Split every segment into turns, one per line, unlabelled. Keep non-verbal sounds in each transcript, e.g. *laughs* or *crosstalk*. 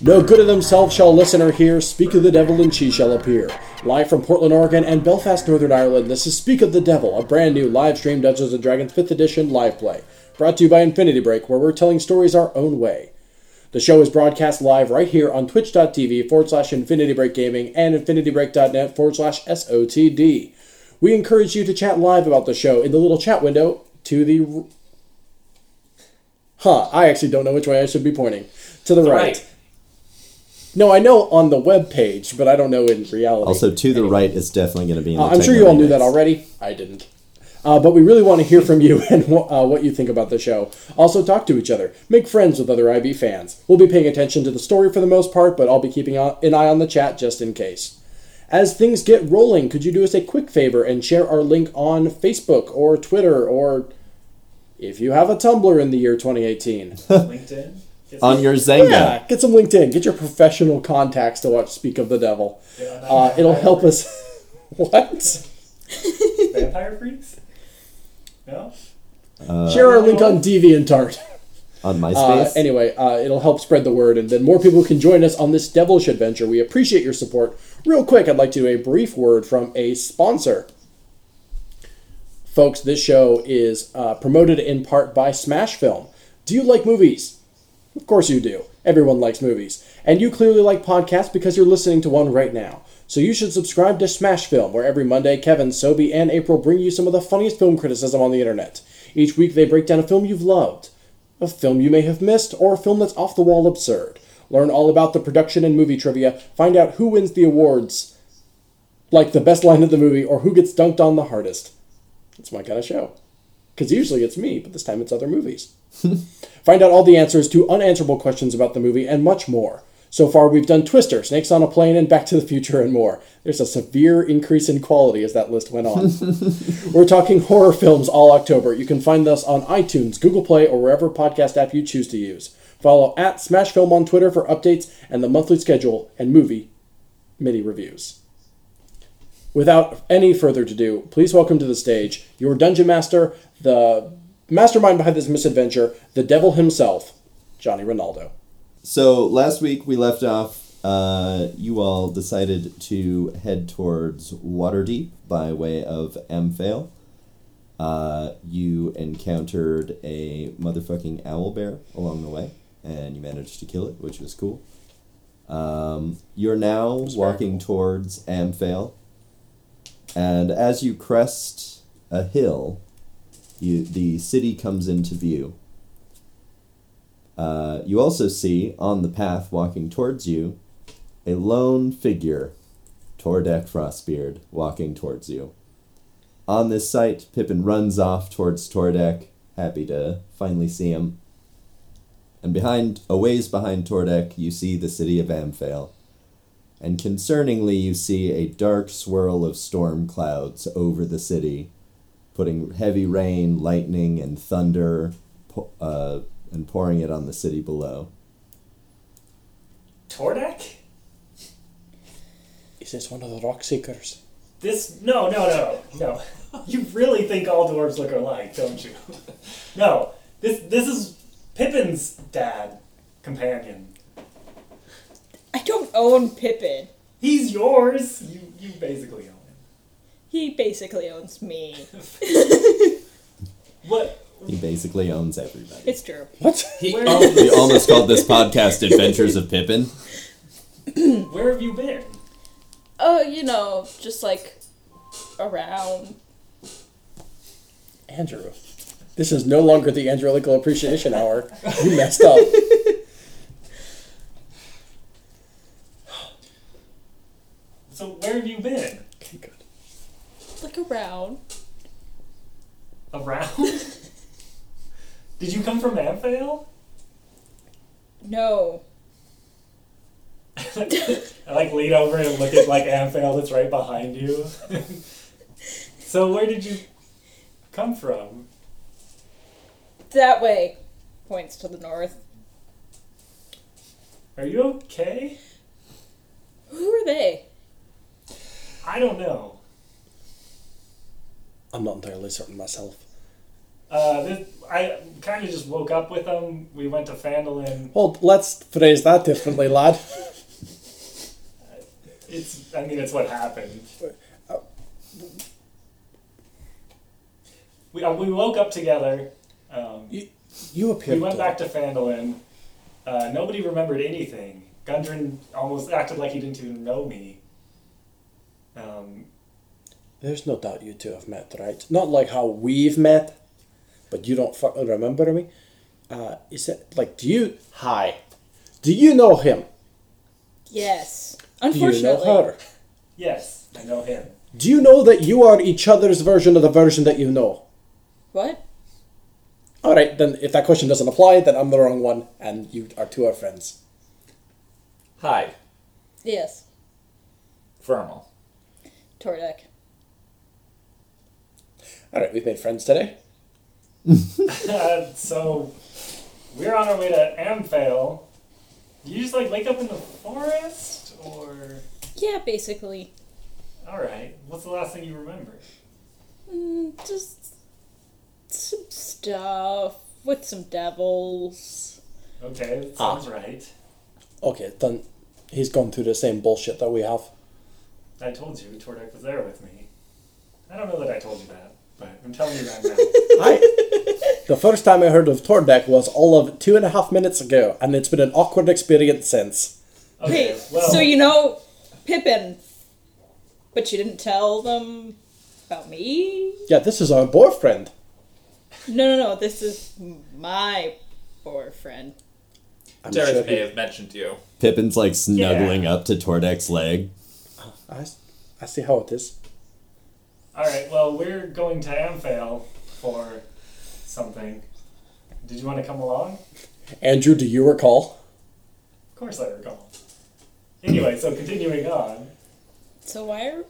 No good of themselves shall listen or hear. Speak of the devil and she shall appear. Live from Portland, Oregon and Belfast, Northern Ireland, this is Speak of the Devil, a brand new live stream Dungeons and Dragons 5th edition live play. Brought to you by Infinity Break, where we're telling stories our own way. The show is broadcast live right here on twitch.tv forward slash infinity break gaming and infinitybreak.net forward slash SOTD. We encourage you to chat live about the show in the little chat window to the. r- Huh, I actually don't know which way I should be pointing. To the, right.
right.
No, I know on the web page, but I don't know in reality.
Also, to the right is definitely going to be. In the
Uh, I'm sure
techno
you all knew
remix.
that already. I didn't. Uh, but we really want to hear from you *laughs* and wh- uh, what you think about the show. Also, talk to each other. Make friends with other IB fans. We'll be paying attention to the story for the most part, but I'll be keeping o- an eye on the chat just in case. As things get rolling, could you do us a quick favor and share our link on Facebook or Twitter or if you have a Tumblr in the year 2018?
LinkedIn. Yes.
on your Zanga.
*laughs* Yeah, get some LinkedIn. Get your professional contacts to watch Speak of the Devil. Uh, it'll help us. *laughs* what?
Vampire freaks. No.
Share our link on DeviantArt. *laughs*
On
Uh,
MySpace.
anyway, uh, it'll help spread the word, and then more people can join us on this devilish adventure. We appreciate your support. Real quick, I'd like to do a brief word from a sponsor. Folks, this show is uh, promoted in part by Smash Film. Do you like movies? Of course you do. Everyone likes movies. And you clearly like podcasts because you're listening to one right now. So you should subscribe to Smash Film, where every Monday, Kevin, Sobe, and April bring you some of the funniest film criticism on the internet. Each week, they break down a film you've loved, a film you may have missed, or a film that's off the wall absurd. Learn all about the production and movie trivia, find out who wins the awards, like the best line of the movie, or who gets dunked on the hardest. It's my kind of show. Because usually it's me, but this time it's other movies. Find out all the answers to unanswerable questions about the movie and much more. So far, we've done Twister, Snakes on a Plane, and Back to the Future, and more. There's a severe increase in quality as that list went on. We're talking horror films all October. You can find us on iTunes, Google Play, or wherever podcast app you choose to use. Follow at Smash Film on Twitter for updates and the monthly schedule and movie mini reviews. Without any further ado, please welcome to the stage your dungeon master, the mastermind behind this misadventure, the devil himself, Johnny Ronaldo.
so last week we left off. Uh, you all decided to head towards Waterdeep by way of Amphale. Uh, you encountered a motherfucking owl bear along the way, and you managed to kill it, which was cool. Um, you're now
very
walking towards Amphale, and as you crest a hill, you, the city comes into view. Uh, you also see on the path walking towards you a lone figure, Tordek Frostbeard, walking towards you. On this sight, Pippin runs off towards Tordek, happy to finally see him. And behind, a ways behind Tordek, you see the city of Amphale. And concerningly, you see a dark swirl of storm clouds over the city, putting heavy rain, lightning, and thunder, po- uh, and pouring it on the city below.
Tordek?
Is this one of the rock seekers?
This no no no no. You really think all dwarves look alike, don't you? No. This this is Pippin's dad companion.
I don't own Pippin.
He's yours. You you basically own him.
He basically
*laughs*
owns me.
What?
He basically owns everybody.
It's true.
What?
He
Where-
Oh.
owns
We almost called this podcast Adventures of Pippin.
Where have you been?
Oh, you know, just like around.
Andrew. This is no longer the Angelical Appreciation *laughs* Hour. You messed up.
So where have you been?
Okay, good.
Like around.
Around? Did you come from Amphale?
No.
I like lean over and look at like Amphale that's right behind you. *laughs* so where did you come from?
That way. Points to the north.
Are you okay?
Who are they?
I don't know.
I'm not entirely certain myself.
Uh, this, I kind of just woke up with them. We went to Fandolin.
Well, let's phrase that differently, lad.
It's, I mean, it's what happened. We, uh, we woke up together. Um,
You
we
appear.
went
to-
back to Fandolin. Uh, nobody remembered anything. Gundren almost acted like he didn't even know me. Um,
There's no doubt you two have met, right? Not like how we've met, but you don't fucking remember me. Uh, is it like do you? Hi. Do you know him?
Yes.
Do you
Unfortunately.
know her?
yes, I know him. *laughs*
Do you know that you are each other's version of the version that you know?
What?
All right, then if that question doesn't apply, then I'm the wrong one, and you are two are friends.
Hi,
Yes.
Vermal.
Tordek.
All right, we've made friends today.
Uh, so we're on our way to Amphale. You just like wake up in the forest, or
Yeah, basically.
all right. What's the last thing you remember?
Mm, just some stuff with some devils.
Okay, that sounds right.
Okay, then he's gone through the same bullshit that we have.
I told you Tordek was there with me. I don't know that I told you that, but I'm telling you that now.
I, the first time I heard of Tordek was all of two and a half minutes ago, and it's been an awkward experience since.
Okay,
Wait,
well,
so you know Pippin, but you didn't tell them about me?
Yeah, this is our boyfriend.
No, no, no. This is my boyfriend.
I'm
Dareth
sure
may
he-
have mentioned you.
Pippin's like snuggling up to Tordek's leg.
I, s- I see how it is.
all right. Well, we're going to Amphale for something. Did you want to come along?
Andrew, do you recall?
Of course, I recall. Anyway, so continuing on.
So why are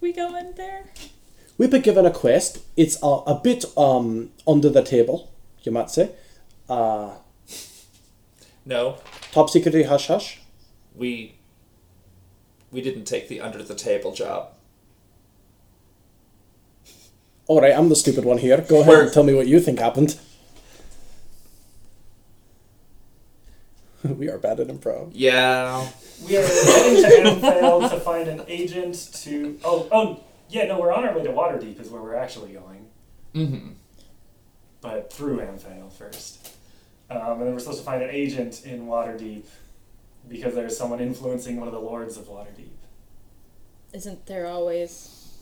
we going there?
We've been given a quest. It's a, a bit um under the table, you might say. Uh,
No,
top secret hush hush.
we we didn't take the under the table job.
All right, I'm the stupid one here. Go ahead
Where-
and tell me what you think happened. *laughs* we are bad at improv.
Yeah.
We are heading to Amphale to find an agent to. Oh, oh, yeah, no, we're on our way to Waterdeep, is where we're actually going,
Mm-hmm.
but through Amphale first. Um, and then we're supposed to find an agent in Waterdeep because there's someone influencing one of the lords of Waterdeep.
Isn't there always?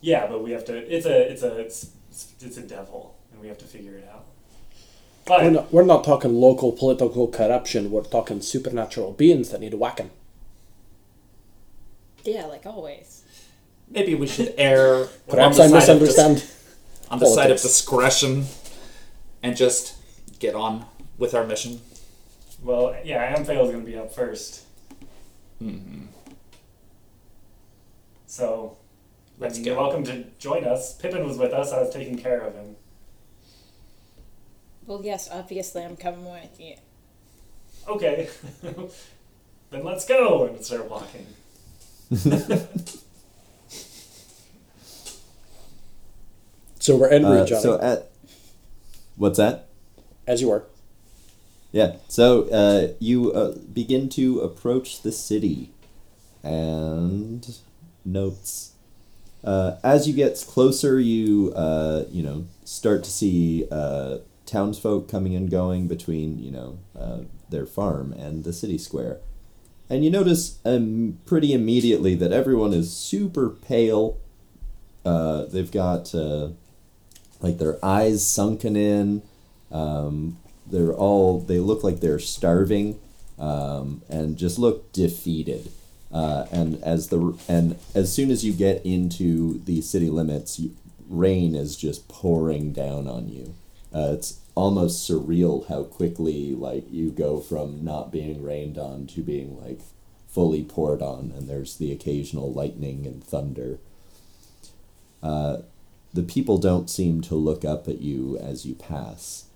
Yeah, but we have to. It's a, it's a, it's, it's a devil, and we have to figure it out. But
We're not, we're not talking local political corruption. We're talking supernatural beings that need whacking.
Yeah, like always.
Maybe we should err.
Perhaps I
on the side of dis-
misunderstand.
on the side of
politics.
discretion, and just get on with our mission.
well, yeah, Amphale is going to be up 1st
Mm-hmm.
So,
Let's
I mean,
go.
you're welcome to join us. Pippin was with us. I was taking care of him.
Well, yes, obviously I'm coming with you.
okay, *laughs* then let's go and start walking.
So we're in
Uh,
region
so at what's that?
as you were.
Yeah. So uh, you uh, begin to approach the city, and notes. Uh, as you get closer, you uh, you know start to see uh, townsfolk coming and going between you know uh, their farm and the city square, and you notice um, pretty immediately that everyone is super pale. Uh, they've got uh, like their eyes sunken in. Um, they're all they look like they're starving um, and just look defeated uh, and as the and as soon as you get into the city limits you, rain is just pouring down on you uh, it's almost surreal how quickly like you go from not being rained on to being like fully poured on and there's the occasional lightning and thunder uh, the people don't seem to look up at you as you pass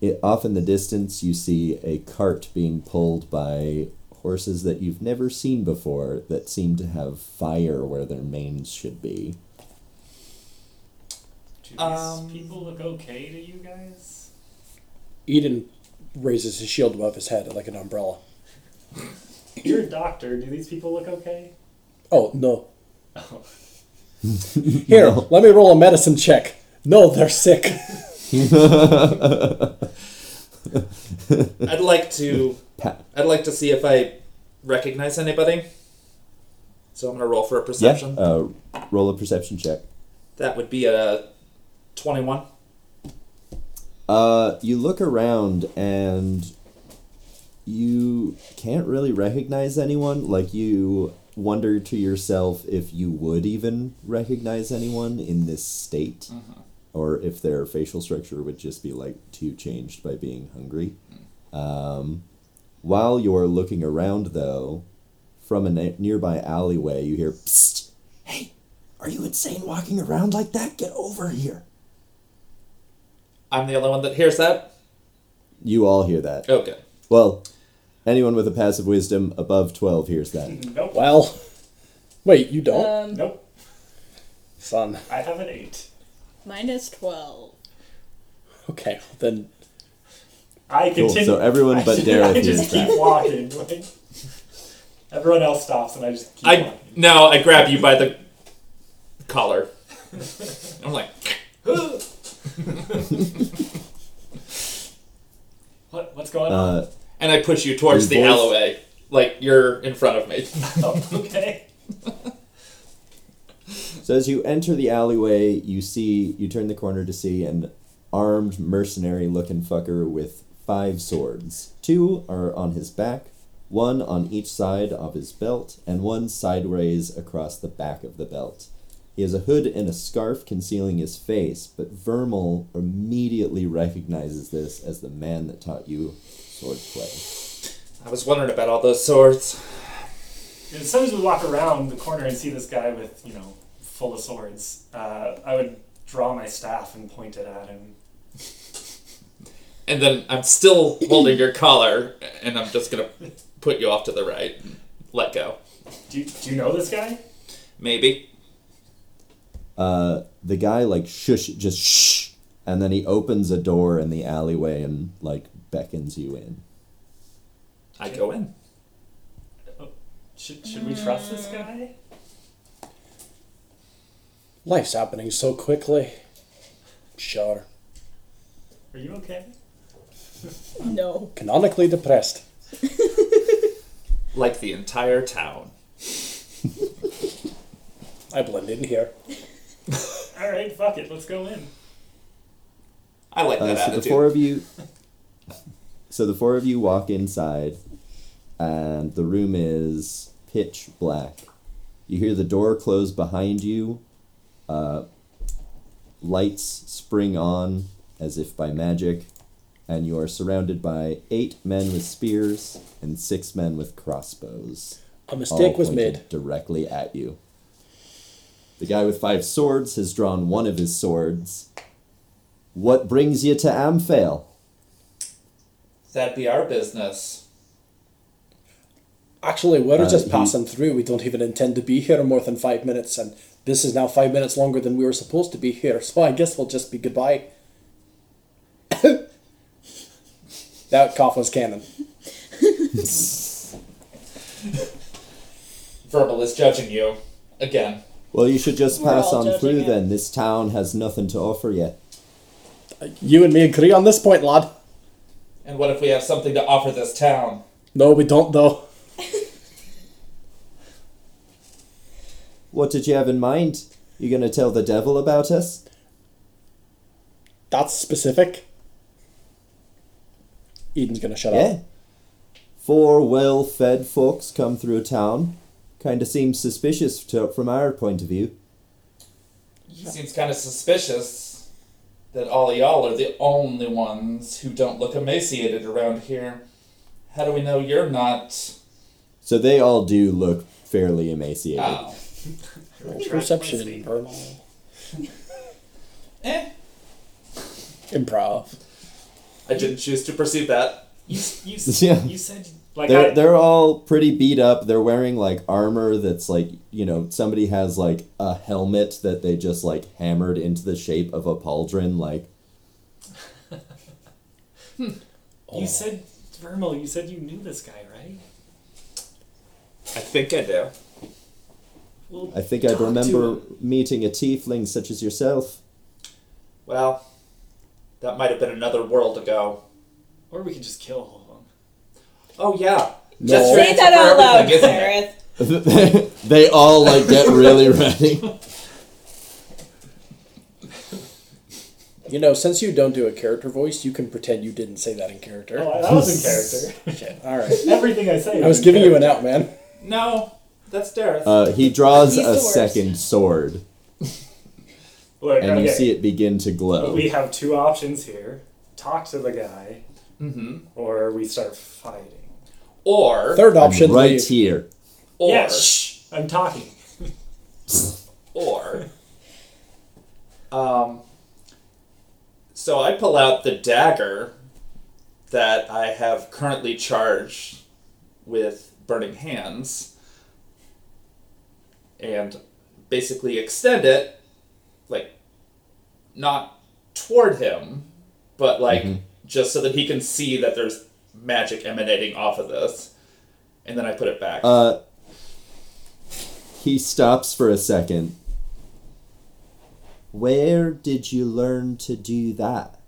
it, off in the distance, you see a cart being pulled by horses that you've never seen before that seem to have fire where their manes should be.
Do these
Um,
people look okay to you guys?
*clears throat*
Eden raises his shield above his head like an umbrella.
You're a doctor. Do these people look okay?
Oh,
*laughs*
no. Here, let me roll a medicine check. No, they're sick.
I'd like to.
Pat.
I'd like to see if I recognize anybody. So I'm gonna roll for a
Yeah.
perception.
Uh, roll a perception check.
That would be a twenty-one.
Uh, you look around and you can't really recognize anyone. Like you wonder to yourself if you would even recognize anyone in this state, or if their facial structure would just be like too changed by being hungry. Um, while you're looking around, though, from a ne- nearby alleyway, you hear, "Psst! Hey, are you insane walking around like that? Get over here!"
I'm the only one that hears that.
You all hear that.
Oh,
Okay.
Well, anyone with a passive wisdom above 12 hears that.
Nope.
Well, wait, you don't,
Um,
Nope.
son.
I have an eight.
minus 12.
Okay, then
I
Cool,
continue.
so everyone but
*laughs* I,
Dareth
I just
hears
keep
that.
walking. Like, everyone else stops, and I just keep
I
walking.
no. I grab you by the *laughs* collar. I'm like,
What, what's going on?
Uh,
and I push you towards the
Your voice-
alleyway. Like you're in front of me.
Uh.
Oh, *laughs* okay.
so as you enter the alleyway, you see, you turn the corner to see an armed mercenary looking fucker with five swords. Two are on his back, one on each side of his belt, and one sideways across the back of the belt. He has a hood and a scarf concealing his face, but Vermal immediately recognizes this as the man that taught you swordplay.
*laughs* I was wondering about all those swords.
As soon as we walk around the corner and see this guy with, you know, full of swords, uh, I would draw my staff and point it at him.
And then I'm still holding your collar, and I'm just gonna put you off to the right. and Let go.
Do, do you know this guy?
Maybe.
uh, the guy like shush just shh and then he opens a door in the alleyway and like beckons you in
I go in.
Should, should we trust this guy?
life's happening so quickly. Sure.
Are you okay?
No.
Canonically depressed.
Like the entire town.
I blend in here.
All right, fuck it, let's go in.
I like
uh,
that
so
attitude.
the four of you *laughs* so the four of you walk inside and the room is pitch black you hear the door close behind you uh, lights spring on as if by magic and you are surrounded by eight men with spears and six men with crossbows
A
all
mistake was
pointed
made.
directly at you. The guy with five swords has drawn one of his swords. What brings you to Amphale?
That'd be our business.
Actually, we're
Uh,
just
he-
passing through. We don't even intend to be here more than five minutes, and this is now five minutes longer than we were supposed to be here, so I guess we'll just be goodbye. *laughs* that cough was canon.
Verbal is judging you. Again.
Well, you should just
We're
pass on
all
through
judging him.
then. This town has nothing to offer you.
You and me agree on this point, lad.
And what if we have something to offer this town?
No, we don't, though.
What did you have in mind? You gonna tell the devil about us?
That's specific. Eden's gonna shut
Yeah.
up.
Four well fed folks come through town. Kinda seems suspicious to, from our point of view.
He seems kind of suspicious that all of y'all are the only ones who don't look emaciated around here. How do we know you're not?
So they all do look fairly emaciated.
Oh.
Perception.
*laughs*
Burma.
Eh.
Improv.
I didn't choose to perceive that.
You, s- you, s-
Yeah.
you said Like I,
They're they're all pretty beat up. They're wearing like armor that's like you know somebody has like a helmet that they just like hammered into the shape of a pauldron. Like
you said, Vermal, you said you knew this guy, right?
I think I do.
Well,
I think I
talk to
remember
him.
meeting a tiefling such as yourself. *laughs*
Well, that might have been another world ago.
Or we could just kill all of them.
Oh yeah.
No.
Say that out loud, Zareth.
they all like get really ready.
*laughs*
You know, since you don't do a character voice, you can pretend you didn't say that in character.
Oh, I- that was in character.
Shit. All right.
Everything I say.
I was giving you an out, man.
No, that's Dareth.
Uh, he draws
He's
a
the worst.
second sword,
Look,
and
okay.
you see it begin to glow.
We have two options here: talk to the guy,
Mm-hmm.
or we start fighting.
Or
Third
I'm
option,
right
leave.
here.
or
Yeah, shh, I'm talking.
or um so I pull out the dagger that I have currently charged with burning hands and basically extend it like not toward him but like just so that he can see that there's magic emanating off of this and then I put it back
Uh, he stops for a second. Where did you learn to do that?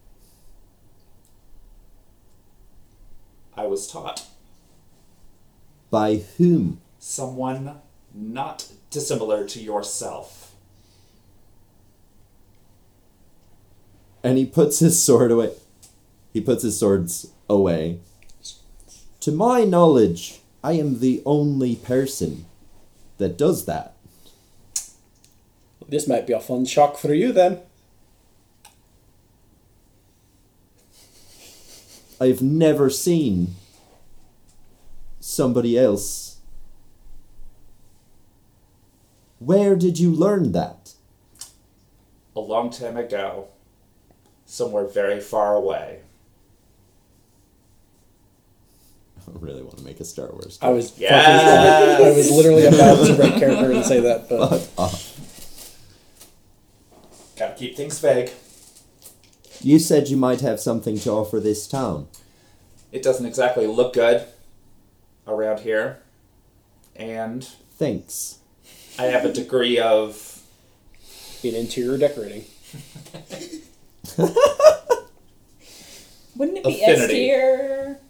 I was taught
By whom?
someone not dissimilar to yourself.
And he puts his sword away. He puts his swords away. To my knowledge, I am the only person that does that.
This might be a fun shock for you then.
I've never seen somebody else. Where did you learn that?
A long time ago, somewhere very far away.
I really want to make a Star Wars.
I was
Yes.
fucking, I was literally about to break character and say that, but
Gotta keep things vague.
You said you might have something to offer this town.
It doesn't exactly look good around here. And
Thanks.
I have a degree of.
in interior decorating.
Wouldn't it be S
Affinity.
tier?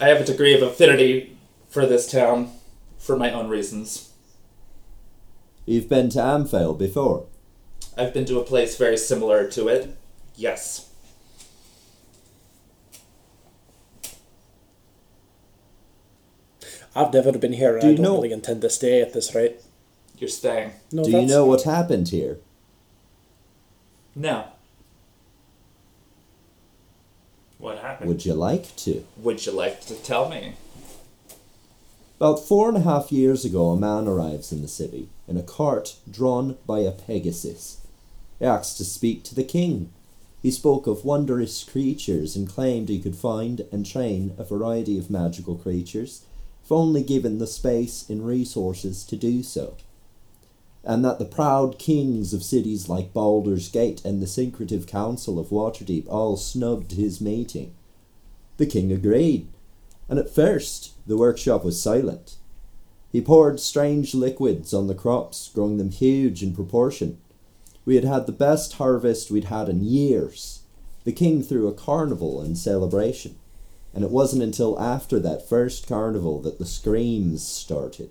I have a degree of affinity for this town for my own reasons.
You've been to Amphale before.
I've been to a place very similar to it. Yes.
I've never been here. and
Do
I
you
don't
know-
really intend to stay at this rate.
You're staying.
No,
Do you
that's-
know what happened here?
No.
What happened?
Would you like to?
Would you like to tell me?
About four and a half years ago, a man arrives in the city in a cart drawn by a Pegasus. He asks to speak to the king. He spoke of wondrous creatures and claimed he could find and train a variety of magical creatures, if only given the space and resources to do so. And that the proud kings of cities like Baldur's Gate and the secretive council of Waterdeep all snubbed his meeting. The king agreed, and at first the workshop was silent. He poured strange liquids on the crops, growing them huge in proportion. We had had the best harvest we'd had in years. The king threw a carnival and celebration, and it wasn't until after that first carnival that the screams started.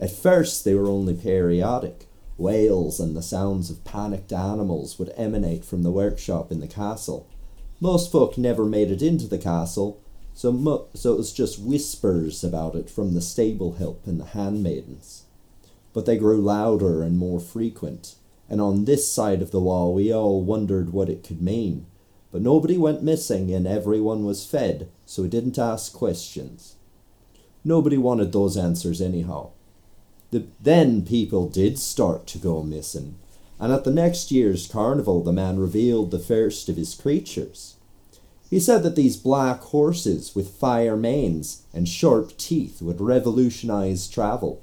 At first, they were only periodic. Wails and the sounds of panicked animals would emanate from the workshop in the castle. Most folk never made it into the castle, so, mo- so it was just whispers about it from the stable help and the handmaidens. But they grew louder and more frequent, and on this side of the wall we all wondered what it could mean. But nobody went missing and everyone was fed, so we didn't ask questions. Nobody wanted those answers anyhow. The, then people did start to go missing, and at the next year's carnival the man revealed the first of his creatures. He said that these black horses with fire manes and sharp teeth would revolutionize travel,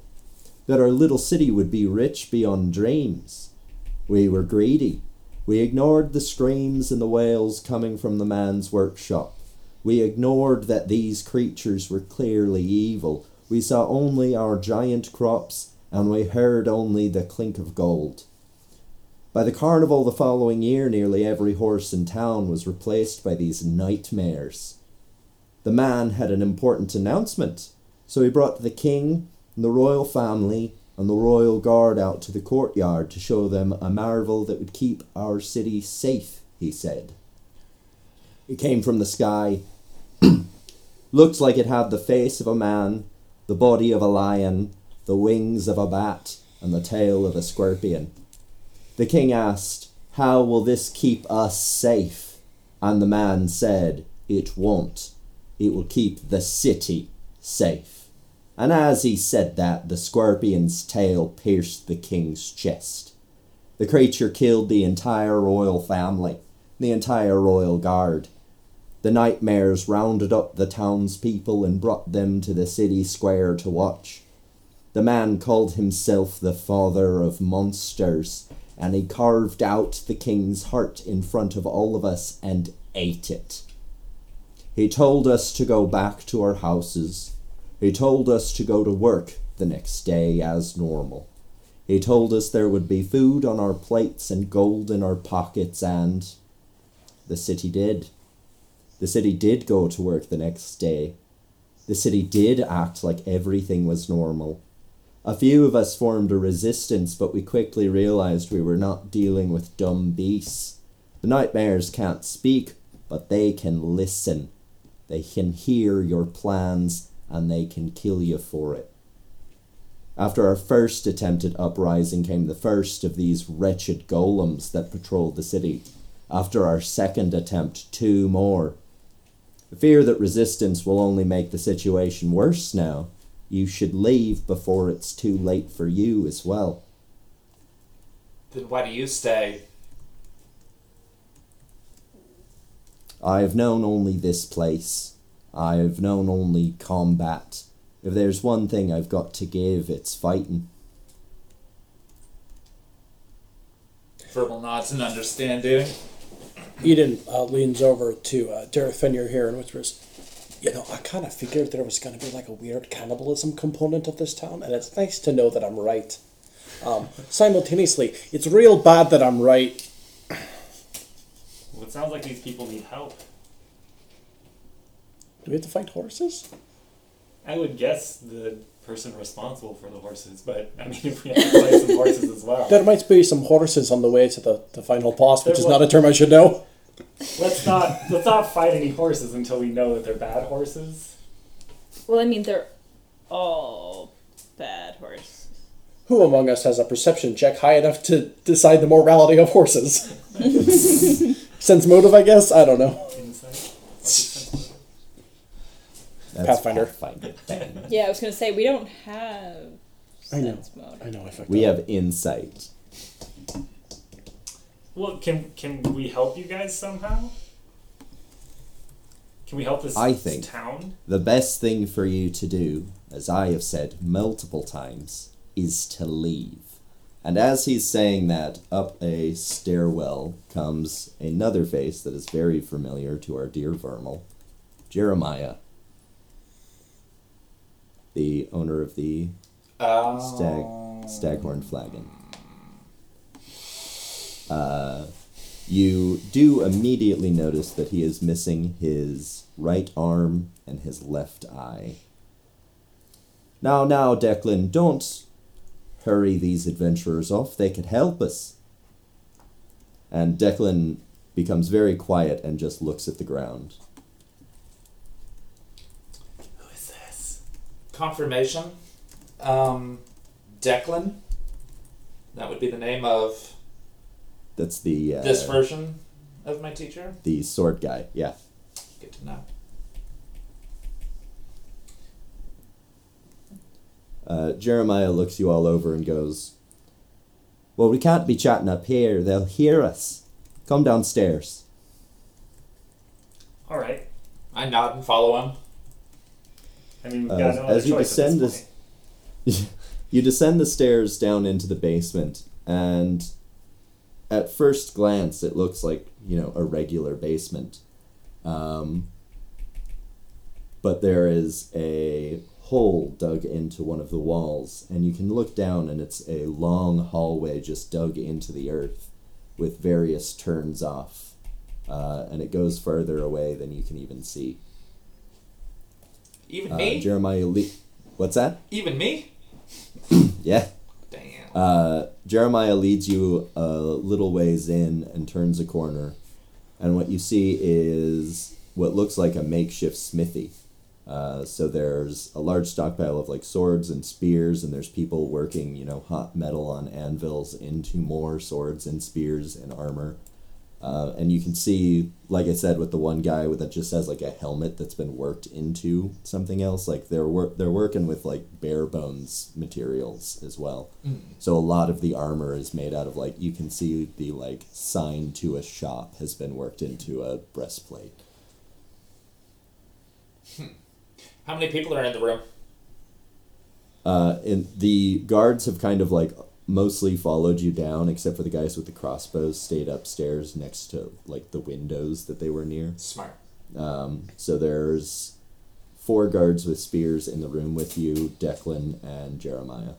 that our little city would be rich beyond dreams. We were greedy. We ignored the screams and the wails coming from the man's workshop. We ignored that these creatures were clearly evil. We saw only our giant crops, and we heard only the clink of gold. By the carnival the following year, nearly every horse in town was replaced by these nightmares. The man had an important announcement, so he brought the king, and the royal family, and the royal guard out to the courtyard to show them a marvel that would keep our city safe, he said. It came from the sky, *clears throat* looked like it had the face of a man, the body of a lion, the wings of a bat, and the tail of a scorpion. The king asked, How will this keep us safe? And the man said, It won't. It will keep the city safe. And as he said that, the scorpion's tail pierced the king's chest. The creature killed the entire royal family, the entire royal guard. The nightmares rounded up the townspeople and brought them to the city square to watch. The man called himself the father of monsters, and he carved out the king's heart in front of all of us and ate it. He told us to go back to our houses. He told us to go to work the next day as normal. He told us there would be food on our plates and gold in our pockets, and the city did. The city did go to work the next day. The city did act like everything was normal. A few of us formed a resistance, but we quickly realized we were not dealing with dumb beasts. The nightmares can't speak, but they can listen. They can hear your plans, and they can kill you for it. After our first attempt at uprising came the first of these wretched golems that patrolled the city. After our second attempt, two more. The fear that resistance will only make the situation worse now. You should leave before it's too late for you as well.
Then why do you stay?
I have known only this place. I have known only combat. If there's one thing I've got to give, it's fighting.
Verbal nods and understanding.
Eden uh, leans over to uh, Dareth Fenrir here and whispers, You know, I kind of figured there was going to be like a weird cannibalism component of this town, and it's nice to know that I'm right. Um, simultaneously, it's real bad that I'm right.
Well, it sounds like these people need help.
Do we have to fight horses?
I would guess the person responsible for the horses, but I mean, *laughs* if we have to play some horses as well,
There might be some horses on the way to the, the final boss, which
There
is
was-
not a term I should know.
let's not let's not fight any horses until we know that they're bad horses.
Well, I mean, they're all bad horses.
Who among us has a perception check high enough to decide the morality of horses? Sense motive, I guess? I don't know.
Inside.
That's
Pathfinder.
Pathfinder. Bang.
Yeah, I was gonna say we don't have
I know.
sense motive.
I know I fucked
we
up.
have insight.
Well, can can we help you guys somehow? Can we help this,
I
this
think-
town?
The best thing for you to do, as I have said multiple times, is to leave. And as he's saying that, up a stairwell comes another face that is very familiar to our dear Vermal Jeremiah, the owner of the
Um,
stag, staghorn flagon. Uh, you do immediately notice that he is missing his right arm and his left eye. Now, now, Declan, don't hurry these adventurers off. They could help us. And Declan becomes very quiet and just looks at the ground.
Who is this?
Confirmation. Um, Declan. That would be the name of
That's the uh,
this version of my teacher.
the sword guy. Yeah.
Good to know.
Uh, Jeremiah looks you all over and goes, Well, we can't be chatting up here. They'll hear us. Come downstairs.
All right.
I nod and follow him.
I mean, we've got
Uh,
no other
as you
choice at
descend
this
this, you descend the stairs down into the basement, and at first glance, it looks like you know a regular basement, um, but there is a hole dug into one of the walls, and you can look down, and it's a long hallway just dug into the earth, with various turns off, uh, and it goes further away than you can even see.
Even
Uh,
me?
Jeremiah Lee, what's that?
Even me?
Yeah.
Damn.
Uh, Jeremiah leads you a little ways in and turns a corner, and what you see is what looks like a makeshift smithy. Uh, so there's a large stockpile of like swords and spears, and there's people working, you know, hot metal on anvils into more swords and spears and armor. Uh, and you can see, like I said, with the one guy with that just has like a helmet that's been worked into something else. Like they're wor- they're working with like bare bones materials as well. So a lot of the armor is made out of like you can see the like sign to a shop has been worked into a breastplate.
How many people are in the room?
Uh, and the guards have kind of like mostly followed you down, except for the guys with the crossbows stayed upstairs next to like the windows that they were near.
Smart.
Um, so there's four guards with spears in the room with you, Declan and Jeremiah.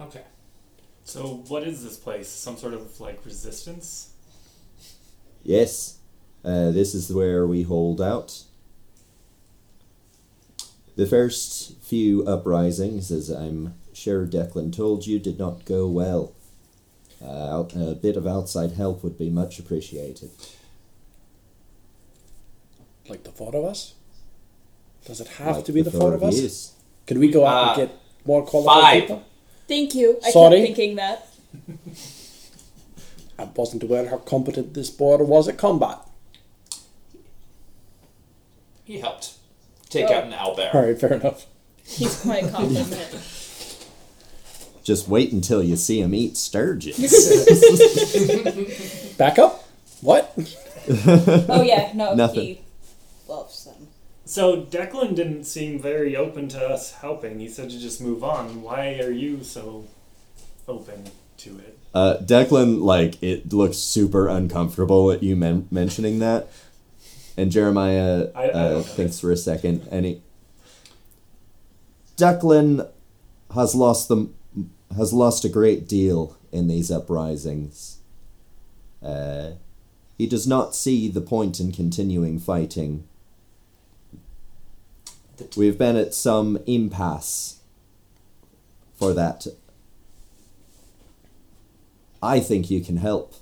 Okay.
So, what is this place? Some sort of like resistance?
Yes, uh, this is where we hold out. The first few uprisings, as I'm sure Declan told you, did not go well. Uh, out- a bit of outside help would be much appreciated.
Like the thought of us? Does it have
Like
to be the, thought of us?
yes.
Could we go out
Uh,
and get more qualified
five.
people?
Thank you. I
Sorry.
kept thinking that.
I wasn't aware how competent this boy was at combat.
He helped take
Oh.
out an owlbear.
All right, fair enough.
He's
*laughs*
quite confident.
Just wait until you see him eat sturgeons.
Back up. What?
oh yeah, no,
Nothing.
he loves them.
So, Declan didn't seem very open to us helping. He said to just move on. Why are you so open to it?
Uh, Declan, like, it looks super uncomfortable at you men- mentioning that. And Jeremiah
I- I don't
uh,
know.
thinks for a second, and he. Declan has lost the has lost a great deal in these uprisings. Uh, he does not see the point in continuing fighting. We've been at some impasse for that. I think you can help.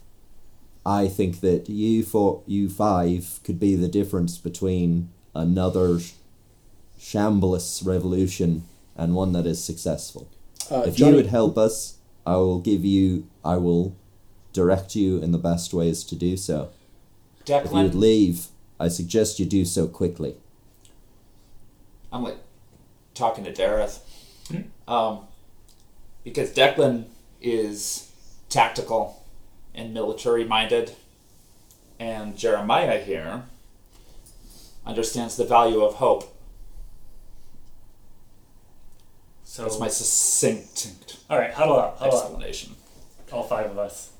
I think that you four, you five could be the difference between another sh- shambless revolution and one that is successful.
Uh,
if
Johnny,
you would help us, I will give you. I will direct you in the best ways to do so. If you would
Declan,
leave, I suggest you do so quickly.
I'm like talking to Dareth.
Hmm.
Um, because Declan is tactical and military minded, and Jeremiah here understands the value of hope.
So,
That's my succinct
all right, huddle up,
Oh,
huddle up,
explanation.
all five of us.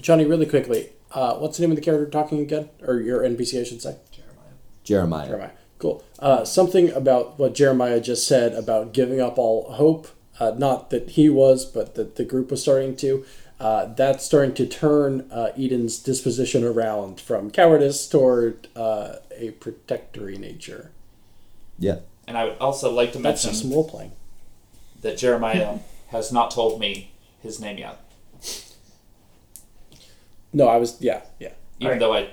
Johnny, really quickly. Uh, what's the name of the character talking again, or your NPC, I should say?
Jeremiah.
Jeremiah. Cool. Uh, something about what Jeremiah just said about giving up all hope. Uh, not that he was, but that the group was starting to. Uh, that's starting to turn uh, Eden's disposition around from cowardice toward uh, a protectory nature.
Yeah.
And I would also like to
That's
mention
just role playing. *laughs*
that Jeremiah has not told me his name yet,
No, I was, yeah, yeah.
Alright.
even though I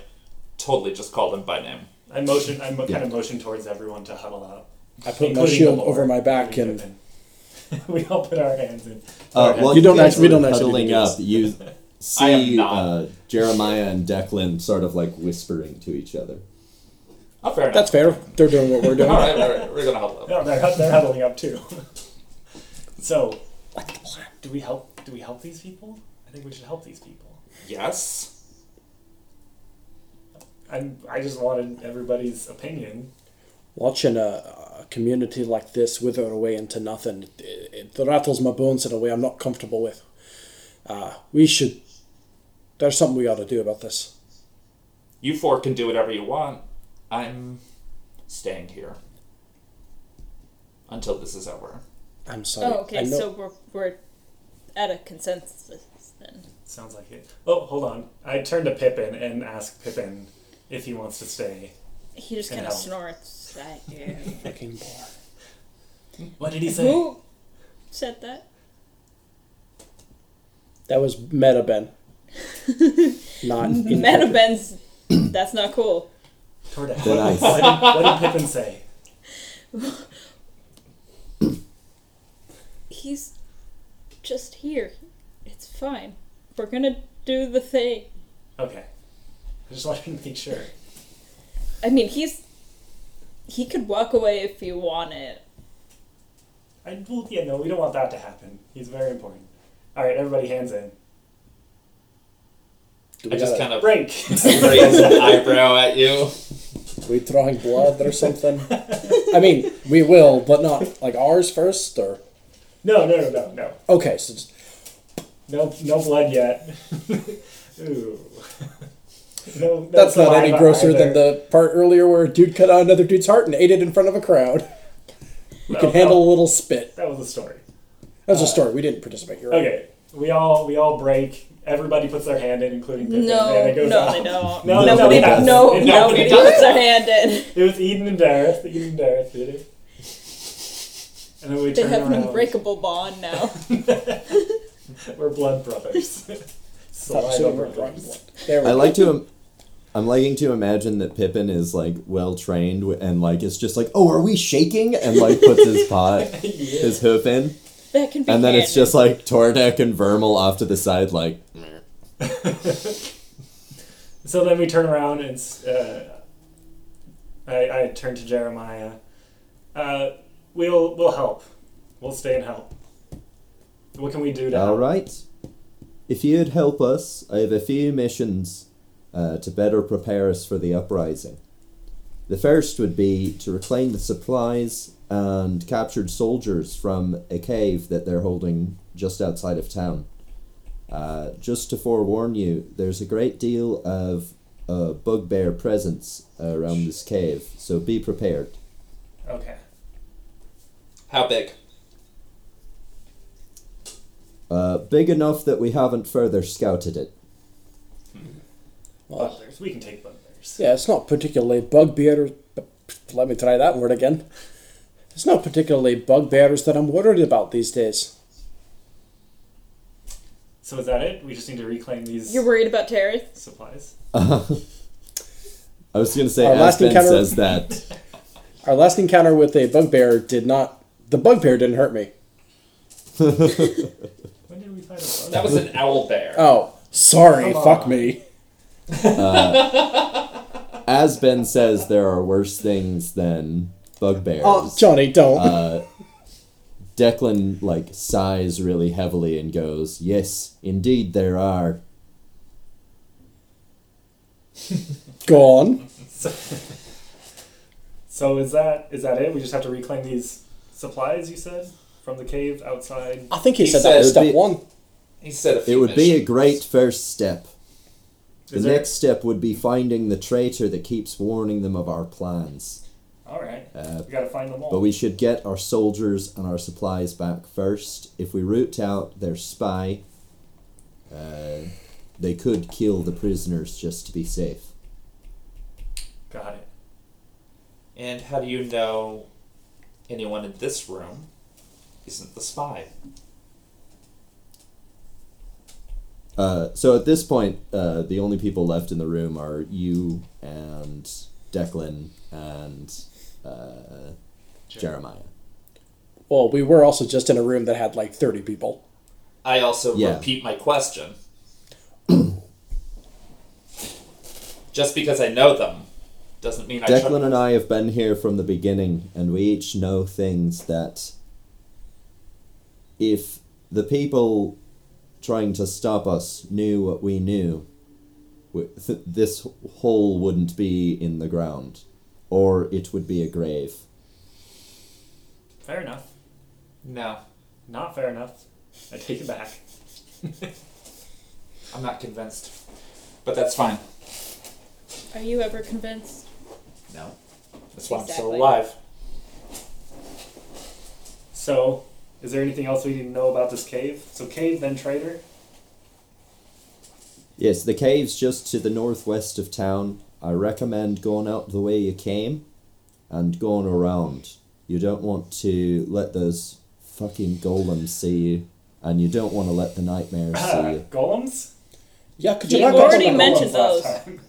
totally just called him by name.
I motion. I mo-
Yeah.
kind of motion towards everyone to huddle up.
I put my
including the
shield
Lord,
over my back
including
and
Pippin. *laughs* we all put our hands in.
Uh,
Okay.
while
You don't
guys
actually- we
were
don't actually
huddling
do
up.
this.
You
*laughs* I am
see
not.
uh, Jeremiah and Declan sort of like whispering to each other.
Oh, fair enough.
that's fair. They're doing what we're doing.
All right, all right, we're gonna hold up.
No, they're, they're huddling up too. *laughs* so, do we help? Do we help these people? I think we should help these people.
Yes.
I'm, I just wanted everybody's opinion.
Watching a, a community like this wither away into nothing, it, it rattles my bones in a way I'm not comfortable with. Uh, we should. There's something we ought to do about this.
You four can do whatever you want. I'm staying here until this is over.
I'm sorry.
Oh,
I
okay.
know-
So we're, we're at a consensus then.
Sounds like it. Oh, hold on. I turn to Pippin and ask Pippin if he wants to stay.
He just
And
kind of
I'll-
snorts at you.
Fucking boy.
What did he say?
Who said that?
That was Meta
*laughs*
Ben. Not in-
Meta Ben's.
*clears throat*
That's not cool.
Tordak.
They're nice.
What, did, what did Pippin say?
He's just here. It's fine. We're gonna do the thing.
Okay. I just wanted to make sure.
I mean, he's. He could walk away if he wanted.
I, well, yeah, no, we don't want that to happen. He's very important. All right, everybody, hands in.
Do
I
we
just
gotta-
kind *laughs* of
Break. *laughs*
raise an eyebrow at you.
we drawing blood or something? *laughs* I mean, we will, but not like ours first or
no, no, no, no, no,
okay. So just,
no, no blood yet. Ooh. *laughs* No, no
that's not any
saliva
grosser
either.
than the part earlier where a dude cut out another dude's heart and ate it in front of a crowd. We
No,
can
no,
handle a little spit.
That was a story.
That's a story. We didn't participate. You're right.
Okay, we all we all break. Everybody puts their hand in, including Pippin. and
No,
it goes
no,
up.
they don't.
No,
no,
nobody
nobody,
does.
no,
Nobody
nobody
does.
puts their hand in.
It was Eden and Dareth. Eden and Dareth did it. And then we
They
turn
have an
around.
unbreakable
*laughs*
bond now.
We're blood
*laughs*
brothers.
Stop
Saliva
assuming we're drawing
brothers.
blood. There we
I
go.
like to. Im- I'm liking to imagine that Pippin is like well trained and like it's just like, oh, are we shaking? And like puts
*laughs*
his paw, his hoof in,
That can be.
and then it's
canon.
just like Tordek and Vermal off to the side, like
So then we turn around and s- uh, I, I turn to Jeremiah. Uh, we'll we'll help. We'll stay and help. What can we do to
All
help?
right. If you'd help us, I have a few missions uh, to better prepare us for the uprising. The first would be to reclaim the supplies and captured soldiers from a cave that they're holding just outside of town. Uh, just to forewarn you, there's a great deal of uh, bugbear presence around this cave, so be prepared.
Okay.
How big?
Uh, big enough that we haven't further scouted it.
Well,
Bugbears. We can take bugbears.
yeah, it's not particularly bugbear. Let me try that word again. It's not particularly bugbears that I'm worried about these days.
So is that it? We just need to reclaim these
You're worried about Terry?
supplies.
I was going to say,
Our
as
last
Ben
encounter-
says that.
Our last encounter with a bugbear did not. The bugbear didn't hurt me.
When did we fight a bug?
That was an owl bear.
Oh, sorry.
Come
fuck
on.
me.
as Ben says, there are worse things than bugbears.
Oh, Johnny, don't.
Declan like sighs really heavily and goes, "Yes, indeed there are."
Go on.
So is that is that it? We just have to reclaim these supplies you said from the cave outside.
I think he,
He
said that was
said-
step
It would be-
one.
*laughs* He said a few
It would be a
missions.
great first step. The
Is there-
next step would be finding the traitor that keeps warning them of our plans.
All right.
Uh,
we gotta find them all.
But we should get our soldiers and our supplies back first. If we root out their spy, uh, they could kill the prisoners just to be safe.
Got it.
And how do you know anyone in this room isn't the spy?
Uh, so at this point, uh, the only people left in the room are you and Declan and uh, Jeremiah.
Well, we were also just in a room that had like 30 people.
I also
Yeah.
repeat my
*coughs*
question. Just because I know them doesn't mean I trust
Declan and I have been here from the beginning, and we each know things that if the people trying to stop us knew what we knew, w- th- this hole wouldn't be in the ground, or it would be a grave.
Fair enough.
No,
Not fair enough. I take it back.
I'm not convinced. But that's fine.
Are you ever convinced?
No. That's why I'm
Exactly.
still alive.
So, is there anything else we need to know about this cave? So, cave, then trader.
Yes, the cave's just to the northwest of town. I recommend going out the way you came and going around. You don't want to let those fucking golems see you, and you don't want to let the nightmares see
*laughs*
you.
Uh, golems?
Yeah, could you
He
not go
already
to the
mentioned
golems?
those.
time.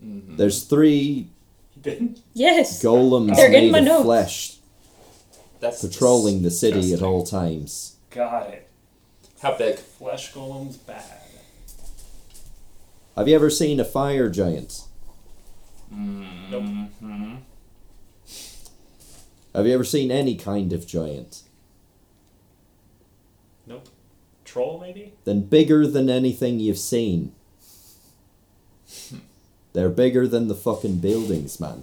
*laughs*
There's three
He didn't?
Yes.
golems
They're in
made
my
of
notes.
flesh
That's
patrolling the city at
disgusting.
all times.
Got it.
How big?
Flesh golems, bad.
Have you ever seen a fire giant?
Nope.
Have you ever seen any kind of giant?
Nope. Troll, maybe?
Then bigger than anything you've seen. They're bigger than the fucking buildings, man.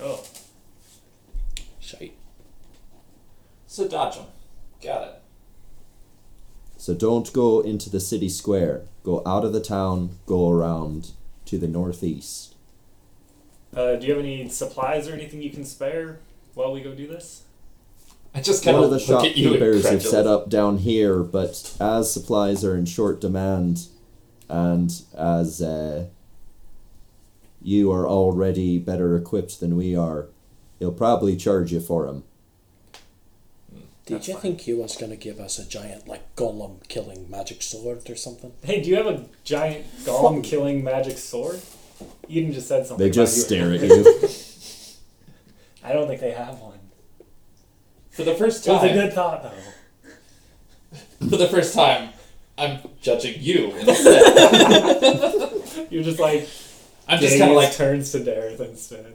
Oh.
Shite.
So dodge them. Got it.
So don't go into the city square. Go out of the town, go around to the northeast.
Uh, do you have any supplies or anything you can spare while we go do this? *laughs*
I just kind
One
of
of the
look at you
shopkeepers have
incredulous.
set up down here, but as supplies are in short demand and as uh, you are already better equipped than we are, he'll probably charge you for them.
Did you think he was gonna give us a giant like golem killing magic sword or something?
Hey, do you have a giant golem killing magic sword? Eden just said something.
They just
about
*laughs*
you-
stare at you.
I don't think they have one.
For the first
It was a
time,
good thought, though.
for the first time, I'm judging you instead.
You're just like,
I'm just kind of like,
turns to Dareth instead.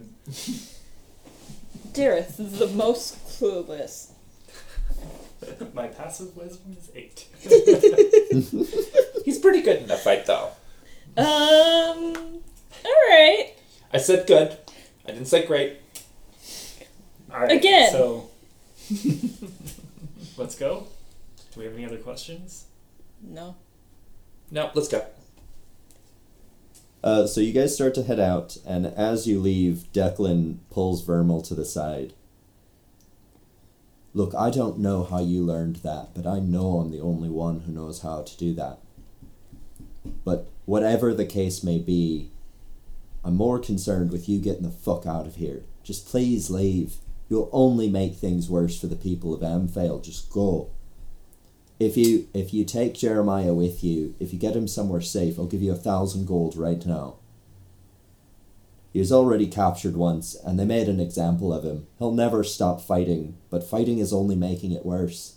Dareth is the most clueless.
My passive wisdom is eight.
he's pretty good in a fight, though.
Um. All right.
I said good. I didn't say great.
All right.
Again.
So *laughs* let's go. Do we have any other questions?
No.
No, let's go.
Uh, so you guys start to head out, and as you leave, Declan pulls Vermal to the side. Look, I don't know how you learned that, but I know I'm the only one who knows how to do that. But whatever the case may be, I'm more concerned with you getting the fuck out of here. Just please leave. You'll only make things worse for the people of Amphale. Just go. If you if you take Jeremiah with you, if you get him somewhere safe, I'll give you a thousand gold right now. He was already captured once, and they made an example of him. He'll never stop fighting, but fighting is only making it worse.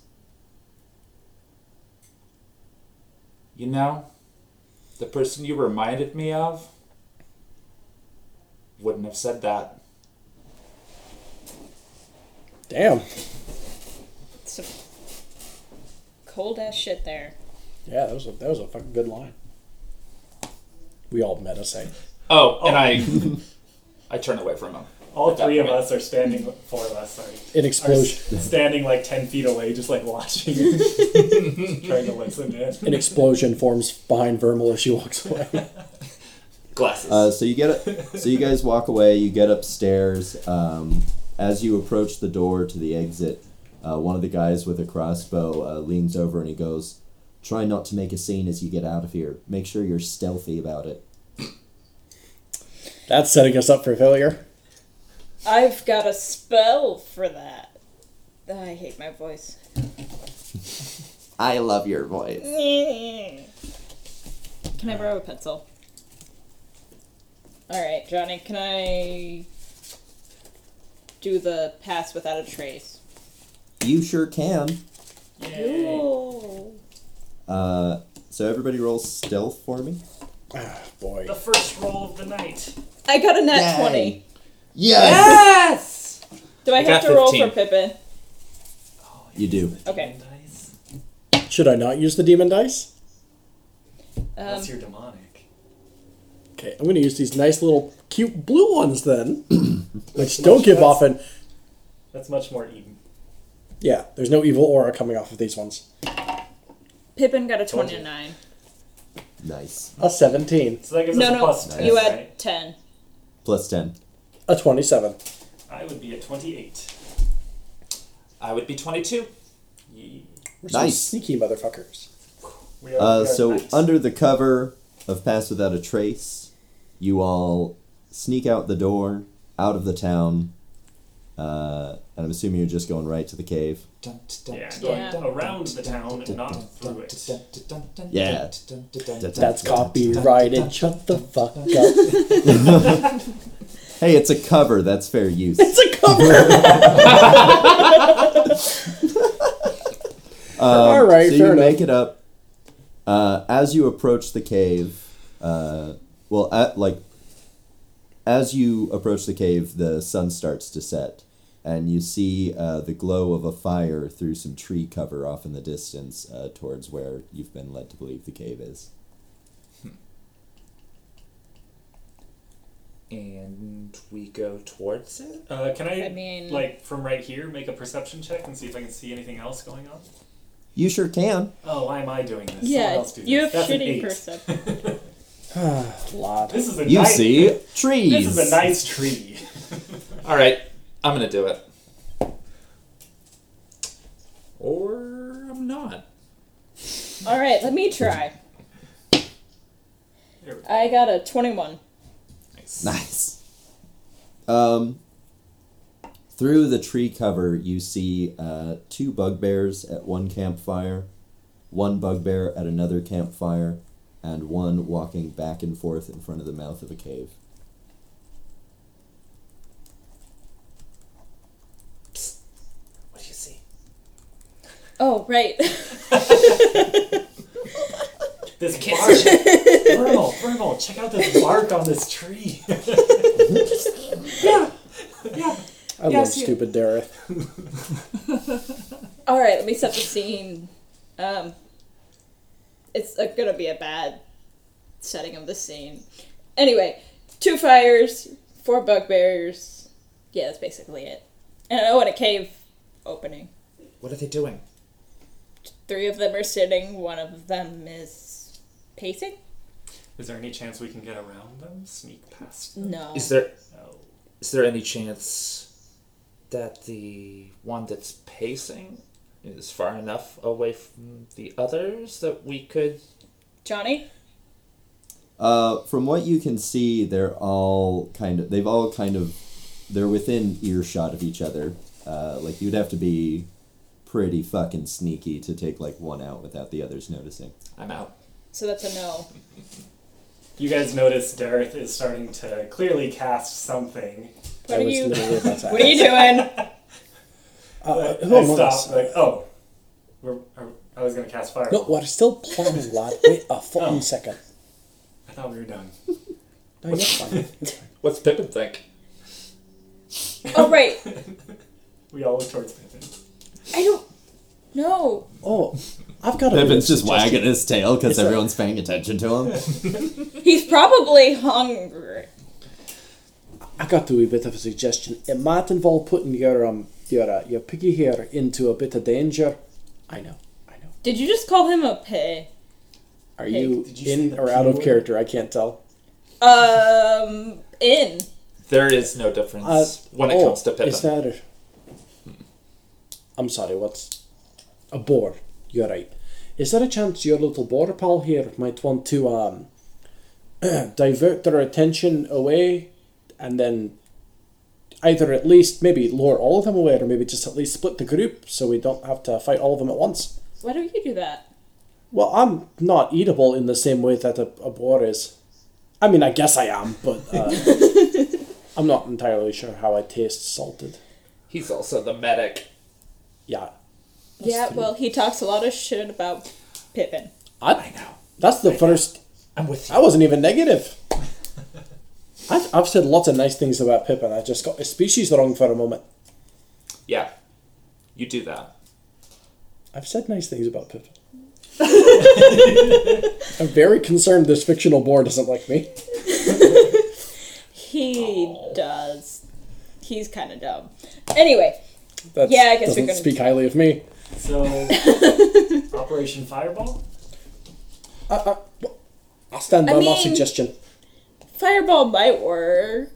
You know, the person you reminded me of wouldn't have said that.
Damn.
Some cold ass shit there.
Yeah, that was a, that was a fucking good line. We all met us. eh?
Oh, and I,
*laughs*
I turn away from him.
All three of
point.
us are standing. Four of us, sorry,
An
Oh,
are s-
explosion.
standing like ten feet away, just like
*laughs*
watching, trying to listen in.
An explosion forms behind Vermal as she walks away.
Glasses.
Uh, so you get so you guys walk away. You get upstairs. Um, as you approach the door to the exit, uh, one of the guys with a crossbow uh, leans over and he goes, "Try not to make a scene as you get out of here. Make sure you're stealthy about it."
That's setting us up for failure.
I've got a spell for that. I hate my voice.
I love your voice.
*laughs* Can I borrow a pencil? All right, Johnny. Can I do the pass without a trace?
You sure can.
Ooh.
Uh, so everybody rolls stealth for me.
Ah, boy.
The first roll of the night.
I got a nat
Yay.
twenty.
Yes.
Do I have
got
to roll
15.
for Pippin?
You do.
Okay.
Nice.
Should I not use the demon dice?
Um,
Unless you're demonic.
Okay, I'm going to use these nice little cute blue ones then, which don't give off an.
That's much more even.
Yeah, there's no evil aura coming off of these ones.
Pippin got a
Told you.
29.
Nice.
A 17,
So that gives us
No,
a
no,
plus 10,
you had
right?
10.
Plus 10.
a 27.
I would be at 28.
I would be 22.
Ye-
We're some
Nice.
sneaky motherfuckers.
We are,
Uh,
we are
so
nice.
under the cover of Pass Without a Trace, you all sneak out the door, out of the town, uh, and I'm assuming you're just going right to the cave.
Dun, dun,
Yeah,
dun,
going
dun,
around
dun,
the
dun,
town and
dun,
not
dun,
through
dun,
it.
dun, dun, dun, dun,
Yeah.
dun, dun, dun,
That's
dun,
That's
dun, dun,
copyrighted. Shut the fuck up.
Hey, it's a cover. That's fair use.
It's a cover. All right,
Um, so
fair
you
enough.
make it up. Uh, as you approach the cave, uh, well, at, like as you approach the cave, the sun starts to set, and you see uh, the glow of a fire through some tree cover off in the distance uh, towards where you've been led to believe the cave is.
And we go towards it?
Uh, can I,
I mean-
like, from right here, make a perception check and see if I can see anything else going on?
You sure can.
Oh, why am I doing this? Someone
Yeah,
else do
you have
this. That's an
shitty
eight.
perception.
Lod.
*laughs* This is a
You
nice,
see
This
trees.
is a nice tree.
All right, I'm gonna do it. Or I'm not.
All right, let me try.
There we go.
I got a 21.
Nice.
Nice. Um, through the tree cover, you see uh, two bugbears at one campfire, one bugbear at another campfire, and one walking back and forth in front of the mouth of a cave.
What do you see?
Oh, right. *laughs*
This bark. Vernal, Vernal, check out this bark on this tree. yeah, yeah.
I love
Yes, you-
stupid Dareth.
All right, let me set the scene. Um, it's uh, gonna be a bad setting of the scene. Anyway, two fires, four bugbears. Yeah, that's basically it. And oh, and a cave opening.
What are they doing?
Three of them are sitting. One of them is pacing.
Is there any chance we can get around them? Sneak past?
No.
Is there
No.
is there any chance that the one that's pacing is far enough away from the others that we could?
Johnny?
Uh, from what you can see, they're all kind of. They've all kind of. They're within earshot of each other. Uh, like you'd have to be pretty fucking sneaky to take like one out without the others noticing.
I'm out.
So that's a no.
You guys notice Dareth is starting to clearly cast something.
What
I
are
was
you? *laughs*
literally about to
What are you
*laughs*
doing?
Uh,
But
who
I
among us?
stopped. Like, oh, we're, are- I was gonna cast fire.
No, we're still playing, Lod. Wait a fucking
Oh.
second.
I thought we were done.
No, you're fine. It's fine.
What's Pippin think?
Oh, right.
We all look towards Pippin.
I don't. No.
*laughs* Oh, I've got a. weird
Pippin's just
suggestion.
wagging his tail because
It's a-
everyone's paying attention to
*laughs*
him.
He's probably hungry.
I got a wee bit of a suggestion. It might involve putting your um your uh, your piggy here into a bit of danger. I know, I know.
Did you just call him a pig?
Are
Hey,
you,
did you say
in
the
or out of
P-word?
character? I can't tell.
Um, in.
There is no difference
Uh,
when it
oh,
comes to Pippin.
Is there? I'm sorry. What's a boar? You're right. Is there a chance your little boar pal here might want to um *clears throat* divert their attention away, and then either at least maybe lure all of them away, or maybe just at least split the group so we don't have to fight all of them at once?
Why don't you do that?
Well, I'm not eatable in the same way that a, a boar is. I mean, I guess I am, but uh, I'm not entirely sure how I taste salted.
He's also the medic.
Yeah,
yeah, well, he talks a lot of shit about Pippin.
I, know. That's the first.
I'm with you.
I wasn't even
*laughs*
negative. I've, I've said lots of nice things about Pippin. I just got the species wrong for a moment.
Yeah, you do that.
I've said nice things about
*laughs*
Pippin. I'm very concerned this fictional boar doesn't like me.
he does. He's kind of dumb. Anyway,
That
Yeah, I guess we're
doesn't
gonna-
speak highly of me.
So, Operation Fireball?
I'll stand by
I
my
mean-
suggestion.
fireball might work.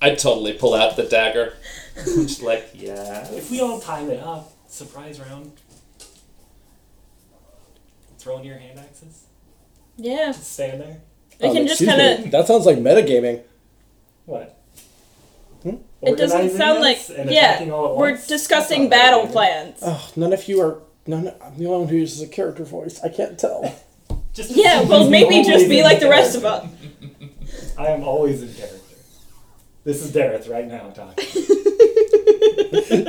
I totally pull out the
*laughs*
dagger. I'm just like, yeah.
If we all time it up, surprise round. Throw in your hand axes.
Yeah,
Stand there.
we
Um,
Oh,
can just
excuse
kind
me,
of.
That sounds like metagaming.
What?
It doesn't
Organizing
sound like
this and
yeah.
attacking all at
We're
once?
discussing
That's not
battle
really- Uh,
plans.
Oh, none of you are. None. I'm the only one who uses a character voice. I can't
*laughs*
tell.
Just *laughs*
Yeah, well, maybe just be like the rest of us.
I am always in character. This is Dareth right now *laughs* talking.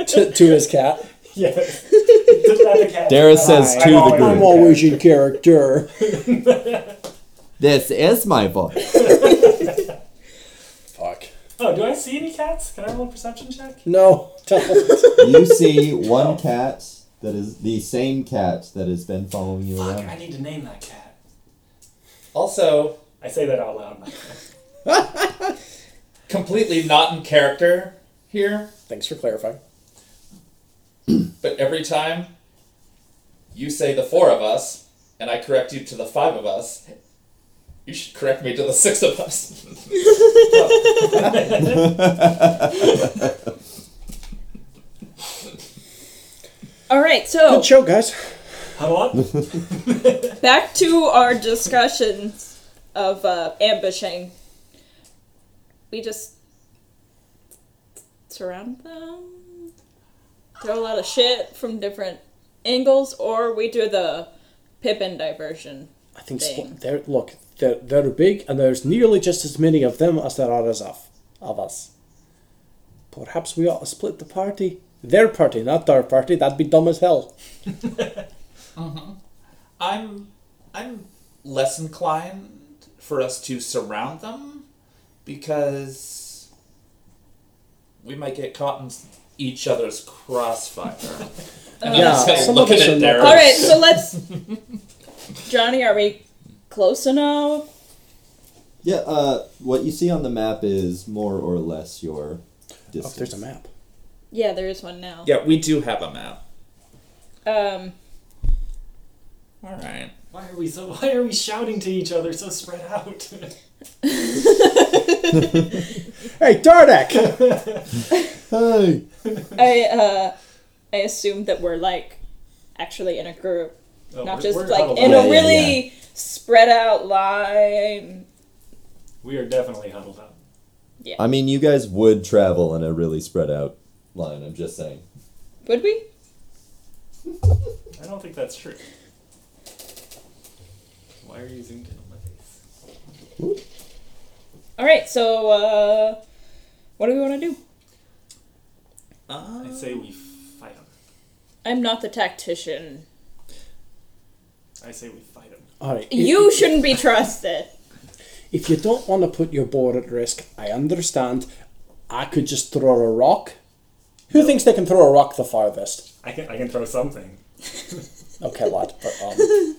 to, to his cat.
yes. Dareth
Dareth says
to
the group.
I'm always in character.
This is my voice.
Fuck.
Oh, do I see any cats? Can I roll a perception check?
No. Tell
*laughs*
us.
You see one cat that is the same cat that has been following you
Fuck, I
around.
need to name that cat.
Also,
I say that out loud. *laughs*
completely not in character here,
Thanks for clarifying.
but every time you say the four of us, and I correct you to the five of us, you should correct me to the six of us. *laughs*
All right,
Good
so
show, guys.
Huddle up.
back to our discussions of uh, ambushing. We just surround them, throw a lot of shit from different angles, or we do the Pippin diversion.
I think
Thing.
spl- they're, look, they're, they're big, and there's nearly just as many of them as there are as of, of us. Perhaps we ought to split the party. Their party, not our party. That'd be dumb as hell.
I'm I'm less inclined for us to surround them because we might get caught in each other's crossfire. and I'm
Yeah,
just kind of
some of
looking
us are
at Darren.
not-
All right, so let's. Johnny, are we close enough?
Yeah, uh, what you see on the map is more or less your
Oh,
distance.
there's a map.
Yeah, there is one now.
Yeah, we do have a map.
Um,
All right.
Why are we so? Why are we shouting to each other so spread out?
Hey, *laughs* Dardak!
Hey!
I uh, I assume that we're like actually in a group,
*laughs* Oh,
not
we're-
just
we're
like
huddled
in
Yeah,
up.
a
yeah,
really spread out line.
We are definitely huddled up.
I mean, you guys would travel in a really spread out line, I'm just saying.
Would we?
I don't think that's true. Why are you zoomed in on my face?
All right, so uh, what do we want to do?
Uh,
I say we fight him.
I'm not the tactician.
I say we fight him.
Alright. i-
*laughs* You shouldn't be trusted.
If you don't want to put your board at risk, I understand. I could just throw a rock. Who thinks they can throw a rock the farthest?
I can I can throw something.
Okay, lad, but um.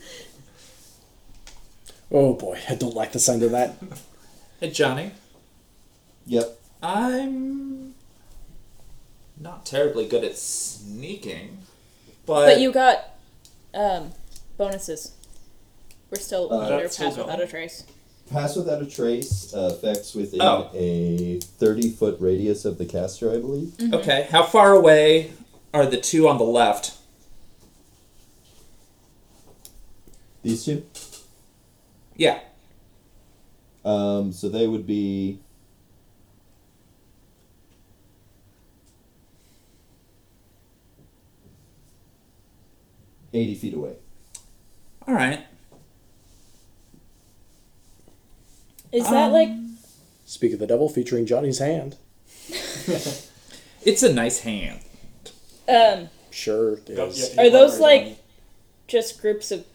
Oh boy, I don't like the sound of that.
hey, Johnny.
Yep.
I'm not terribly good at sneaking, but,
But you got um, bonuses. We're still
Uh,
under
that's still
pass
going.
without a trace.
Pass without a trace uh, affects within
Oh.
a 30 foot radius of the caster, I believe.
Mm.
okay. How far away are the two on the left?
These two?
Yeah.
Um, so they would be. Eighty feet away.
All right.
Is that like um,
Speak of the Devil featuring Johnny's hand.
It's a nice hand.
um,
Sure it
Yep,
is.
yep,
Are
yep,
those,
right
like-
on.
just groups of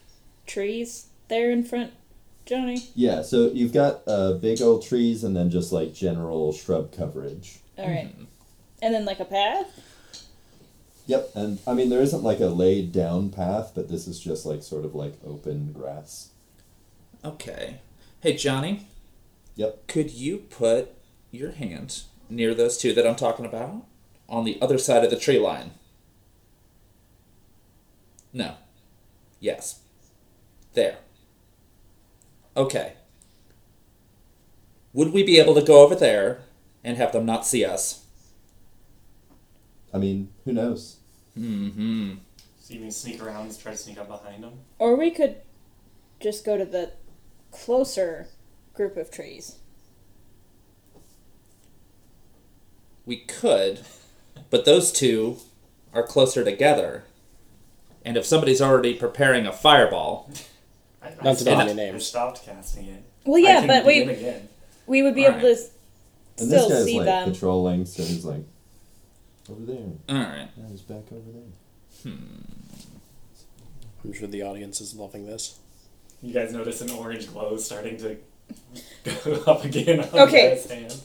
trees there in front, Johnny?
Yeah, so you've got uh, big old trees and then just like general shrub coverage.
All right. And then like a path.
Yep, and I mean there isn't like a laid down path, but this is just like sort of like open grass.
Okay. Hey, Johnny,
Yep.
could you put your hand near those two that I'm talking about on the other side of the tree line? No. Yes. There. Okay. Would we be able to go over there and have them not see us?
I mean, who knows?
So you mean sneak around and try to sneak up behind them?
Or we could just go to the closer group of trees.
We could, but those two are closer together. And if somebody's already preparing a fireball,
I, I
Not to
stopped-
name names.
I stopped casting it.
Well,
I
yeah,
can
but
begin
we
Again.
we would be
All
able to s-
And
still
this guy's
see
like
them.
patrolling, so he's like, over there.
all right.
Now he's back over there.
I'm sure the audience is loving this.
You guys notice an orange glow starting to *laughs* go up again on the
Okay.
guy's hand.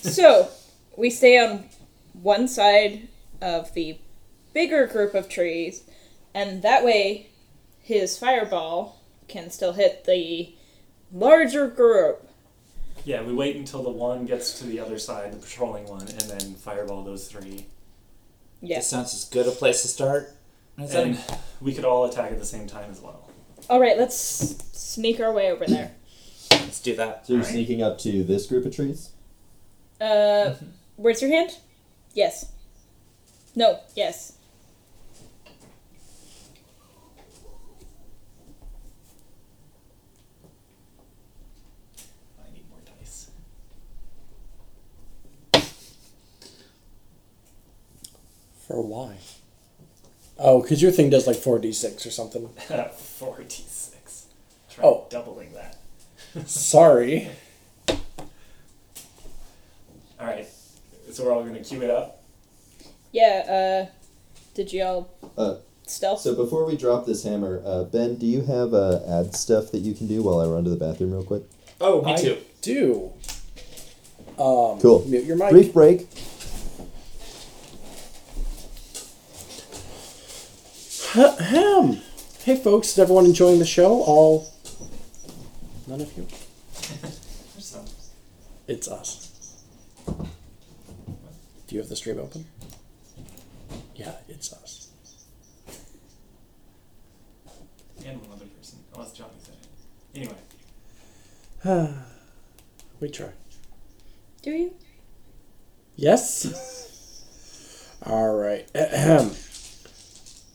*laughs* so we stay on one side of the bigger group of trees, and that way his fireball can still hit the larger group.
Yeah, we wait until the one gets to the other side, the patrolling one, and then fireball those three.
Yes.
This sounds as good a place to start. as any.
And we could all attack at the same time as well.
All right, let's sneak our way over
*clears throat*
there.
Let's do that.
So you're
Alright.
sneaking up to this group of trees?
Uh, where's your hand? Yes. No. Yes.
I need more dice.
For why? Oh, because your thing does like 4d6 or
*laughs*
something.
46. Try
Oh.
doubling that.
Sorry.
All right. So we're all going to queue it up.
Yeah. Uh, did you all
Uh,
stealth?
so before we drop this hammer, uh, Ben, do you have uh, ad stuff that you can do while I run to the bathroom real quick?
Oh, me
I
too.
do.
Cool.
Um, Mute your mic.
Brief break.
Ahem. Hey, folks. Is everyone enjoying the show? All. None of you? It's us. Do you have the stream open? Yeah, it's us.
And one other person. Unless Johnny said it. Anyway.
We try.
Do you?
Yes? All right. Ahem.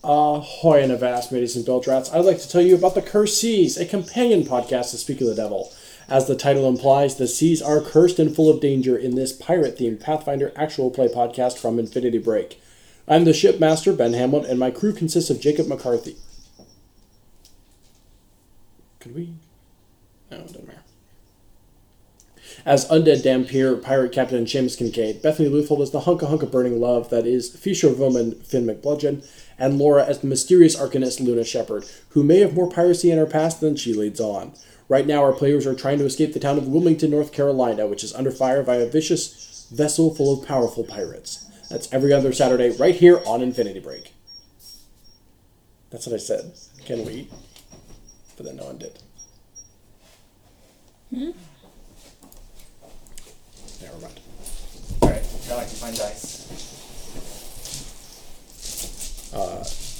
Ahoy and avast, mateys and belt rats. I'd like to tell you about the Cursed Seas, a companion podcast to Speak of the Devil. As the title implies, the seas are cursed and full of danger in this pirate themed Pathfinder actual play podcast from Infinity Break. I'm the shipmaster, Ben Hamlin, and my crew consists of Jacob McCarthy. Could we? No, it doesn't matter as undead Dampier pirate captain Seamus Kincaid, Bethany Luthold as the hunka hunka burning love that is Fisher Woman Finn McBludgeon, and Laura as the mysterious arcanist Luna Shepherd, who may have more piracy in her past than she leads on. Right now, our players are trying to escape the town of Wilmington, North Carolina, which is under fire by a vicious vessel full of powerful pirates. That's every other Saturday, right here on Infinity Break. That's what I said. Can we? But then no one did. Never mind.
All right. Now I can find dice.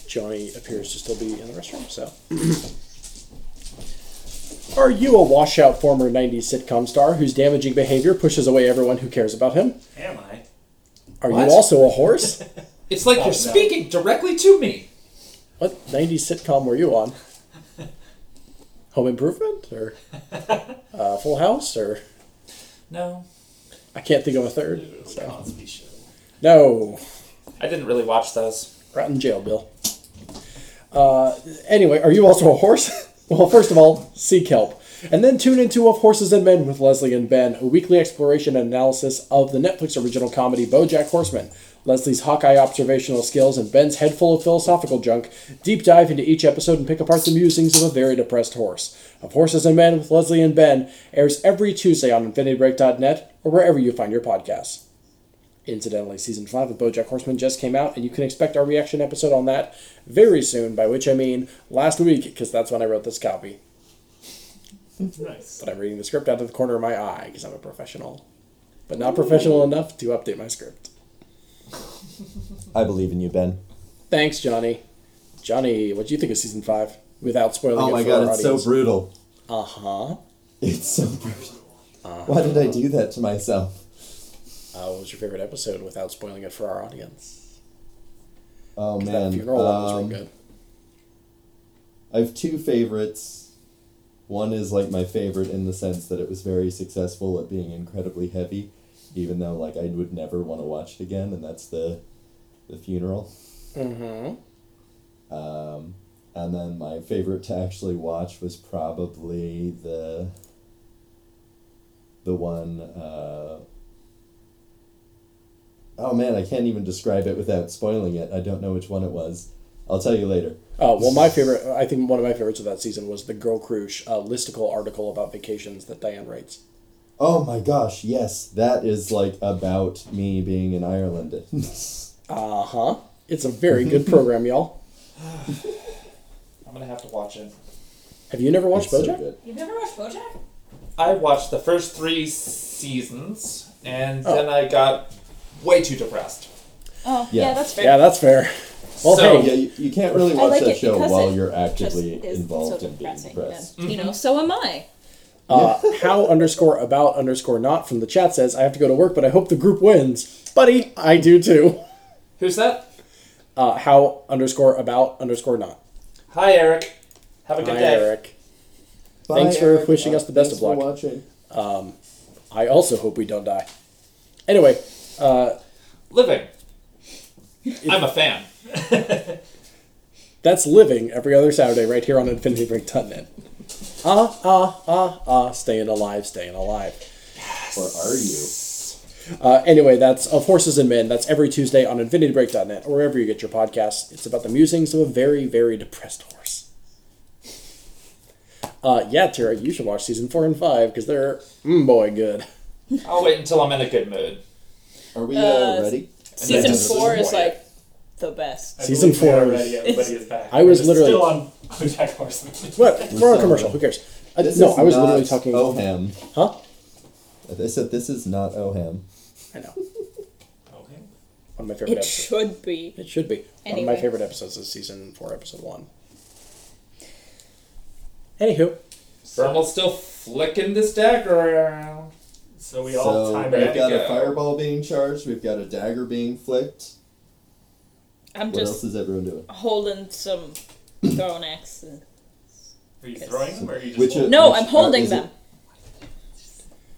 Johnny appears to still be in the restroom, so. *clears throat* Are you a washout former 90s sitcom star whose damaging behavior pushes away everyone who cares about him?
Am I?
Are
What?
you also a horse? *laughs*
It's like
Oh,
you're
no.
speaking directly to me.
what 90s sitcom were you on? Home Improvement? Or uh, Full House? Or
No,
I can't think of a third. So.
Cosby Show.
No.
I didn't really watch those.
Right in jail, Bill. Uh, anyway, are you also a horse? *laughs* well, first of all, seek help. And then tune into Of Horses and Men with Leslie and Ben, a weekly exploration and analysis of the Netflix original comedy Bojack Horseman. Leslie's Hawkeye observational skills and Ben's head full of philosophical junk deep dive into each episode and pick apart the musings of a very depressed horse. Of Horses and Men with Leslie and Ben airs every Tuesday on InfinityBreak.net or wherever you find your podcasts. Incidentally, season five of BoJack Horseman just came out, and you can expect our reaction episode on that very soon. By which I mean last week, because that's when I wrote this copy.
Nice.
But I'm reading the script out of the corner of my eye because I'm a professional, but not professional enough to update my script.
I believe in you, Ben.
Thanks, Johnny. Johnny, what do you think of season five? Without spoiling
Oh
it
my
for our
god, it's so
audience.
brutal.
uh huh.
It's so *laughs* brutal. Why did I do that to myself?
Uh, what was your favorite episode? Without spoiling it for our audience.
Oh
that
man.
funeral one was
Um,
real good.
I have two favorites. One is like my favorite in the sense that it was very successful at being incredibly heavy, even though like I would never want to watch it again, and that's the the funeral. Mm-hmm. Um, and then my favorite to actually watch was probably the the one uh, oh man, I can't even describe it without spoiling it. I don't know which one it was. I'll tell you later.
Oh well, my favorite. I think one of my favorites of that season was the Girl Crush uh, listicle article about vacations that Diane writes.
Oh my gosh, yes, that is like about me being in Ireland. *laughs*
Uh huh. It's a very good program, y'all.
I'm gonna have to watch it.
Have you never watched
It's so
BoJack?
good.
You've never watched BoJack?
I watched the first three seasons, and
Oh.
then I got way too depressed.
Oh, yeah,
Yeah.
that's fair.
Yeah, that's fair. Well,
So-
hey,
Yeah, you, you can't really
I
watch
like
that
it
show
because
while
it
you're
Just
actively
is
involved
so
in being
depressing,
depressed.
Mm-hmm. and, You know, so am I.
uh, how underscore about underscore not from the chat says I have to go to work, but I hope the group wins, buddy. I do too.
Who's that?
Uh, how underscore about underscore not.
Hi, Eric. Have a good
Hi,
day.
Eric. Thanks
Bye,
for
everyone.
wishing us the best
Thanks
of luck.
for watching.
I also hope we don't die. Anyway,
Living. I'm a fan.
that's living every other Saturday right here on InfinityBreak.net. Ah, ah, ah, ah, staying alive, staying alive.
Or are you?
Uh, anyway, that's Of Horses and Men. That's every Tuesday on InfinityBreak.net or wherever you get your podcasts. It's about the musings of a very, very depressed horse. Uh, yeah, Tara, you should watch season four and five because they're, mm, boy, good.
I'll wait until I'm in a good mood.
Are we uh,
Uh,
ready?
Season
Yes.
four is
Yeah.
like the best.
I
Season
believe we
four
are
is-
ready. Everybody is back.
I was
It's
literally-
still on Bojack Horseman.
What? We're on
sorry.
a commercial. Who cares? I,
uh, This
no,
is
I was
not
literally talking.
Oham.
Huh?
I said this is not Oham.
I know.
Okay.
One of my favorite
It
episodes.
should be.
It should be. One of
Anyway.
my favorite episodes is season four, episode one. Anywho,
Thermal's still flicking this dagger around.
So we all
So
time
we've
it.
ready.
got
to go.
a fireball being charged. We've got a dagger being flicked.
I'm
What else
just
is everyone doing? *coughs*
holding some thrown axes.
Are you throwing them or are you just
Which
holding
No,
Which
I'm
are-
holding
is
them. I'm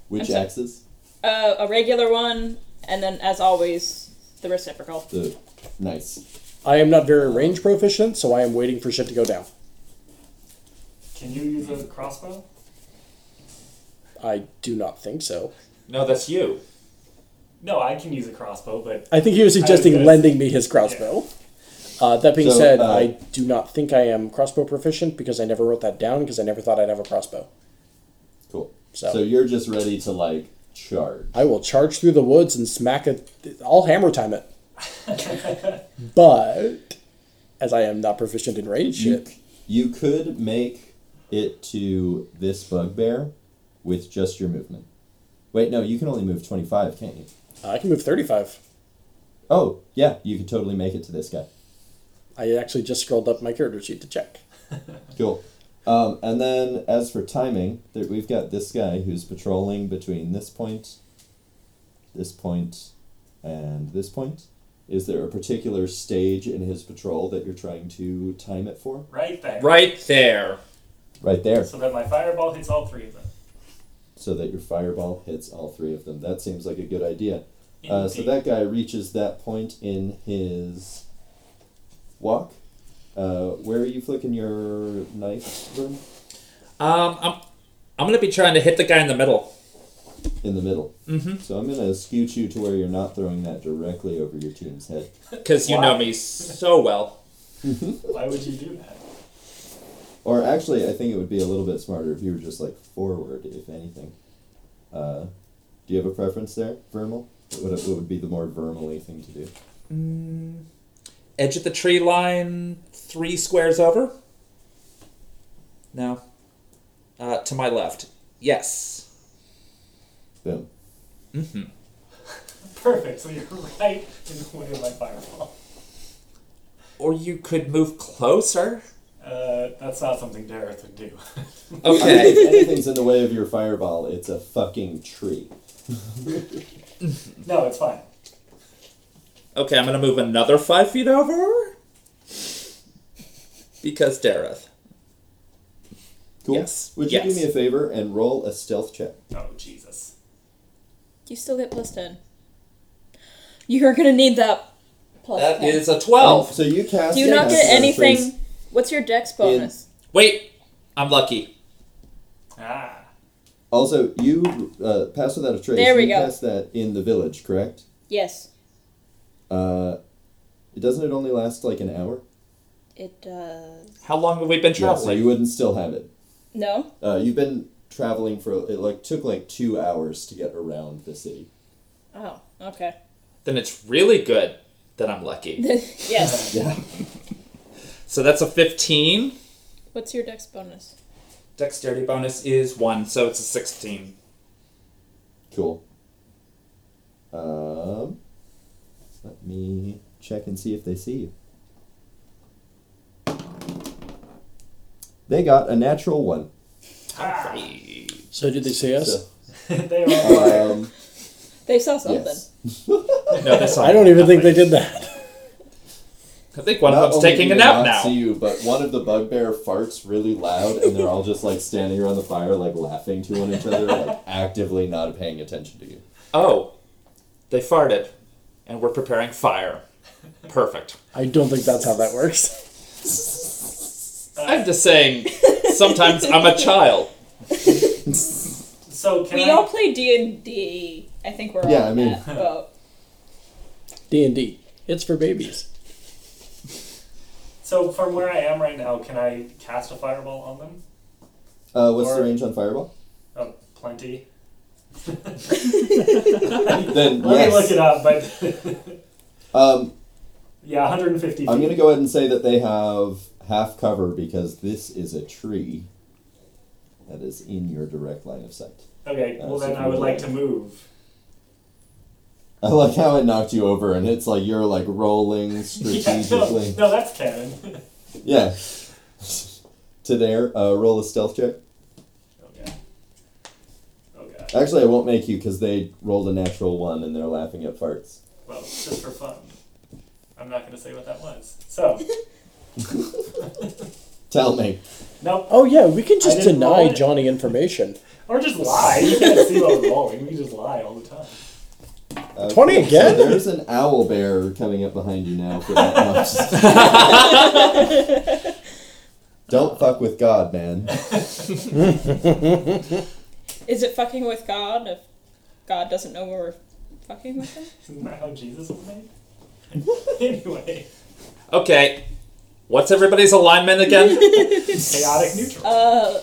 Which
sorry.
axes?
Uh, a regular one, and then as always, the reciprocal.
The nice.
I am not very range proficient, so I am waiting for shit to go down.
Can you use a crossbow?
I do not think so.
No, that's you.
No, I can use a crossbow, but
I think he was suggesting
gonna-
lending me his crossbow. Uh, that being
So,
said,
uh,
I do not think I am crossbow proficient because I never wrote that down because I never thought I'd have a crossbow.
Cool.
So-
so you're just ready to like charge.
I will charge through the woods and smack it. I'll hammer time it.
*laughs*
but as I am not proficient in range
You,
shit,
you could make it to this bugbear with just your movement. Wait, no, you can only move 25, can't you?
I can move 35.
Oh, yeah, you could totally make it to this guy.
I actually just scrolled up my character sheet to check.
Cool. Um, and then as for timing, there, we've got this guy who's patrolling between this point, this point, and this point. Is there a particular stage in his patrol that you're trying to time it for?
right there.
Right there.
Right there.
So that my fireball hits all three of them.
so that your fireball hits all three of them. That seems like a good idea. Uh, so
Indeed.
that guy reaches that point in his walk. Uh, where are you flicking your knife, Vern?
Um, I'm, I'm gonna be trying to hit the guy in the middle.
In the middle. Mm-hmm. So I'm going to scoot you to where you're not throwing that directly over your team's head.
Because you know me so well.
Why would you do that?
Or actually, I think it would be a little bit smarter if you were just like forward, if anything. Uh, do you have a preference there, Vermal? What would, what would be the more vermally thing to do?
Edge of the tree line, three squares over? No. Uh, to my left. Yes.
Boom.
Perfect. So you're *laughs* right in the way of my fireball.
Or you could move closer.
Uh, that's not something Dareth would do.
*laughs* Okay.
If anything's in the way of your fireball, it's a fucking tree.
*laughs* no, it's fine.
okay, I'm gonna move another five feet over. Because Dareth.
Cool.
Yes.
Would you
Yes.
do me a favor and roll a stealth check?
Oh Jesus.
You still get plus 10. You're gonna need that plus
That
10.
is a twelve.
So you cast.
Do you not
cast
get
a
anything?
phrase-
What's your dex bonus?
Wait, I'm lucky.
Ah.
Also, you uh, pass without a trace.
There we
you
go.
Cast that in the village, correct?
Yes,
Uh, doesn't it only last like an hour?
it does.
How long have we been
Yeah, so
traveling?
you wouldn't still have it.
No?
Uh, you've been traveling for it like took like two hours to get around the city.
Oh, okay.
Then it's really good that I'm lucky.
yes.
Yeah.
So that's a fifteen.
What's your dex bonus?
Dexterity bonus is one, so it's a sixteen.
Cool. Um, let me check and see if they see you. They got a natural one.
So did they see us?
So,
*laughs* they are. *laughs*
um,
They saw something.
yes.
No,
*laughs*
that's
I don't even think they did that. *laughs*
I think one
Not
of them's
only
taking
do
a
they
nap
not
now.
See you, but one of the bugbear farts really loud, and they're all just like standing around the fire, like laughing to one another, like actively not paying attention to you.
Oh, they farted, and we're preparing fire. Perfect.
I don't think that's how that works.
I'm just saying. Sometimes I'm a child.
So can
We
I?
all play D&D. I think we're all
Yeah, I
in
mean- *laughs*
that boat.
D and D. It's for babies.
So from where I am right now, can I cast a fireball on them?
Uh, what's the
Or-
range on fireball?
Oh, plenty. *laughs*
Then
Let me look
yes.
it up, but *laughs*
Um,
yeah, 150 feet.
I'm gonna go ahead and say that they have half cover because this is a tree that is in your direct line of sight.
Okay,
Uh,
well
so
then
if
I
you
would
roll-
like to move.
I like how it knocked you over, and it's like you're like rolling
*laughs* Yeah, no,
strategically.
no, that's canon. *laughs*
Yeah. *laughs* to there, uh, roll a stealth check.
Oh god. Oh god.
Actually, I won't make you because they rolled a natural one and they're laughing at farts.
Well, just for fun. I'm not gonna say what that was. So, *laughs*
Tell me.
nope.
Oh yeah, we can just
I didn't roll
deny
it.
Johnny information.
Or just lie. You can't see what we're rolling. We can just lie all the time.
Uh,
20 again?
So there's an owl bear coming up behind you now. For that no, I'm
*laughs*
just- Don't fuck with God, man.
Is it fucking with God if God doesn't know we're fucking with him?
*laughs*
Isn't that how Jesus was made? *laughs* anyway,
Okay. What's everybody's alignment again?
chaotic neutral.
Uh,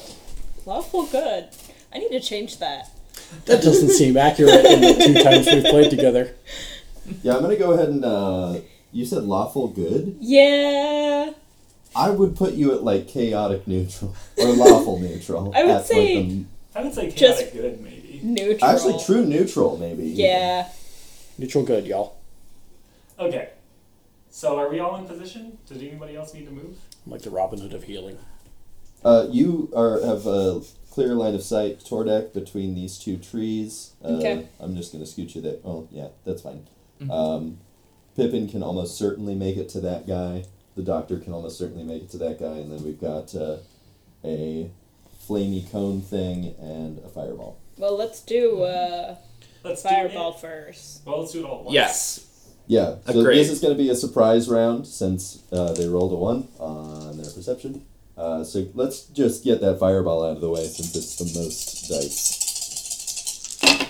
lawful good. I need to change that.
That doesn't seem accurate in the two times we've played together.
Yeah, I'm gonna go ahead and. Uh, you said lawful good.
Yeah.
I would put you at like chaotic *laughs* neutral or lawful neutral.
I would
at, like,
say-
the-
I would say
Just-
chaotic good, maybe.
Neutral.
actually true neutral maybe.
Yeah.
Neutral good, y'all.
Okay. So, are we all in position? Does anybody else need to move?
I'm like the Robin Hood of healing.
Uh, you are have a clear line of sight, Tordek, between these two trees. Uh,
Okay.
I'm just going to scoot you there. Oh, yeah, that's fine. Um, Pippin can almost certainly make it to that guy. The doctor can almost certainly make it to that guy. And then we've got uh, a flamey cone thing and a fireball.
Well, let's do uh,
Let's
fireball
Do
first.
it. Well, let's do it all at once.
yes.
Yeah, so
Agreed.
this is going to be a surprise round since uh, they rolled a 1 on their perception. Uh, so let's just get that fireball out of the way since it's the most dice.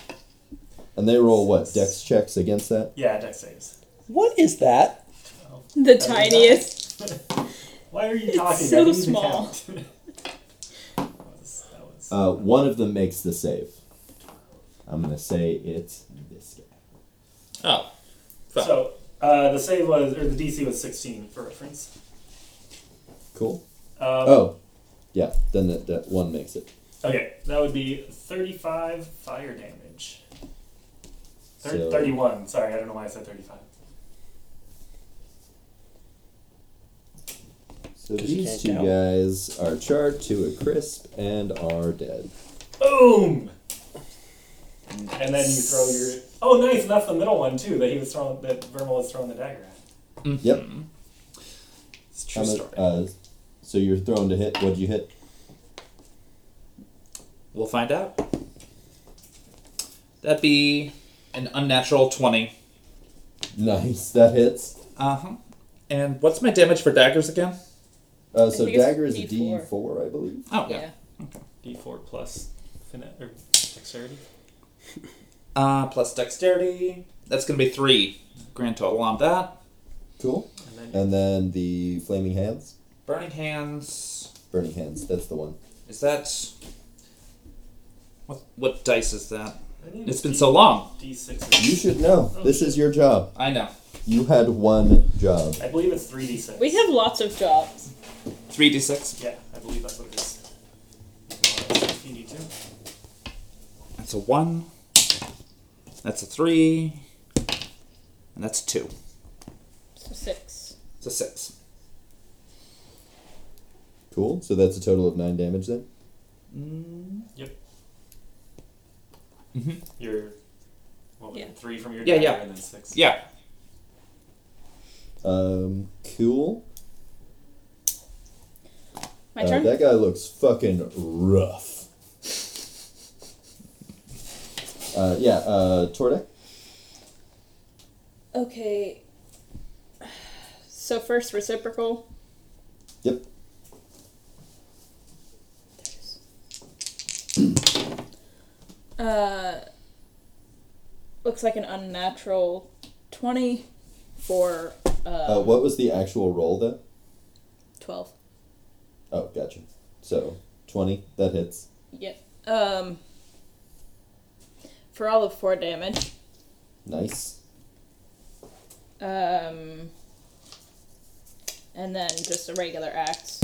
And they roll what? Dex checks against that?
Yeah, deck saves.
What is that?
The tiniest.
Why are you talking? I
so
didn't even
small.
count. *laughs* that was, that was...
Uh, one of them makes the save. I'm going to say it's this guy.
Oh. Fuck.
So uh, the save was, or the DC was 16 for reference.
Cool.
Um,
Oh, yeah, then that, that one makes it.
Okay, that would be 35 fire damage. Thir-
So-
31, sorry, I don't know why I said 35.
So
'Cause you
these
can't
two
tell.
guys are charred to a crisp and are dead.
Boom! And then you throw your. Oh, nice! That's the middle one too. That he was throwing. That Vermal was throwing the dagger at.
Yep.
It's a true
I'm a-
story.
uh, so you're thrown to hit. What'd you hit?
we'll find out. That'd be an unnatural 20.
Nice. *laughs* That hits.
Uh huh. And what's my damage for daggers again?
Uh, so
think it's
dagger is a
D4.
D4, I believe.
Oh, yeah.
Yeah.
D4 plus finesse or dexterity.
Uh, plus dexterity. That's going to be three grand total on that.
Cool.
And then
Uh,
And then the flaming hands.
Burning hands.
Burning hands. That's the one.
Is that. What, what dice is that?
I need
It's been so long.
D6.
You should know.
Oh.
This is your job.
I know.
You had one job.
I believe it's 3D6.
We have lots of jobs.
3d6.
Yeah, I believe that's what it is. If you need to.
That's a one. That's a three. And that's a two.
So six.
It's a six.
Cool. So that's a total of nine damage then.
Your. What was
Yeah.
it? Three from your
Yeah,
dagger
yeah.
and then six.
Yeah.
Um, cool.
My
Uh,
turn.
that guy looks fucking rough. Uh, yeah, uh, Tordek.
Okay. So first reciprocal.
Yep.
Uh, looks like an unnatural twenty for
Uh, what was the actual roll though?
twelve.
Oh, gotcha. So, 20, that hits.
Yep. Um, for all of four damage.
Nice.
Um, and then just a regular axe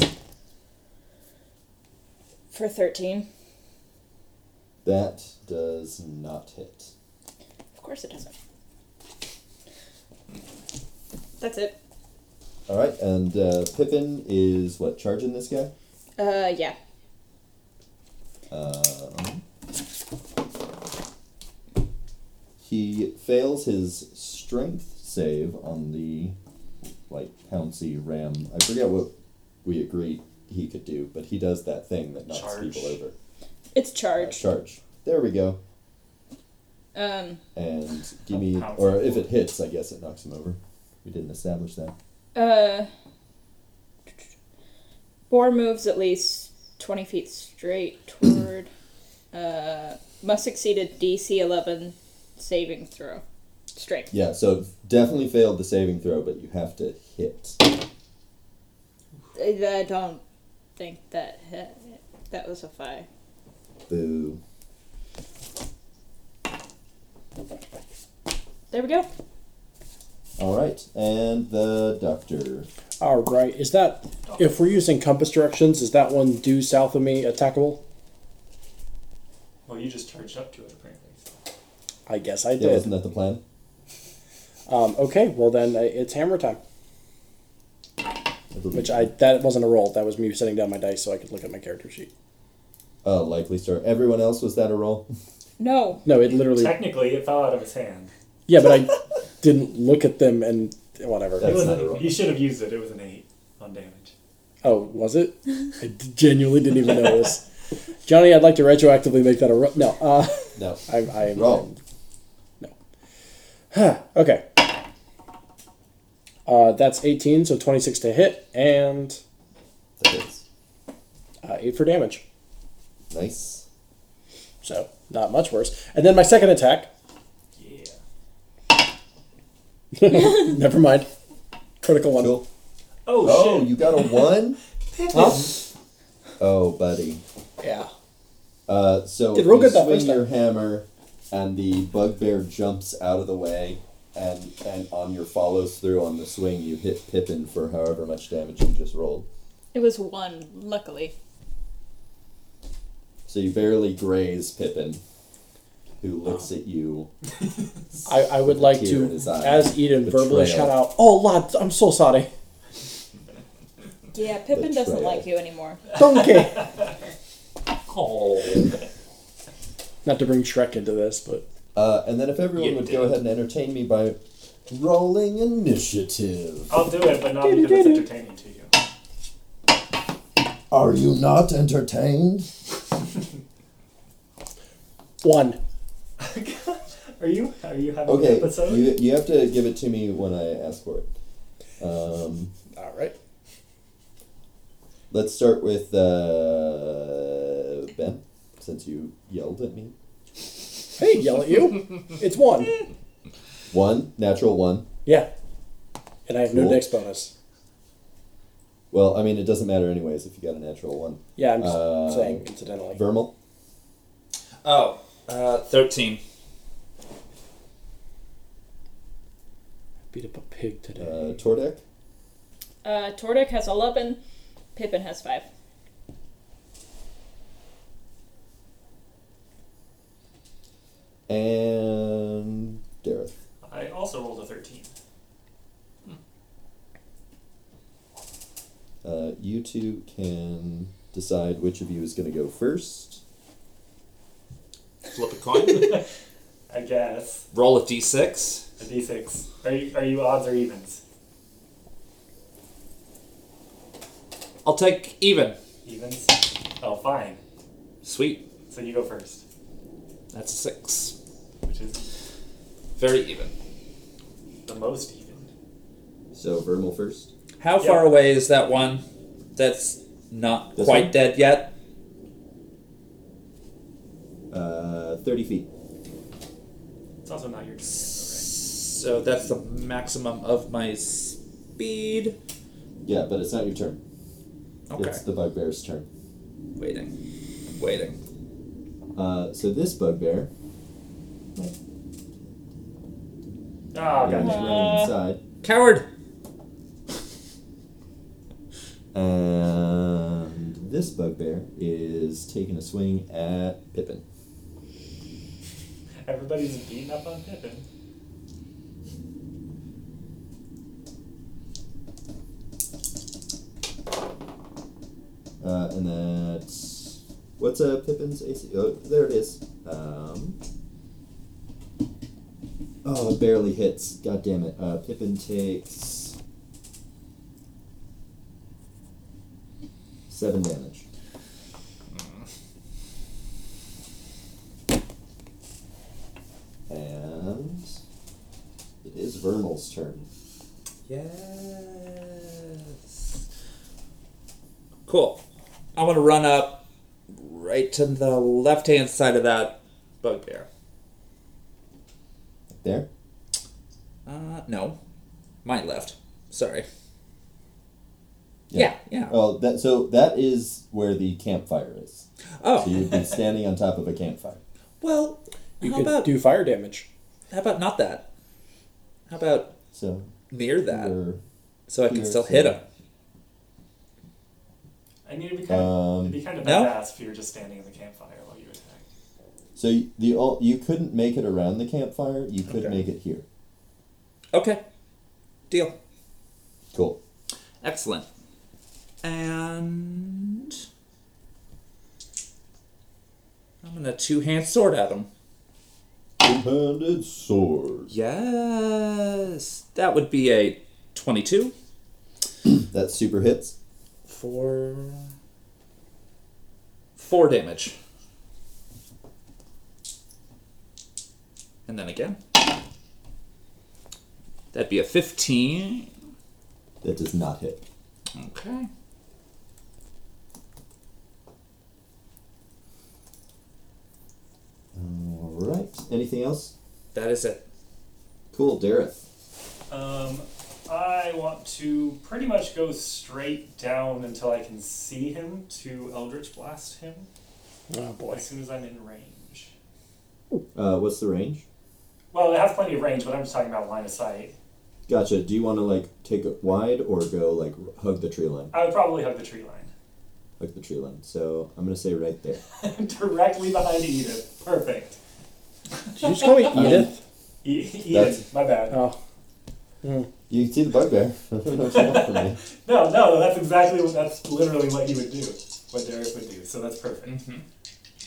for thirteen.
That does not hit.
Of course it doesn't. That's it.
All right, and uh, Pippin is what, charging this guy?
Uh, yeah.
Um, he fails his strength save on the, like, pouncy ram. I forget what we agreed he could do, but he does that thing that knocks
Charge.
people over.
It's
Uh,
charged.
charge. There we go.
Um,
And give me,
Pounce.
or if it hits, I guess it knocks him over. We didn't establish that.
uh, boar moves at least 20 feet straight toward, uh, must succeed a DC 11 saving throw. Straight.
Yeah, so definitely failed the saving throw, but you have to hit.
I I don't think that hit. That was a five.
Boo.
There we go.
All right, and the doctor.
All Oh, right. Is that if we're using compass directions? Is that one due south of me attackable?
Well, you just charged up to it apparently. so.
I guess I
Yeah,
did.
wasn't that the plan?
Um, okay. Well then, uh, it's hammer time.
I believe.
Which I that wasn't a roll. That was me setting down my dice so I could look at my character sheet.
Oh, likely sir. Everyone else was that a roll?
No.
No, it literally.
Technically, it fell out of his hand.
Yeah, but I didn't look at them and whatever.
It
That's
was
not a roll.
He should have used it. It was an eight on damage.
Oh, was it? I d- genuinely didn't even notice. Johnny, I'd like to retroactively make that a ro- no. Uh,
*laughs* No.
I, I
Roll.
No. Huh, okay. Uh, that's 18, so 26 to hit, and
That is
uh, 8 for damage.
nice.
So, not much worse. And then my second attack. *laughs*
Yeah.
Never mind. Critical one.
Cool.
Oh,
Oh,
shit!
you got a one?
*laughs* Huh?
Oh, buddy.
Yeah.
Uh, so
Did real
you
good that
swing
first
your hammer, and the bugbear jumps out of the way, and and on your follows through on the swing, you hit Pippin for however much damage you just rolled.
It was one, luckily.
So you barely graze Pippin, who looks at you.
I, I would like
tear
to,
in his eye.
as Eden, verbally
Betrayal.
shout out, "Oh, lad, I'm so sorry.
Yeah, Pippin doesn't
Betrayal.
like you anymore.
Donkey." *laughs*
Oh.
Not to bring Shrek into this, but
Uh, and then if everyone
You
would
did.
go ahead and entertain me by rolling initiative.
I'll do it, but not because it's entertaining to you. *laughs*
Are you not entertained?
one.
Are you? Are you having an
Okay,
episode?
you, you have to give it to me when I ask for it. Um,
All right.
let's start with uh, Ben, since you yelled at me.
Hey, yell at
*laughs*
you. It's one.
One, natural one.
Yeah. And I have no
Cool.
dex bonus.
Well, I mean, it doesn't matter anyways if you got a natural one.
Yeah, I'm just
Uh,
saying incidentally.
Vermal,
Oh, uh, 13.
Beat up a pig today.
uh, Tordek,
Uh, Tordek has 11, Pippin has 5.
and Dareth.
I also rolled a thirteen.
Uh, you two can decide which of you is going to go first.
Flip a coin.
I guess
Roll a d6.
a d6. Are you? Are you odds or evens?
I'll take even.
Evens. Oh, fine.
Sweet.
So you go first,
That's a 6.
which is
Very even.
the most even.
So, Vermal first.
How
Yep.
far away is that one that's not
This
quite
one?
dead yet?
Uh, 30 feet.
It's also not your turn yet,
So that's the maximum of my speed.
Yeah, but it's not your turn.
Okay.
It's the bugbear's turn.
Waiting. I'm waiting.
Uh, so this bugbear
though, right? Oh,
is
gotcha.
running inside,
Coward!
and this bugbear is taking a swing at Pippin.
Everybody's beating up on Pippin.
Uh, and that's what's uh, Pippin's AC? Oh, there it is. Um, oh, it barely hits. God damn it. Uh, Pippin takes seven damage. And it is Vermal's turn.
Yes. Cool. I'm gonna run up right to the left hand side of that bugbear.
There.
Uh, no, my left. Sorry.
Yeah.
Yeah, yeah.
Oh, that so that is where the campfire is. So
Oh,
you'd be standing on top of a campfire.
well.
you
how
could
about
do fire damage.
how about not that? How about
So
near that
you're-
so I can
here,
still hit
so-
him?
I mean, it'd be kind of,
Um,
it'd be kind of
No?
badass if you were just standing in the campfire while you attack.
so you- the ol- you couldn't make it around the campfire. You could
Okay.
make it here.
Okay. Deal.
Cool.
Excellent. And I'm gonna two hand sword at him.
Two-handed sword.
Yes, that would be a 22
That super hits.
for four damage. And then again. That'd be a 15.
That does not hit.
Okay.
All right. Anything else?
That is it.
Cool, Dareth.
Um, I want to pretty much go straight down until I can see him to Eldritch Blast him
Oh boy.
as soon as I'm in range.
Uh, what's the range?
Well, it has plenty of range, but I'm just talking about line of sight.
Gotcha. Do you want to like take it wide or go like hug the tree line?
I would probably hug the tree line. *laughs*
Look at the tree line. So I'm gonna say right there.
Directly behind Edith. Perfect.
Did you just call me *laughs* Edith?
E-
That's-
Edith, my bad.
Oh,
You can see the bugbear. I don't know what you want from me.
No, no, that's exactly what that's literally what he would do, what Darius would do. So that's perfect.
Mm-hmm.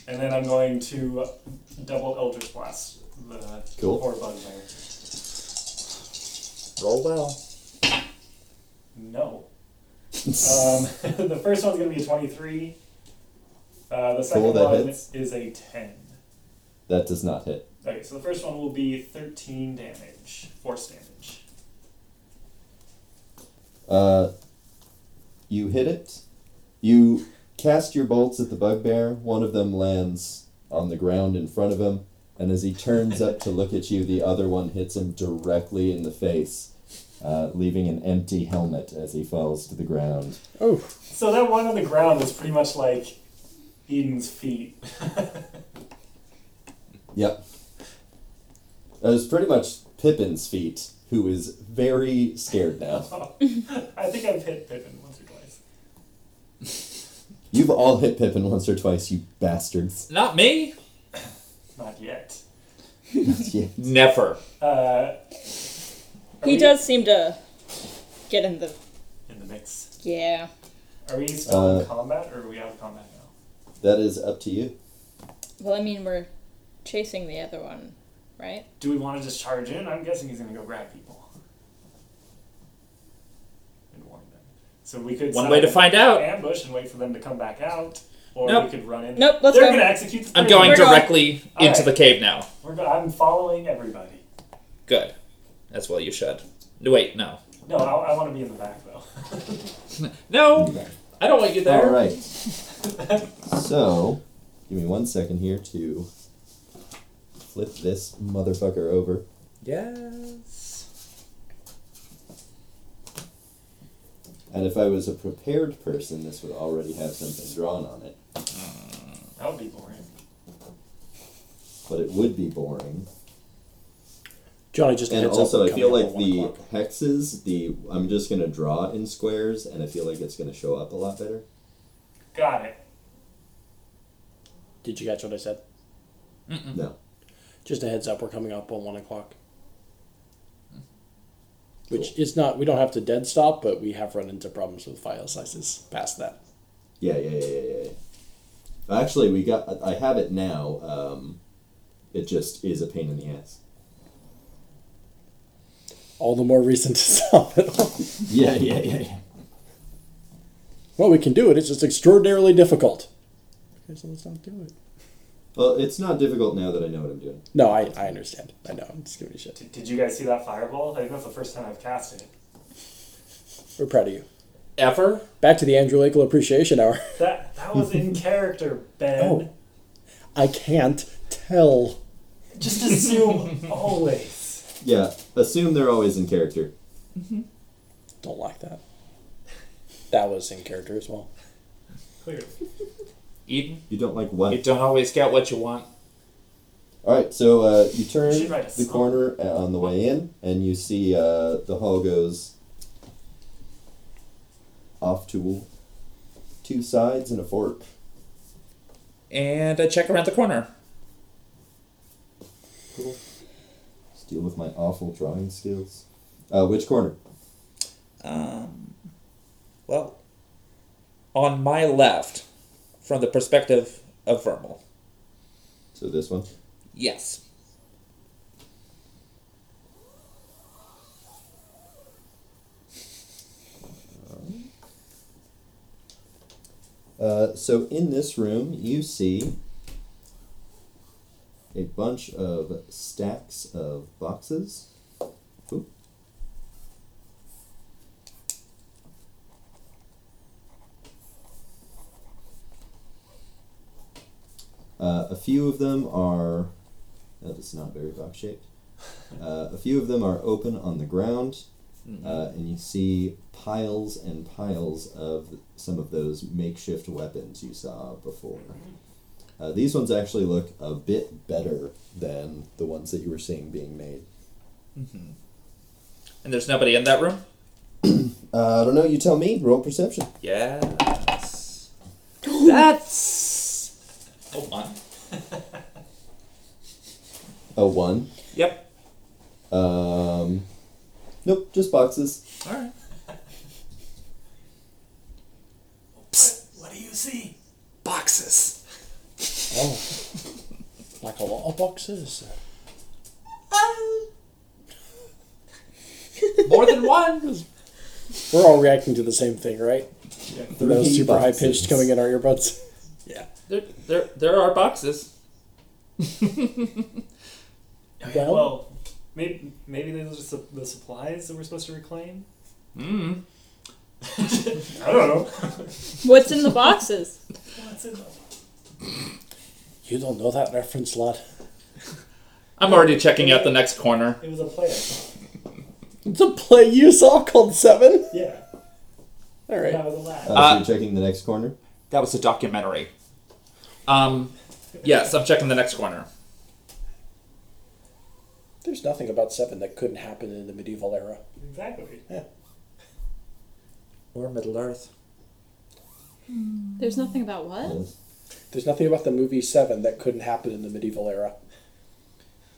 And then I'm going to double Eldritch Blast the
Cool.
poor bugbear.
Roll well.
No. Um, *laughs* the first one's going to be a 23. Uh, the second
Cool, that
one
hits.
is a 10.
*laughs* That does not hit.
Okay, so the first one will be 13 damage, force damage.
Uh, you hit it. You cast your bolts at the bugbear. One of them lands on the ground in front of him, and as he turns up to look at you, the other one hits him directly in the face, uh, leaving an empty helmet as he falls to the ground.
oh,
So that one on the ground is pretty much like Eden's feet.
Yep. That was pretty much Pippin's feet, who is very scared now.
I think I've hit Pippin once or twice.
You've all hit Pippin once or twice, you bastards. *laughs*
Not me.
Not yet.
Yeah.
Never.
Uh, are
He
we
does seem to get in the
In the mix.
yeah.
Are we still
Uh,
in combat or are we out of combat now?
That is up to you.
Well, I mean, we're chasing the other one, right?
Do we want to just charge in? I'm guessing he's going to go grab people. And warn them. So we could.
One
set
way
up
to
an
find out.
Ambush and wait for them to come back out. Or we
Oh. Nope.
could run in.
Nope, let's
They're
go.
going to
*laughs*
execute the
I'm
three of
going
We're
them.
going.
directly
All
into
right.
the cave now.
We're go- I'm following everybody.
Good. That's well you should. No, Wait, no.
No, I, I want to be in the back though. *laughs*
No. I don't want you there.
All right. so, give me one second here to flip this motherfucker over.
Yes.
And if I was a prepared person, this would already have something drawn on it.
That would be boring.
But it would be boring.
Johnny just. a
And
heads
also,
up,
I
we're
feel
coming
like
up on
the
one o'clock.
hexes, the I'm just gonna draw in squares, and I feel like it's gonna show up a lot better.
Got it.
Did you catch what I said?
No.
Just a heads up, we're coming up on one o'clock.
Hmm.
Which is not. We don't have to dead stop, but we have run into problems with file sizes. Past that.
Yeah, yeah, yeah, yeah, yeah, yeah. Actually, we got. I- I have it now. Um, it just is a pain in the ass.
All the more reason to *laughs* stop it.
*laughs* Yeah, yeah, yeah, yeah.
well, we can do it. It's just extraordinarily difficult. Okay, so let's not do it.
Well, it's not difficult now that I know what I'm doing.
No, I, I understand. I know. I'm just giving you shit.
Did, did you guys see that fireball? I think that's the first time I've cast it.
We're proud of you.
Ever?
Back to the Andrew Lakel Appreciation Hour. *laughs*
That that was
*laughs*
in character, Ben.
Oh. I can't tell.
Just
*laughs*
assume always.
Yeah, assume they're always in character.
Don't like that. That was in character as well.
Clearly.
Eden?
You don't like
You
what?
don't always get what you want.
All right, so uh, you turn
She write a
the
song.
corner uh, on the way in, and you see uh, the hall goes off to two sides and a fork.
And I check around the corner.
Cool. Let's deal with my awful drawing skills. Uh, which corner?
Um, well, on my left, from the perspective of Vermal.
So this one.
Yes.
Uh, so in this room, you see a bunch of stacks of boxes. Ooh. Uh, a few of them are. That is not very box shaped. Uh, a few of them are open on the ground, uh, and you see piles and piles of some of those makeshift weapons you saw before. Uh, these ones actually look a bit better than the ones that you were seeing being made.
And there's nobody in that room?
Uh, I don't know, you tell me. Roll perception.
*gasps* Yes.
That's
Oh, one.
a one.
Yep.
Um, nope, just boxes.
All right.
What do you see?
Boxes.
Oh. Like a lot of boxes.
More than one.
We're all reacting to the same thing, right? Those
Three
super high
boxes.
pitched coming in our earbuds.
yeah. There, there, there are boxes.
Oh,
Oh.
Well-
Well, maybe, maybe those are su- the supplies that we're supposed to reclaim?
Mm.
*laughs* I don't
*laughs*
know.
What's in the boxes?
What's in the
You don't know that reference, lad.
I'm already checking out the next corner.
It was a player.
It's a play you saw called Seven.
Yeah.
All
When I
right.
was a lad.
Uh,
Uh,
so you're checking the next corner.
That was a documentary. Um, yes, I'm checking the next corner.
There's nothing about Seven that couldn't happen in the medieval era
Exactly.
Or Middle Earth.
There's nothing about what?
There's nothing about the movie Seven that couldn't happen in the medieval era.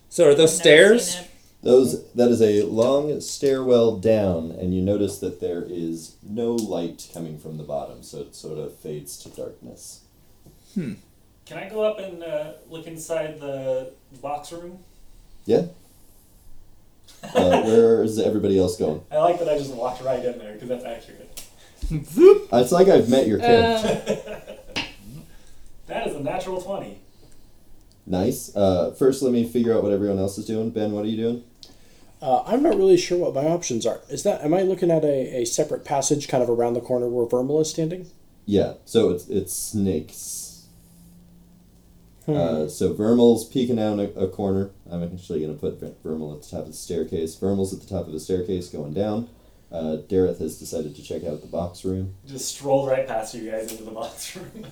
So are those stairs?
Those that is a long stairwell down, and you notice that there is no light coming from the bottom, so it sort of fades to darkness.
Can I go up and uh, look inside the box room?
Yeah. Uh, where is everybody else going?
I like that I just walked right in there because that's accurate.
Uh, It's like I've met your character.
That is a natural 20.
nice. Uh, first, let me figure out what everyone else is doing. Ben, what are you doing?
Uh, I'm not really sure what my options are. Is that am I looking at a, a separate passage kind of around the corner where Vermal is standing?
Yeah. So it's it's snakes. Uh, so Vermal's peeking out a, a corner. I'm actually gonna put Ver- Vermal at the top of the staircase. Vermal's at the top of the staircase going down. Uh, Dareth has decided to check out the box room.
Just strolled right past you guys into the box *laughs* room.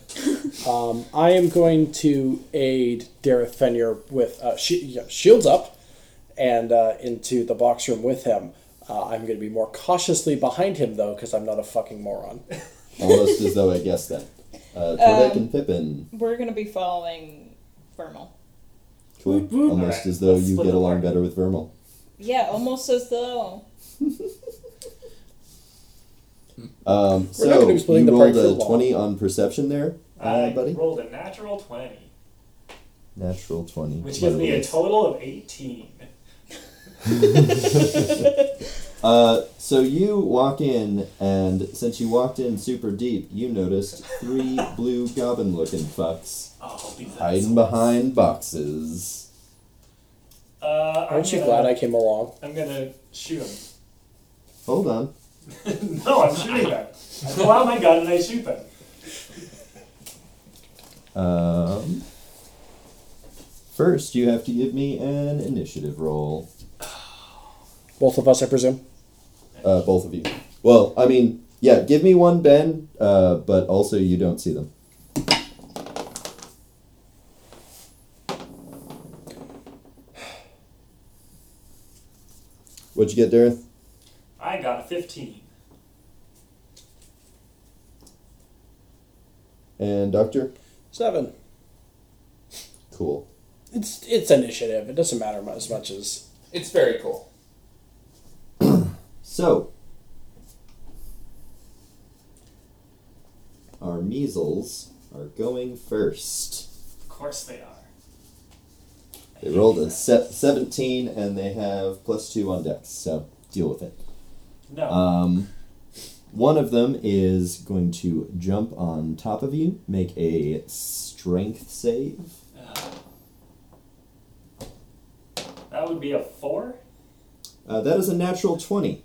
Um, I am going to aid Dareth Fenir with uh, shi yeah, shields up and uh, into the box room with him. Uh, I'm going to be more cautiously behind him though because I'm not a fucking moron.
Almost as though I guessed that. Uh, Tordek and Pippin.
We're gonna be following Vermal.
Cool. Almost
Alright,
as though
let's
you
split
get
the
along
party.
better with Vermal.
Yeah, almost as though.
Um,
We're not
so
gonna be splitting the
you rolled
party for
a
long.
twenty on perception there, uh,
I
buddy.
rolled a natural 20,
Natural twenty.
which gives me a total of 18.
Uh, so you walk in, and since you walked in super deep, you noticed
*laughs*
three blue goblin-looking fucks
Oh, these
hiding behind boxes.
Uh, I'm
Aren't you
gonna-
glad I came along?
I'm gonna shoot him. *laughs*
Hold on.
no, I'm shooting them. I pull out my gun and I shoot them.
Um, first, you have to give me an initiative roll.
Both of us, I presume.
Uh, both of you. Well, I mean, yeah, give me one, Ben. Uh, but also you don't see them. What'd you get, Dareth?
I got a 15.
And Doctor?
Seven.
Cool.
It's it's initiative. It doesn't matter mu- as much as
It's very cool.
So, our measles are going first.
Of course they are.
They rolled a se- 17 and they have plus 2 on dex, so deal with it.
No.
Uh,
Um, one of them is going to jump on top of you, make a strength save.
that would be a 4?
Uh, that is a natural 20.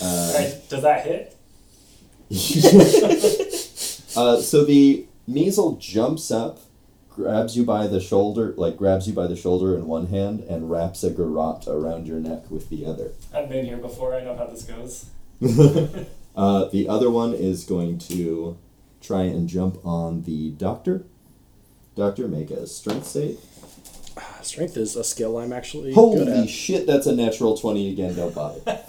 uh,
Alright, does that hit?
Uh, so the measle jumps up, grabs you by the shoulder, like grabs you by the shoulder in one hand, and wraps a garrote around your neck with the other.
I've been here before, I know how this goes.
Uh, the other one is going to try and jump on the doctor. Doctor, make a strength save.
Ah, strength is a skill I'm actually good
Holy
at.
shit, that's a natural 20 again, don't bother.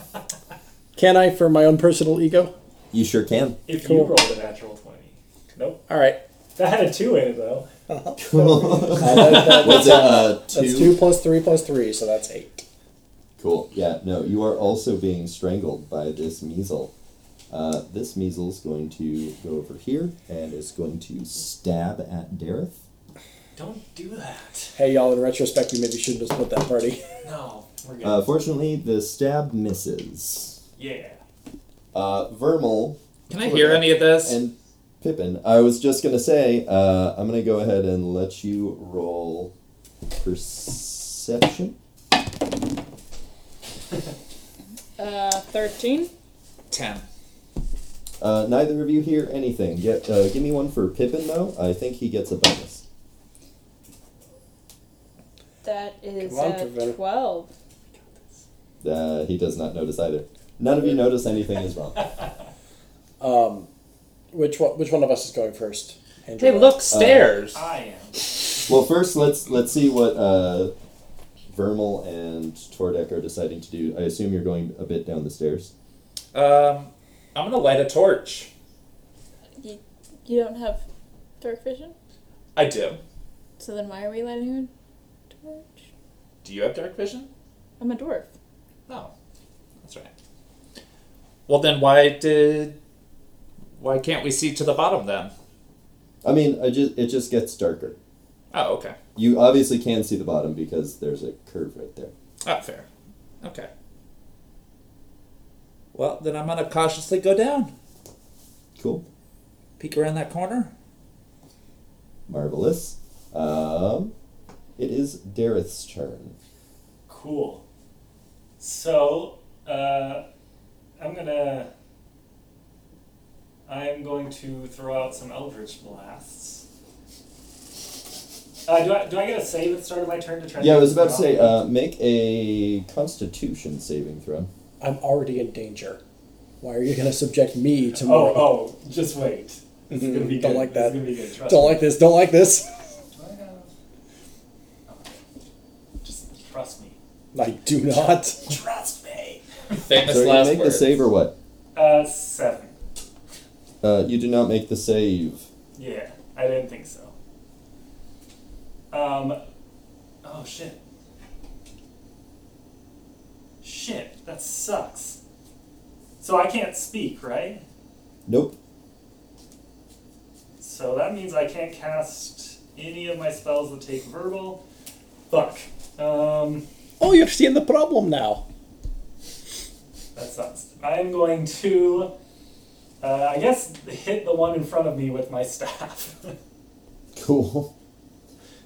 Can I, for my own personal ego?
*laughs* you sure can.
If
Cool.
you rolled a natural 20. Nope.
All right.
That had a two in it though.
Uh, that- that-
Was it uh,
that's
two?
two plus three plus three, so that's eight.
Cool. Yeah, no, you are also being strangled by this measle. Uh, this measle's going to go over here and is going to stab at Dareth.
Don't do that.
Hey, y'all, in retrospect, you maybe shouldn't have split that party. *laughs*
No, we're good.
Uh, fortunately, the stab misses.
yeah.
Uh, Vermal
Can I hear any of this?
and Pippin. I was just going to say, uh, I'm going to go ahead and let you roll perception.
Uh, 13.
Ten.
Uh, neither of you hear anything. Get, uh, give me one for Pippin, though. I think he gets a bonus.
That is
Come on,
uh,
Trevor.
12.
Uh, he does not notice either. None of you notice anything is wrong.
Which one? Which one of us is going first? Andrew.
Hey, look, stairs.
I am.
Well, first let's let's see what uh, Vermal and Tordek are deciding to do. I assume you're going a bit down the stairs.
Um, I'm gonna light a torch.
You, you don't have dark vision?
I do.
So then why are we lighting a torch?
Do you have dark vision?
I'm a dwarf.
No. That's right. Well, then why did? Why can't we see to the bottom then?
I mean, I just it just gets darker.
Oh, okay.
You obviously can see the bottom because there's a curve right there.
Oh, fair. Okay. Well, then I'm gonna cautiously go down,
Cool,
peek around that corner.
marvelous. Um, it is Dareth's turn.
Cool. So, uh, I'm gonna. I'm going to throw out some Eldritch Blasts. Uh, do, I, do I get a save at the start of my turn to try
Yeah, I
to
was about to say, uh, make a Constitution saving throw.
I'm already in danger. Why are you going to subject me to
uh,
more?
Oh, oh, just wait. It's
Mm-hmm.
gonna be
Don't
good.
like
This is
that.
gonna be good. Trust
Don't
me.
like this. Don't like this.
Just trust me.
I do not.
Trust me.
Famous
So you
last
make
word.
the save or what?
Uh, seven.
Uh, you do not make the save.
Yeah, I didn't think so. Um, oh shit. Shit, that sucks. So I can't speak, right?
Nope. *laughs*
So that means I can't cast any of my spells that take verbal. Fuck. Um,
Oh, you're seeing the problem now.
that sucks. I am going to, uh, I guess, hit the one in front of me with my staff. *laughs*
Cool.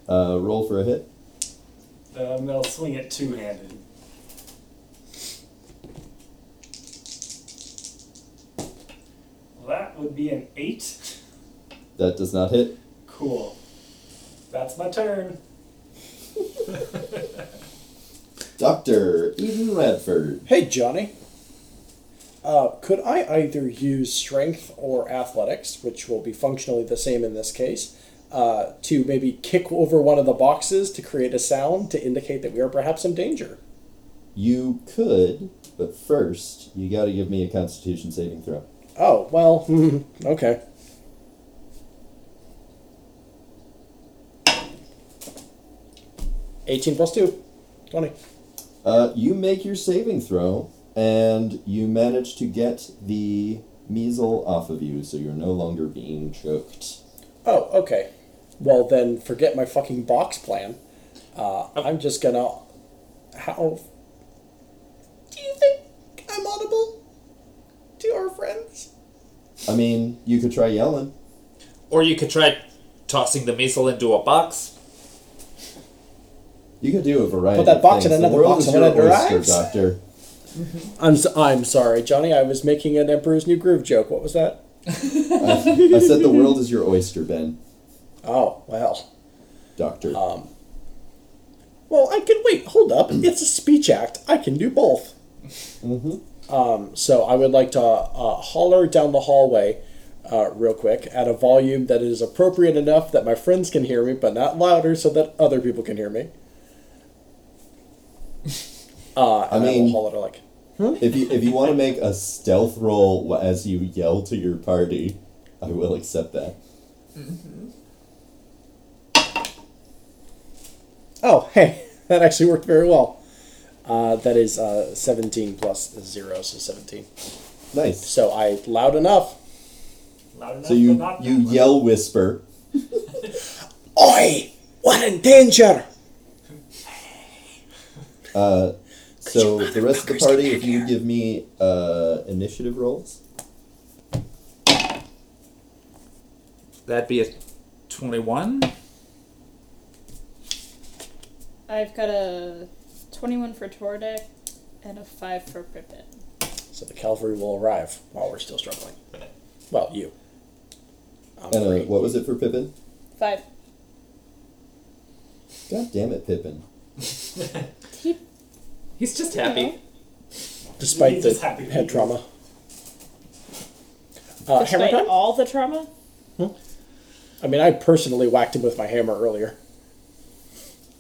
Uh, roll for a hit.
I'm gonna Um, swing it two handed. That would be an eight.
That does not hit.
Cool. That's my turn.
Doctor Eden Radford.
Hey, Johnny. Uh, could I either use strength or athletics, which will be functionally the same in this case, uh, to maybe kick over one of the boxes to create a sound to indicate that we are perhaps in danger?
You could, but first you got to give me a Constitution saving throw.
Oh, well, *laughs* hmm, okay. Eighteen plus two. Twenty.
Uh, you make your saving throw, and you manage to get the measle off of you, so you're no longer being choked.
Oh, okay. Well, then forget my fucking box plan. Uh, I'm just gonna. How. Do you think I'm audible to our friends?
I mean, you could try yelling.
Or you could try tossing the measle into a box.
You could do a variety.
Put that
of
box in
things.
another
the world
box
is
and
your
when it
oyster,
arrives-
Doctor.
I'm, s am sorry, Johnny. I was making an Emperor's New Groove joke. What was that?
I said the world is your oyster, Ben.
Oh, well.
Doctor.
Um, Well, I can wait. Hold up. it's a speech act. I can do both. Um, so I would like to uh, holler down the hallway uh, real quick at a volume that is appropriate enough that my friends can hear me, but not louder so that other people can hear me. Uh, and I
mean-
will holler like,
If you if you want to make a stealth roll as you yell to your party, I will accept that.
Oh, hey, *laughs* that actually worked very well. Uh, that is uh, 17 plus 0, so 17.
Nice.
So I, loud enough.
Loud enough,
So you
but not
you
loud.
yell whisper.
Oi! What in danger!
Uh, so the rest of the party, if you would give me uh, initiative rolls.
That'd be a 21.
I've got a 21 for Tordek and a 5 for Pippin.
So the cavalry will arrive while we're still struggling. Well, you. Um, I'm
And uh,
free.
what was it for Pippin?
5.
God damn it, Pippin.
He,
He's just happy.
Despite
He's
the
just happy to
head
be
trauma. Uh, hammer
Oh, despite
time?
all the trauma?
I mean, I personally whacked him with my hammer earlier.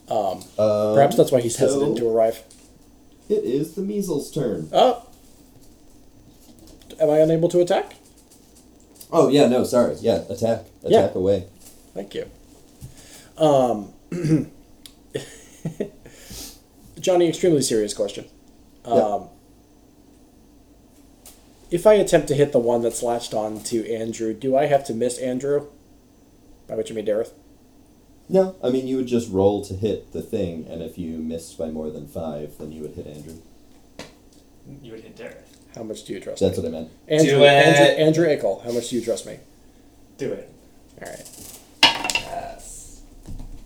Um,
Perhaps that's why he's
so
hesitant to arrive.
It is the measles' turn.
Oh! Am I unable to attack?
Oh yeah, no, sorry. Yeah, attack, attack
Yeah.
away.
Thank you. Um, *clears throat* Johnny, extremely serious question. Um, If I attempt to hit the one that's latched on to Andrew, do I have to miss Andrew? By which I mean Dareth.
No, I mean you would just roll to hit the thing, and if you missed by more than five, then you would hit Andrew.
You would hit Derek.
How much do you trust
That's
me?
what I meant.
Andrew,
Do it.
Andrew, Andrew Ickel, how much do you trust me?
Do it.
All right.
Yes.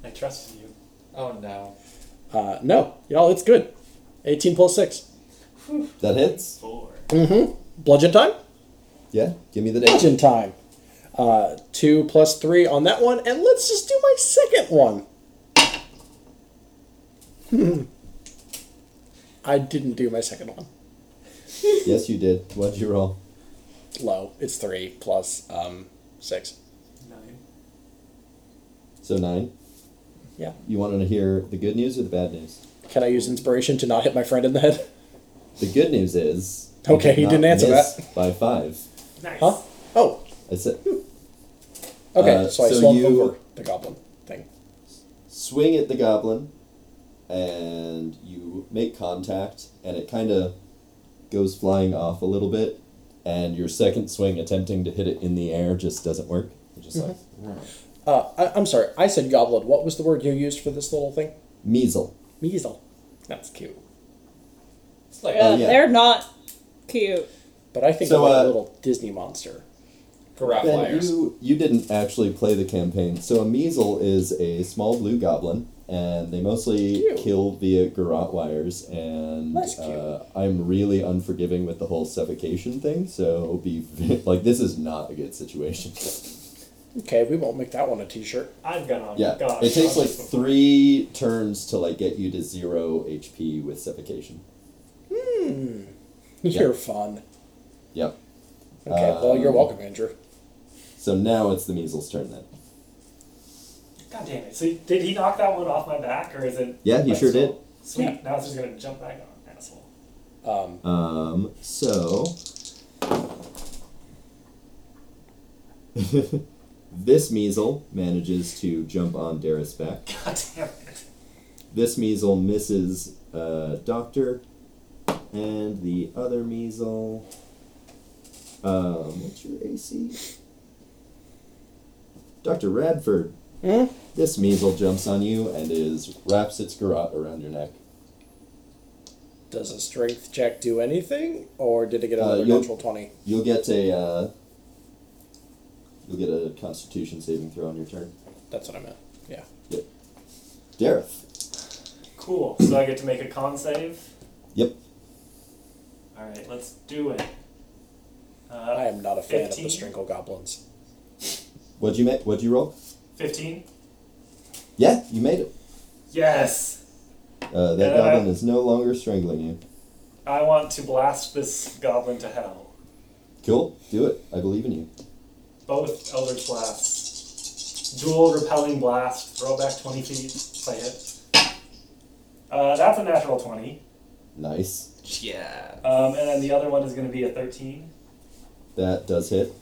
I trust you.
Oh no.
Uh, no, y'all, it's good. 18 plus 6.
That hits.
Four.
Bludgeon time?
Yeah, give me the damage.
Bludgeon time. Uh, 2 plus 3 on that one, and let's just do my second one. Hmm. I didn't do my second one.
yes, you did. What'd you roll?
Low. It's 3 plus um, 6.
Nine.
So nine.
Yeah.
You want to hear the good news or the bad news?
Can I use inspiration to not hit my friend in the head?
The good news is. you
Okay,
did
he
not
didn't answer
miss
that.
By five.
Nice.
Huh? Oh,
I said,
okay.
Uh,
so I
so
swung
you-
over the goblin thing.
swing at the goblin, and you make contact, and it kind of goes flying off a little bit, and your second swing attempting to hit it in the air just doesn't work. You're
Mm-hmm.
just like,
Uh, I, I'm sorry. I said goblin. What was the word you used for this little thing?
measle.
Measle. That's cute.
It's like
Uh,
yeah.
They're not cute.
But I think
So,
about a
uh,
little Disney monster.
corrupt
Ben,
liars.
you, you didn't actually play the campaign. So a measle is a small blue goblin, and they mostly
Cute.
kill via garrote wires. And
That's cute.
uh, I'm really unforgiving with the whole suffocation thing. So be *laughs* like, this is not a
*laughs*
good situation.
Okay, we won't make that one a T-shirt.
I've gone on.
yeah,
gone on
it takes like
before.
three turns to like get you to zero HP with suffocation.
You're fun.
Yep.
Okay, well, you're
Um,
welcome, Andrew.
So now it's the measles' turn then.
God damn it. So did he knock that one off my back, or is it?
Yeah, he
my
sure
soul? Sweet.
Yeah.
Now it's just gonna jump back on, asshole.
Um,
Um, so *laughs* this measle manages to jump on Dara's back.
*laughs* God damn it.
This measle misses uh, Doctor, and the other measle. Um, what's your AC? Doctor Radford.
Hmm?
This measle jumps on you and is wraps its garrote around your neck.
does a strength check do anything, or did it get
Uh,
another
you'll-
natural twenty?
You'll get a uh, you'll get a Constitution saving throw on your turn.
That's what I meant. Yeah.
Dareth.
Cool. So I get to make a con save.
Yep.
All right, let's do it.
I
Uh,
am not a fan of
15?
the Stringle Goblins.
What'd you make? What'd you roll?
Fifteen.
Yeah, you made it.
Yes.
Uh, that
Uh,
goblin is no longer strangling you.
I want to blast this goblin to hell.
Cool. Do it. I believe in you.
Both Eldritch Blasts. Dual repelling blast, throw back 20 feet, play it. Uh, that's a natural 20.
Nice.
Yeah.
Um, and then the other one is going to be a 13.
That does hit.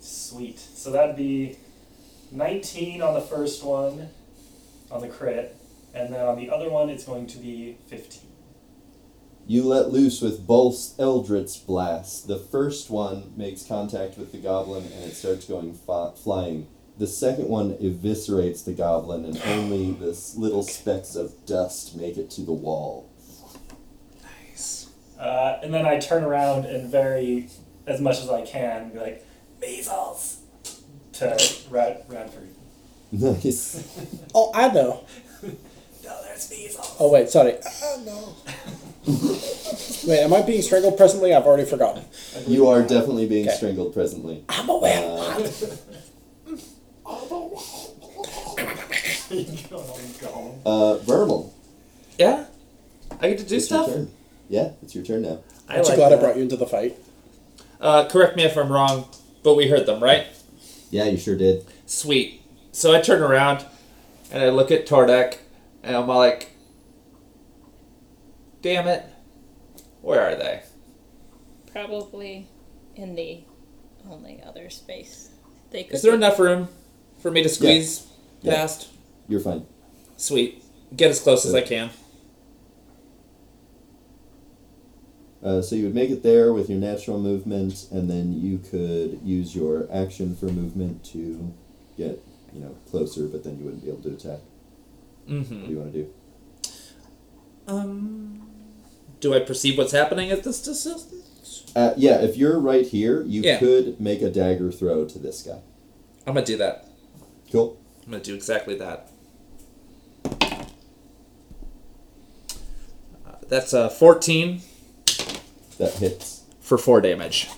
Sweet. So that'd be 19 on the first one, on the crit, and then on the other one, it's going to be 15.
You let loose with both Eldritch blasts. The first one makes contact with the goblin and it starts going fa- flying. The second one eviscerates the goblin and only this little specks of dust make it to the wall. *laughs*
Uh, and then I turn around and very, as much as I can, be like, measles! To Rad- *laughs* Radford.
Nice.
Oh, I
*laughs*
know.
No, there's measles!
Oh wait, sorry. Oh no. *laughs* wait, am I being strangled presently? I've already forgotten.
You are definitely being
Okay.
strangled presently.
I'm aware.
Uh,
Oh, God.
uh, Vermal,
Yeah. I get to do
it's your
stuff.
turn. Yeah, it's your turn now.
I
Aren't you
like
glad I
that.
brought you into the fight?
Uh, correct me if I'm wrong, but we heard them, right?
Yeah, you sure did.
Sweet. So I turn around and I look at Tordek and I'm like, damn it. Where are they?
Probably in the only other space they could.
Is there
be.
enough room for me to squeeze
Yeah.
past?
You're fine.
Sweet. Get as close as I can.
Uh, so you would make it there with your natural movement, and then you could use your action for movement to get you know closer, but then you wouldn't be able to attack.
Mm-hmm.
What do you want to do?
Um, do I perceive what's happening at this distance?
Uh, yeah, if you're right here, you
Yeah.
could make a dagger throw to this guy.
I'm gonna do that.
Cool.
I'm gonna do exactly that. Uh, that's a 14
That hits.
for four damage.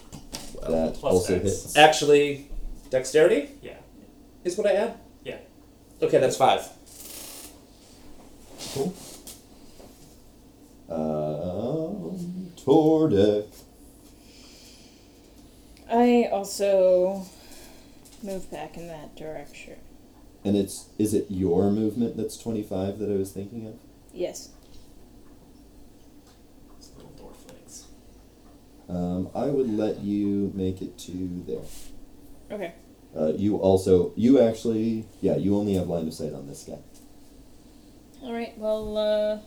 that
plus
also
X.
hits.
Actually, dexterity
Yeah.
is what I add.
Yeah.
Okay, that's five.
Cool. Um, Tordek.
I also move back in that direction.
And it's is it your movement that's twenty five that I was thinking of?
Yes.
Those Little door flakes.
Um, I would let you make it to there.
Okay.
Uh, you also, you actually, yeah, you only have line of sight on this guy.
All right. Well, uh,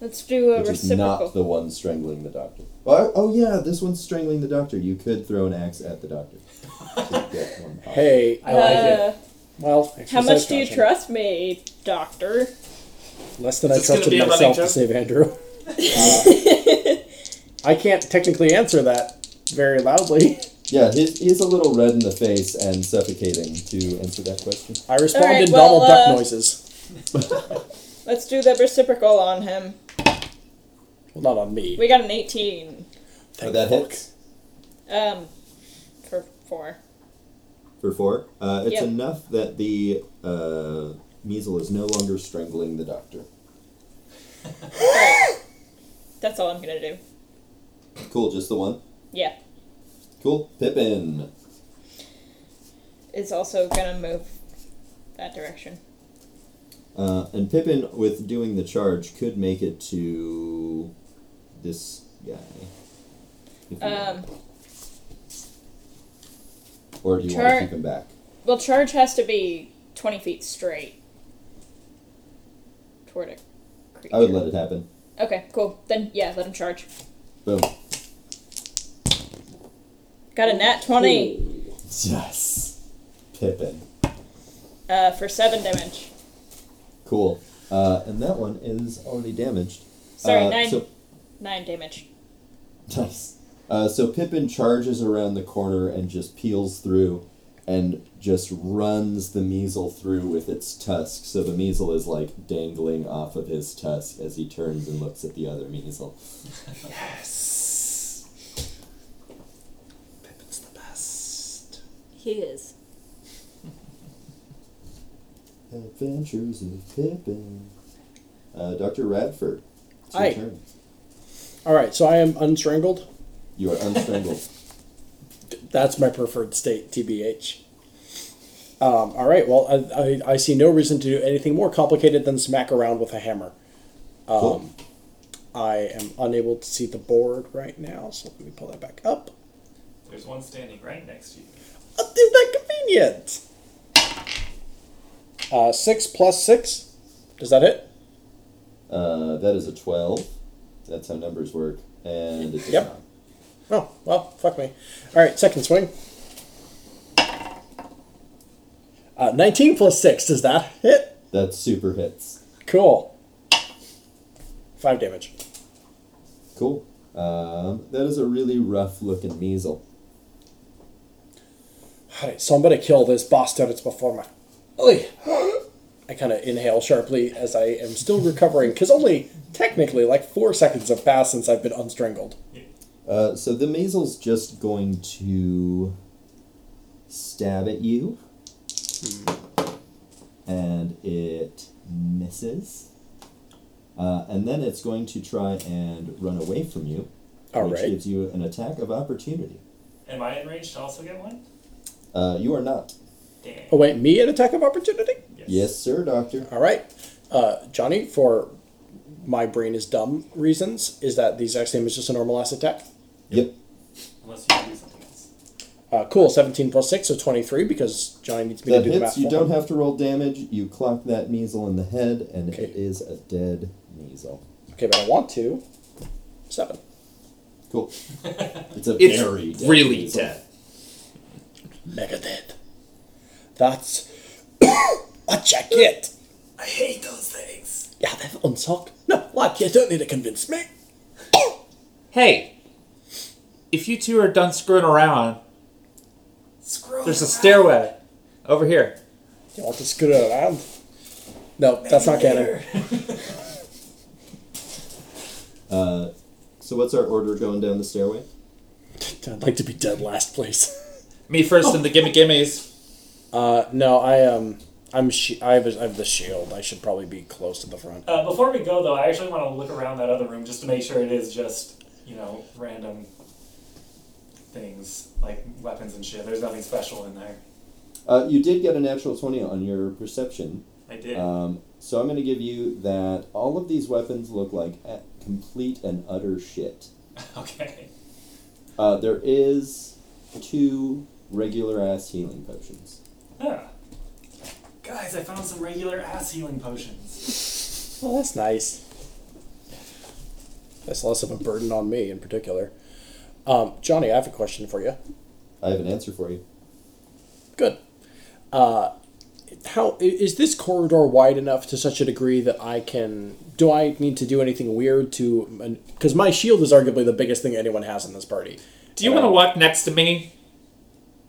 let's do a
which is
reciprocal.
not the one strangling the doctor. Oh, oh, yeah, this one's strangling the doctor. You could throw an axe at the doctor.
*laughs*
To get one off.
Hey,
I like it.
Uh,
well,
How
exercise
much do you
caution.
trust me, Doctor?
Less than
Is
I
this gonna
trusted
be a running
myself to
joke?
save
*laughs*
Andrew. Uh, I can't technically answer that very loudly.
Yeah, he, he's a little red in the face and suffocating to answer that question.
I respond
All right,
in
well,
Donald Duck
uh,
noises.
Let's do the reciprocal on him.
Well, not on me.
We got an 18.
But
Thank
that
fuck.
hits
Um, for four.
for four. Uh, it's
Yep.
enough that the uh, measle is no longer strangling the doctor.
All right. That's all I'm gonna do.
Cool, just the one.
Yeah.
Cool. Pippin.
Is also gonna move that direction.
Uh, and Pippin, with doing the charge, could make it to this guy. If you
Um,
want. or do you want to
char-
keep him back?
well, charge has to be 20 feet straight toward a creature.
I would let it happen.
Okay, cool. Then, yeah, let him charge.
Boom.
Got a nat 20
Yes. Pippin.
uh, for 7 damage.
Cool. Uh, and that one is already damaged.
Sorry,
Uh,
9,
so-
9 damage.
Nice. Uh, so Pippin charges around the corner and just peels through and just runs the measle through with its tusk. So the measle is like dangling off of his tusk as he turns and looks at the other measle.
Yes. Pippin's the best.
He is.
Adventures of Pippin. Uh, Dr. Radford. It's your
Hi.
turn.
All right, so I am unstrangled.
You are unstrangled.
*laughs* That's my preferred state, TBH. Um, all right, well, I, I, I see no reason to do anything more complicated than smack around with a hammer. Um,
Cool.
I am unable to see the board right now, so let me pull that back up.
There's one standing right next to you.
Isn't that Convenient. Uh, six plus six. Does that hit? Um.
Uh, that is a 12. That's how numbers work. And it does
Yep.
not.
Oh, well, fuck me. All right, second swing. Uh, 19 plus 6, does that hit?
That super hits.
Cool. 5 damage.
Cool. Um, that is a really rough looking measle.
Alright, so I'm gonna kill this bastard that's before my. Oy. I kind of inhale sharply as I am still recovering, because only technically like four seconds have passed since I've been unstrangled.
Uh, so the measle's just going to stab at you.
Hmm.
And it misses. Uh, and then it's going to try and run away from you, which
Alright.
gives you an attack of opportunity.
Am I enraged to also get one?
Uh, you are not.
Damn.
Oh, wait, me an attack of opportunity?
Yes, sir, Doctor.
All right, uh, Johnny. For my brain is dumb reasons, is that the exact same as just a normal acid attack?
Yep.
Unless you can do something else.
Uh, cool. Seventeen plus six, so twenty-three. Because Johnny needs me
That
to do the math.
hits. You
for him.
don't have to roll damage. You clock that measle in the head, and
Okay.
it is a dead measle.
Okay, but I want to. Seven.
*laughs*
Cool. It's a
It's
very dead
really
measle.
dead.
Mega dead. That's *coughs* what you get.
I hate those things.
Yeah, they've unsocked. No, like you don't need to convince me.
Hey, if you two are done screwing around,
Screw
there's a
around.
stairway over here.
You want to screw around? No, that's not canon.
Later.
Uh, so what's our order going down the stairway?
I'd like to be dead last place.
Me
Oh.
first in the gimme gimmies.
Uh, no, I um, I'm sh- I have a, I have the shield. I should probably be close to the front.
Uh, before we go, though, I actually want to look around that other room just to make sure it is just, you know, random things like weapons and shit. There's nothing special in there.
Uh, you did get a natural 20 on your perception.
I did.
Um, so I'm going to give you that all of these weapons look like a- complete and utter shit.
*laughs* okay.
Uh, there is two regular ass healing potions.
Yeah. Guys, I found some regular ass healing potions.
Well, that's nice. That's less of a burden on me in particular. Um, Johnny, I have a question for you.
I have an answer for you.
Good. Uh, how i- is this corridor wide enough to such a degree that I can? Do I need to do anything weird to? Because my shield is arguably the biggest thing anyone has in this party.
Do you want to walk next to me?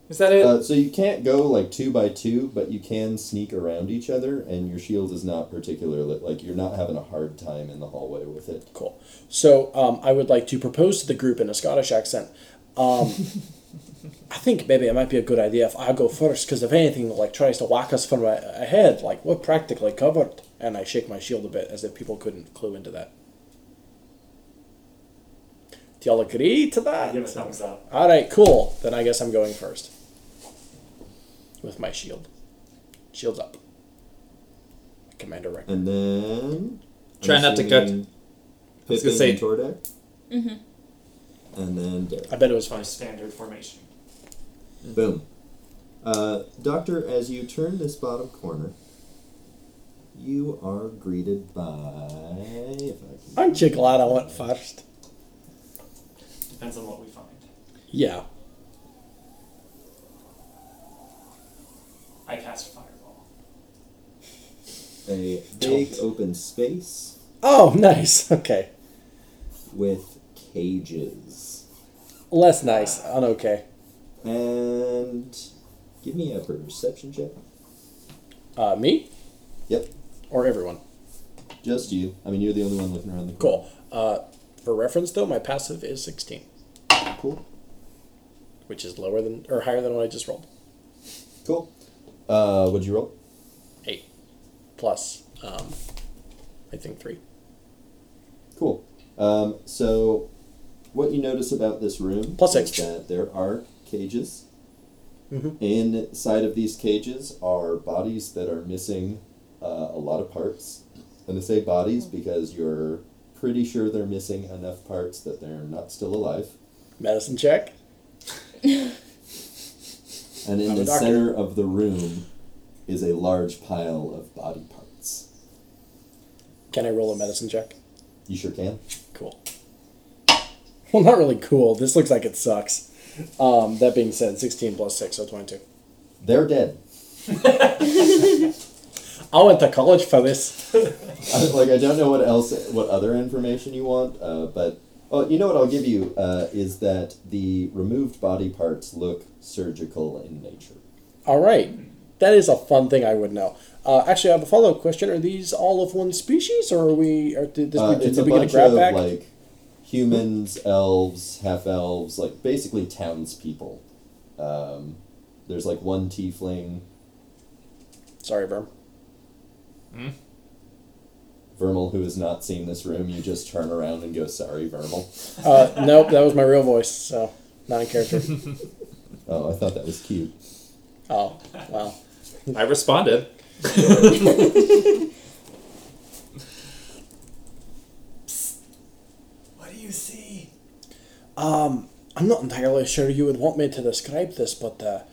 Is that it?
Uh, so you can't go like two by two, but you can sneak around each other, and your shield is not particularly like you're not having a hard time in the hallway with it.
Cool. So um, I would like to propose to the group in a Scottish accent. *laughs* Um, I think maybe it might be a good idea if I go first, because if anything like tries to whack us from a- ahead, like we're practically covered. And I shake my shield a bit, as if people couldn't clue into that. Do y'all agree to that?
Give us thumbs up.
All right, cool. Then I guess I'm going first with my shield. Shields up. Commander Rick.
And then
Try
I'm
not to cut-
assuming
I was
Pippin
gonna say-
and Tordek. Mm-hmm. And then Derek.
I bet it was
Our
fine.
standard formation.
Boom. Uh, doctor, as you turn this bottom corner, you are greeted by. If I can,
Aren't you glad I went first?
Depends on what we find.
Yeah.
I cast fireball.
a big open space
Oh, *laughs* nice. Okay.
with cages.
Less nice on okay.
And give me a perception check.
Uh, me
Yep,
or everyone?
just you. I mean, you're the only one looking around the corner.
Cool. Uh, for reference, though, my passive is 16,
Cool. Cool.
which is lower than or higher than what I just rolled.
Cool. Uh, what'd you roll?
Eight plus, um, I think three.
Cool. Um, so, what you notice about this room
Plus
is
H.
that there are cages.
Mhm.
Inside of these cages are bodies that are missing uh, a lot of parts. And I say bodies because you're pretty sure they're missing enough parts that they're not still alive.
Medicine check.
and in
I'm a
the
doctor.
center of the room is a large pile of body parts.
Can I roll a medicine check?
You sure can.
Cool. Well, not really cool. This looks like it sucks. Um, that being said, 16 plus 6, so 22.
They're dead.
I went to college for this.
I, *laughs* like I don't know what else, what other information you want, uh, but oh, you know what I'll give you uh, is that the removed body parts look surgical in nature.
All right. That is a fun thing I would know. Uh, actually, I have a follow up question. Are these all of one species, or are we. Or did, this,
Uh,
did,
it's a
we get a
bunch
grab
of
back?
like humans, elves, half elves, like basically townspeople. Um, there's like one tiefling,
Sorry, Verm.
Vermal, who has not seen this room. You just turn around and go, "Sorry, Vermal."
Uh, nope, that was my real voice, so not in
*laughs*
character.
Oh, I thought that was cute.
Oh, wow.
*laughs*
I responded.
What do you see?
I'm not entirely sure you would want me to describe this, but uh,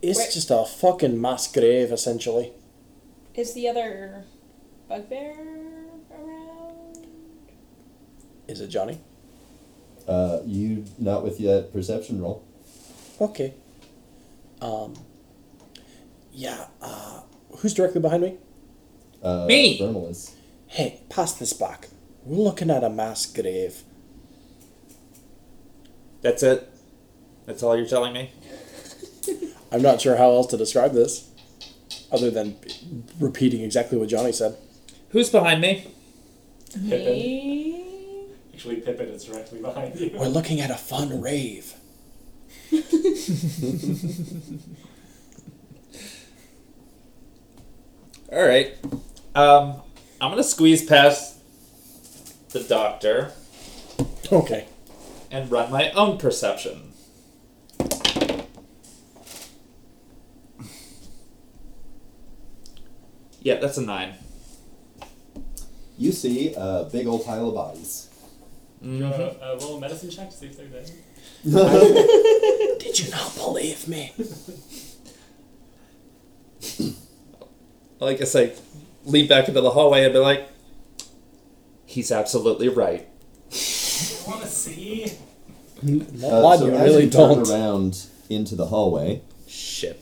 it's
Wait.
just a fucking mass grave, essentially.
Is the other bugbear around?
Is it Johnny?
Uh, you not with that perception roll.
Okay. Um. Yeah. Uh, who's directly behind me?
Uh,
Me!
Vermal is.
Hey, pass this back. We're looking at a mass grave.
That's it. That's all you're telling me.
I'm not sure how else to describe this, other than repeating exactly what Johnny said.
Who's behind me?
Pippin.
Me?
Actually, Pippin is directly behind you. *laughs*
We're looking at a fun rave.
All right. Um, I'm gonna squeeze past the doctor
Okay.
and run my own perception. Yeah, that's a nine.
You see a big old pile of bodies.
You
Mm-hmm.
want to uh, roll a medicine check to see if they're dead?
Did you not believe me?
I guess I lean back into the hallway and be like, "He's absolutely right."
You want to see?
Not
Uh,
lying,
so
you
as
really
you turn
don't.
around into the hallway,
Shit.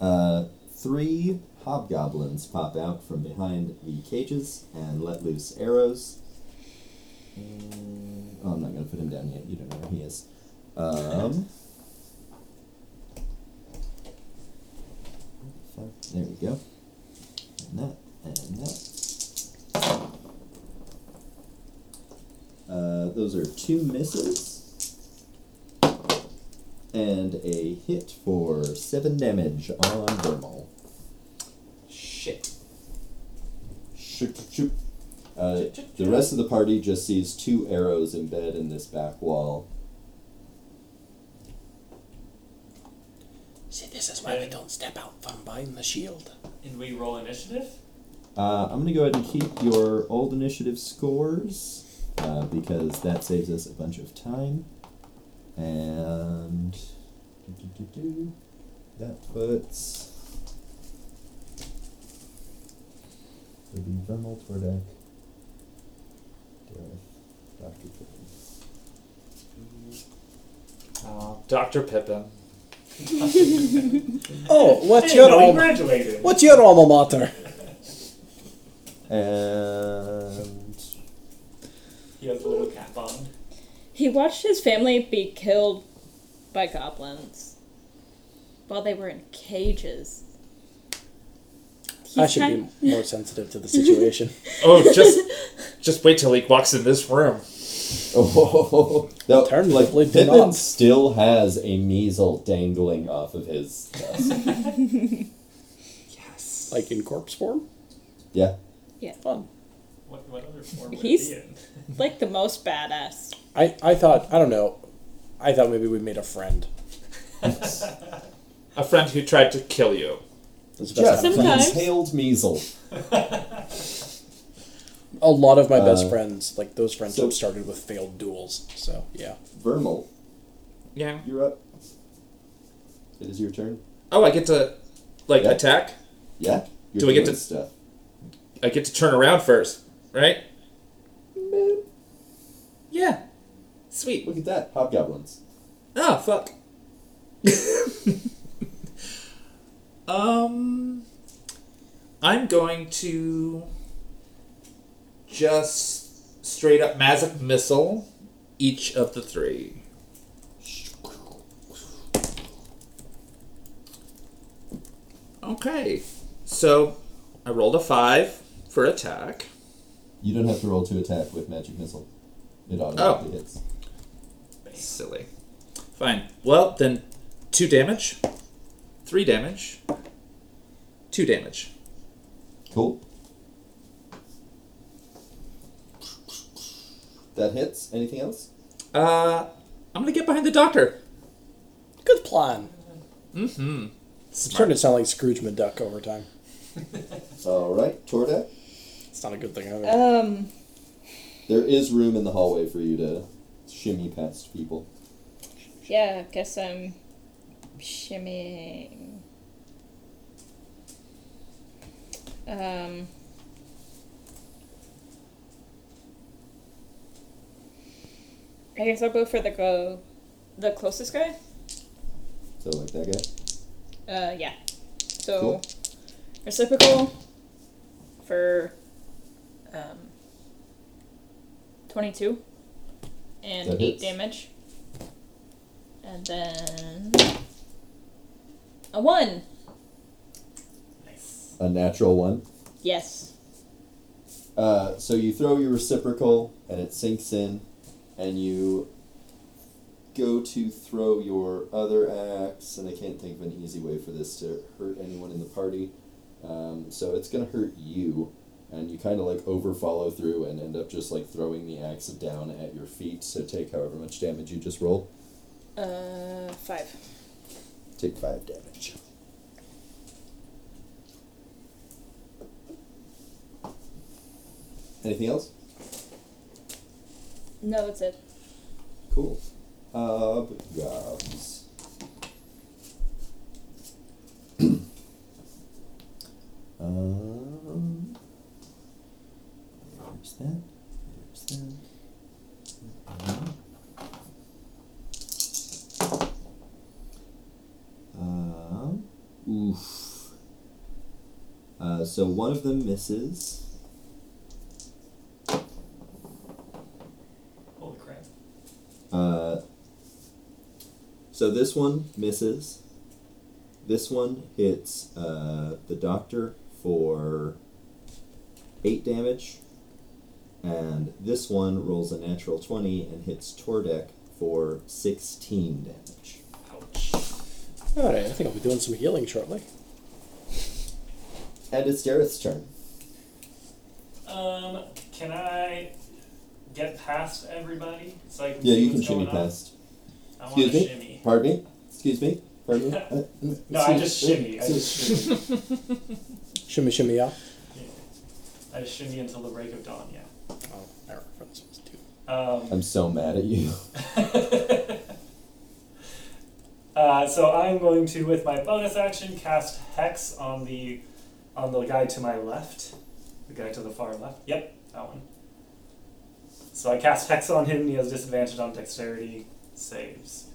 uh, three hobgoblins pop out from behind the cages and let loose arrows. And- Oh, I'm not going to put him down yet. You don't know where he is. Um, fuck, there we go. And that, and that. Uh, those are two misses. And a hit for seven damage on Vermal.
Shit.
Shoop, shoop, shoop. Uh, the rest of the party just sees two arrows embed in this back wall.
See, this is why we don't step out from behind the shield.
And we roll initiative?
Uh, I'm gonna go ahead and keep your old initiative scores uh, because that saves us a bunch of time. And do, do, do, do. that puts it would be Vermal Tordek, Dareth, Doctor
Oh, Dr. Pippin.
Oh,
I
what's
didn't
your
know you
alma?
graduated.
What's your alma mater?
and
He has a little cap on.
He watched his family be killed by goblins while they were in cages.
I
He's
should
kind-
be more sensitive to the situation.
Oh, *laughs* just just wait till he walks in this room.
Oh, no, like
Alternatively, do
Pippin
not.
still has a measle dangling off of his.
Yes.
Like in corpse form?
Yeah,
Fun.
What, what other form would
He's-
it be in?
like the most badass.
I, I thought, I don't know, I thought maybe we made a friend.
A friend who tried to kill you.
That's the best
just
kind of
Sometimes.
he's hailed measle.
a lot of my best
Uh,
friends, like those friendships,
so-
started with failed duels. So yeah.
Vermal,
Yeah.
you're up. It is your turn.
Oh, I get to like
Yeah.
attack.
Yeah. You're
Do I get
doing
to-
stuff?
I get to turn around first, right?
Man,
Yeah. Sweet.
look at that, hobgoblins.
Ah, fuck. um, I'm going to just straight up magic missile each of the three. Okay, so I rolled a five for attack.
You don't have to roll to attack with magic missile. It
Oh.
automatically hits.
Silly. Fine. Well, then two damage, three damage, two damage.
Cool. That hits. Anything else?
Uh, I'm gonna get behind the doctor.
Good plan. It's
Smart.
starting to sound like Scrooge McDuck over time.
All right, Tordak.
It's not a good thing. Either.
Um,
There is room in the hallway for you to shimmy past people.
yeah, I guess I'm shimmying. Um, I guess I'll go for the go, the closest guy.
So like that guy.
Uh, yeah. So
Cool.
reciprocal for um, twenty-two and
That
eight
hits.
damage, and then a one.
A natural one.
Yes.
Uh, so you throw your reciprocal and it sinks in, and you go to throw your other axe, and I can't think of an easy way for this to hurt anyone in the party. Um, so it's gonna hurt you, and you kind of like over follow through and end up just like throwing the axe down at your feet. So take however much damage you just roll.
Uh, five.
Take five damage. Anything else?
No, that's it.
Cool. Hobgobs. *clears throat* um, there's that. There's that. Um, oof. Uh, so one of them misses.
Holy crap.
Uh, so this one misses. This one hits uh, the doctor for eight damage, and this one rolls a natural twenty and hits Tordek for sixteen damage.
Ouch.
All right, I think I'll be doing some healing shortly.
And it's Dareth's turn.
Um, can I get past everybody? So I can
Yeah,
see
you can
what's
shimmy
going on?
past.
I want to
Excuse me?
shimmy.
Pardon me. Excuse me. Pardon
*laughs*
me. Uh,
No, I just shimmy. I just *laughs* shimmy.
Shimmy, shimmy, yeah.
I just shimmy until the break of dawn, yeah.
Oh, I reference was too.
Um,
I'm so mad at you.
uh, so I'm going to, with my bonus action, cast Hex on the on the guy to my left. The guy to the far left. Yep, that one. So I cast Hex on him, and he has disadvantage on dexterity saves.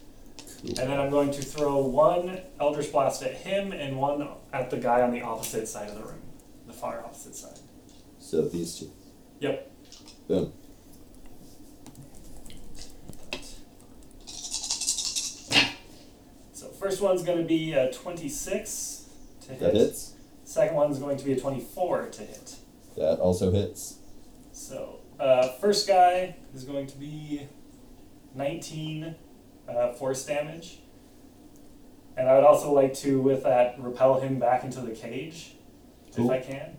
And then I'm going to throw one Eldritch Blast at him and one at the guy on the opposite side of the room. The far opposite side.
So these two.
Yep.
Boom.
So first one's going to be a 26 to hit.
That hits.
Second one's going to be a 24 to hit.
That also hits.
So, uh, first guy is going to be 19 uh, force damage. And I would also like to, with that, repel him back into the cage
Cool.
if I can.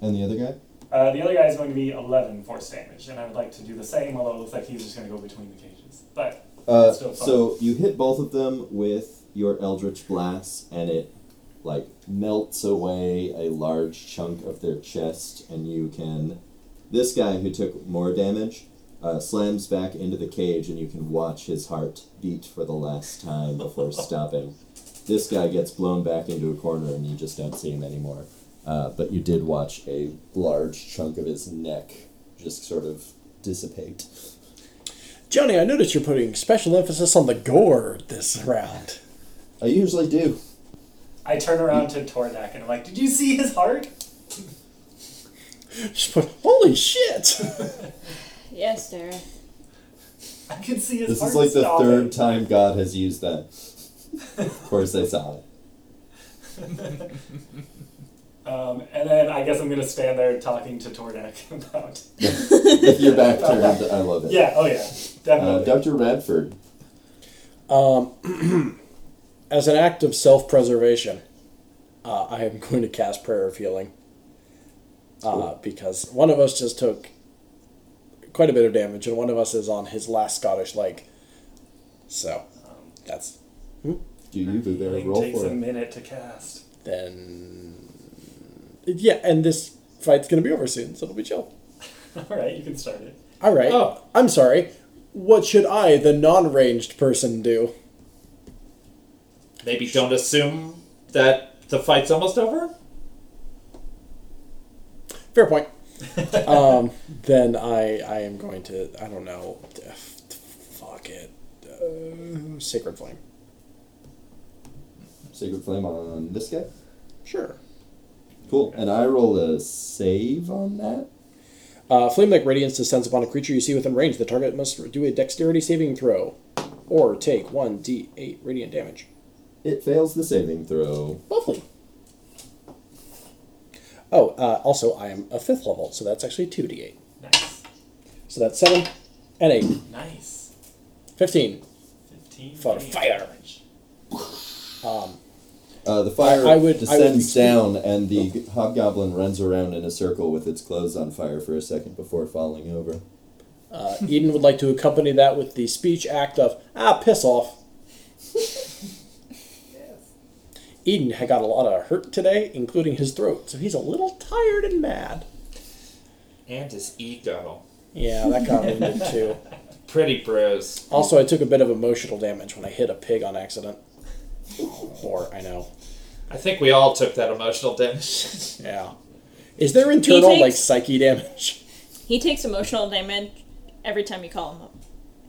And the other guy?
Uh, the other guy is going to be 11 force damage, and I would like to do the same, although it looks like he's just going to go between the cages. But,
Uh,
Still fun.
so you hit both of them with your Eldritch Blast, and it like melts away a large chunk of their chest, and you can This guy who took more damage uh, slams back into the cage, and you can watch his heart beat for the last time
*laughs*
before stopping. This guy gets blown back into a corner, and you just don't see him anymore. Uh, but you did watch a large chunk of his neck just sort of dissipate.
Johnny, I noticed you're putting special emphasis on the gore this round.
I usually do.
I turn around to Tordak and I'm like, "Did you see his heart?"
Just put, Holy shit!
Yes, Dara.
I can see his
This
heart.
is like the
Stop
third
it.
time God has used
*laughs*
that. of course, I saw it.
Um, and then I guess I'm gonna stand there talking to Tordak *laughs* about.
With your back turned, I love it.
Yeah. Oh yeah.
Uh,
Definitely.
Dr. Radford,
As an act of self preservation, uh, I am going to cast Prayer of Healing. Uh, because one of us just took quite a bit of damage, and one of us is on his last Scottish leg. So, that's.
do you boo bear
It
roll
takes
for
a
it?
minute to cast. *laughs*
Then. Yeah, and this fight's going to be over soon, so it'll be chill.
All right, you can start it.
All right.
Oh.
I'm sorry. What should I, the non ranged person, do?
Maybe don't assume that the fight's almost over.
Fair point. um, then I I am going to I don't know. f- Fuck it. Uh, Sacred flame.
Sacred Flame on this guy?
Sure.
Cool. And I roll a save on that?
Uh, flame like radiance descends upon a creature you see within range. The target must do a dexterity saving throw, or take one d8 radiant damage.
It fails the saving throw.
Lovely. Oh, uh, also I am a fifth level, so that's actually two d8.
Nice.
So that's seven and eight.
Nice.
Fifteen.
Fifteen.
For
damage. Um,
fire.
Uh, the fire
I- I would- I would
descends
excuse-
down, and the g- hobgoblin runs around in a circle with its clothes on fire for a second before falling over.
Uh, Eden would like to accompany that with the speech act of ah piss off. Eden had got a lot of hurt today, including his throat, so he's a little tired and mad.
And his ego.
Yeah, that got me good too.
Pretty bruised.
Also, I took a bit of emotional damage when I hit a pig on accident. Or I know.
I think we all took that emotional damage.
Yeah. Is there internal
takes-
like psyche damage?
He takes emotional damage every time you call him a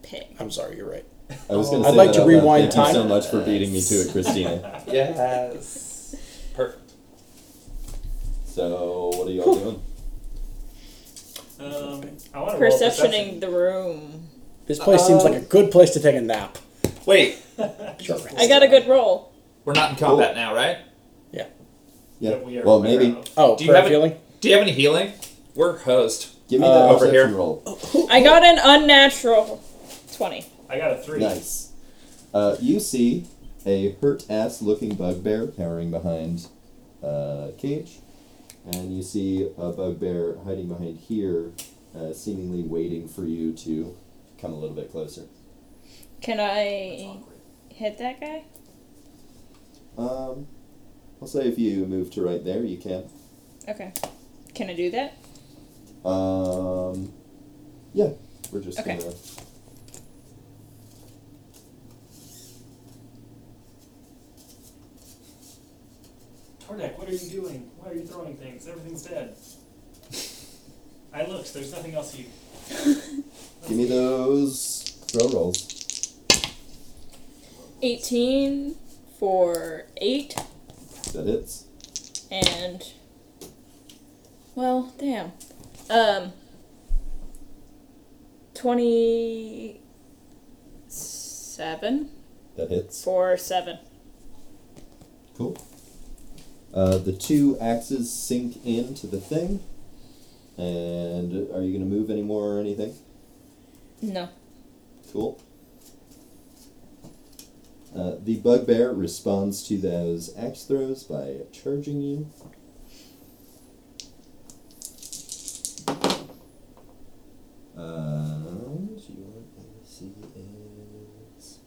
pig.
I'm sorry, you're right.
I was going
Oh. I'd
say
like
that
to
out loud.
rewind
Thank
time.
you so much for beating me to it,
*laughs*
Christina.
*laughs* yes. Perfect.
so, what are y'all doing?
Um, I want to roll
Perceptioning
perception.
the room.
This place seems
Um,
like a good place to take a nap.
Wait,
Sure.
I got a good roll.
we're not in combat now, right?
Yeah.
Yeah.
that we are
Well,
aware
maybe
of.
Oh,
Do you
prayer
have it-
feeling?
Do you have any healing? We're hosed.
give me that
Uh, over
perception
here.
roll.
I got an unnatural 20.
I got a three.
Nice. Uh, you see a hurt ass looking bugbear cowering behind uh, cage, and you see a bugbear hiding behind here, uh, seemingly waiting for you to come a little bit closer.
Can I hit that guy?
Um, I'll say if you move to right there, you can.
Okay. Can I do that?
Um, yeah, we're just
Okay.
gonna.
Tordek, what are you doing? Why are you throwing things? Everything's dead. I looked. There's nothing else you.
Give me those throw rolls.
18 for 8
That hits.
and. Well, damn. Um. 27
That hits.
for 7.
Cool. Uh, the two axes sink into the thing. And are you going to move anymore or anything?
No.
Cool. Uh, the bugbear responds to those axe throws by charging you. And your AC is.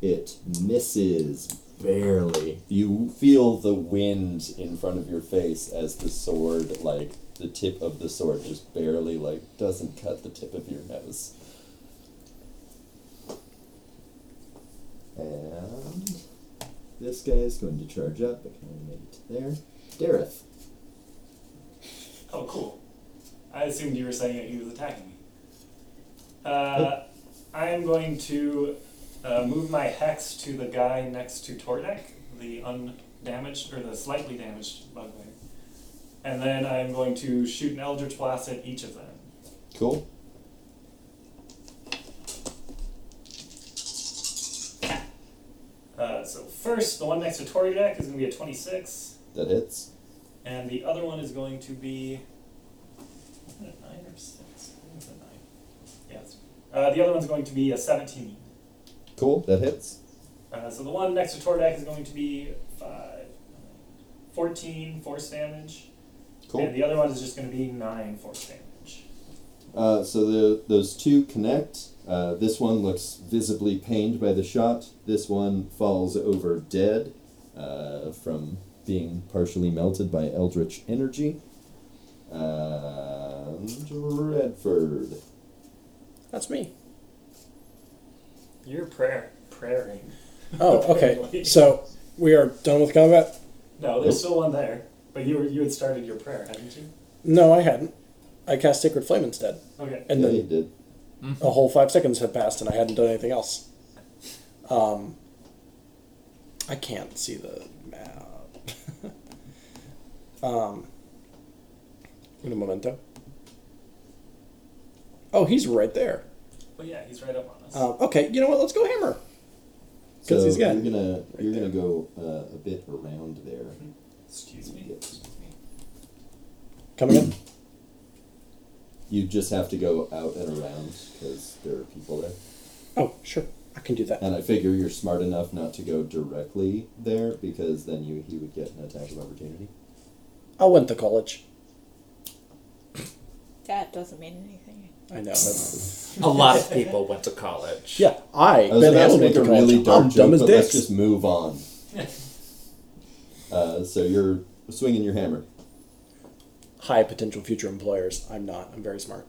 It misses barely. You feel the wind in front of your face as the sword like the tip of the sword just barely like doesn't cut the tip of your nose. And this guy is going to charge up. I can only make it to there. Dareth.
Oh, cool. I assumed you were saying that he was attacking me. Uh, I am going to uh, move my hex to the guy next to Tordek, the undamaged or the slightly damaged bugbear, and then I am going to shoot an Eldritch Blast at each of them.
Cool.
Uh, so first, the one next to Tordek is going to be a twenty-six,
That hits.
and the other one is going to be is that a nine or six? I think it's a nine. Yes. Uh, the other one's going to be a seventeen.
Cool. That hits.
Uh, so the one next to Tordek is going to be 5, 14 force damage. And
Cool.
the other one is just going to be 9 force damage.
Uh, so the, those two connect. Uh, this one looks visibly pained by the shot. This one falls over dead uh, from being partially melted by eldritch energy. And Redford.
That's me.
Your prayer. Prairing.
*laughs*
Oh, okay. So we are done with combat?
No, there's still one there. But you were, you had started your prayer, hadn't you?
No, I hadn't. I cast Sacred Flame instead.
Okay.
And
yeah,
then
he did.
Mm-hmm.
a whole five seconds had passed and I hadn't done anything else. Um, I can't see the map. *laughs* um, in a momento. Oh, he's right there.
Well, yeah, he's right up on us.
Oh.
Um, okay, you know what? Let's go hammer.
So
Because he's got.
you're gonna you're
there.
gonna go uh, a bit around there.
Excuse me.
Yes.
Coming in.
You just have to go out and around because there are people there.
Oh, sure. I can do that.
And I figure you're smart enough not to go directly there because then you he would get an attack of opportunity.
I went to college.
That doesn't mean anything.
I know. That's,
A lot *laughs* of people went to college.
yeah, I,
I was
Ben
about to
Hamel, went
make a
to college.
really dark
I'm
joke,
dumb as
but let's
dicks.
just move on. uh, so you're swinging your hammer.
High potential future employers. I'm not. I'm very
*laughs*
smart.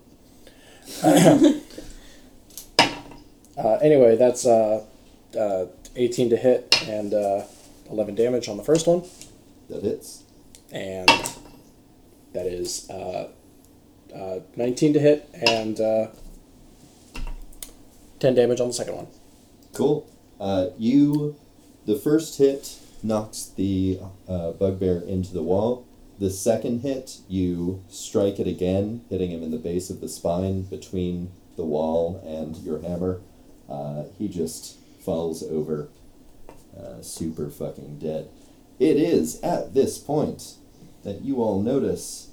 uh, anyway, that's uh, uh, 18 to hit and uh, 11 damage on the first one.
That hits.
And that is uh, uh, 19 to hit and uh, 10 damage on the second one.
Cool. Uh, you, the first hit knocks the uh, bugbear into the wall. The second hit, you strike it again, hitting him in the base of the spine between the wall and your hammer. Uh, he just falls over, uh, super fucking dead. It is at this point that you all notice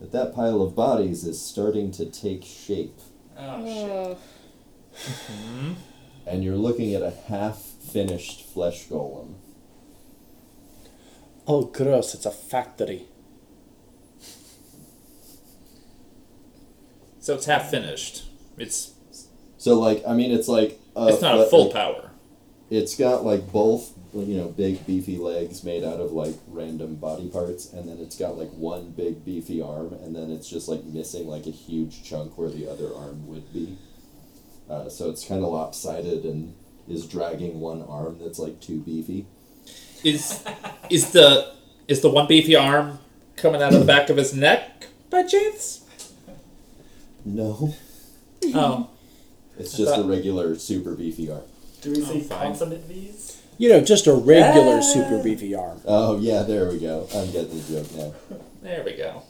that that pile of bodies is starting to take shape
Oh, shit.
Oh,
and you're looking at a half finished flesh golem.
Oh, gross. It's a factory.
So it's half finished. It's
So like I mean it's like a
it's not a
fle-
full
like,
power.
It's got like both you know big beefy legs made out of like random body parts and then it's got like one big beefy arm and then it's just like missing like a huge chunk where the other arm would be. Uh, so it's kind of lopsided and is dragging one arm that's like too beefy.
Is is the is the one beefy arm coming out of the back of his neck by chance?
No, Mm-hmm.
Oh,
it's just a regular super beefy arm.
Do we see
fine.
*laughs*
consummate these?
You know, just a regular
Yeah.
super beefy arm.
Oh yeah, there we go. I'm getting the joke now.
there we go.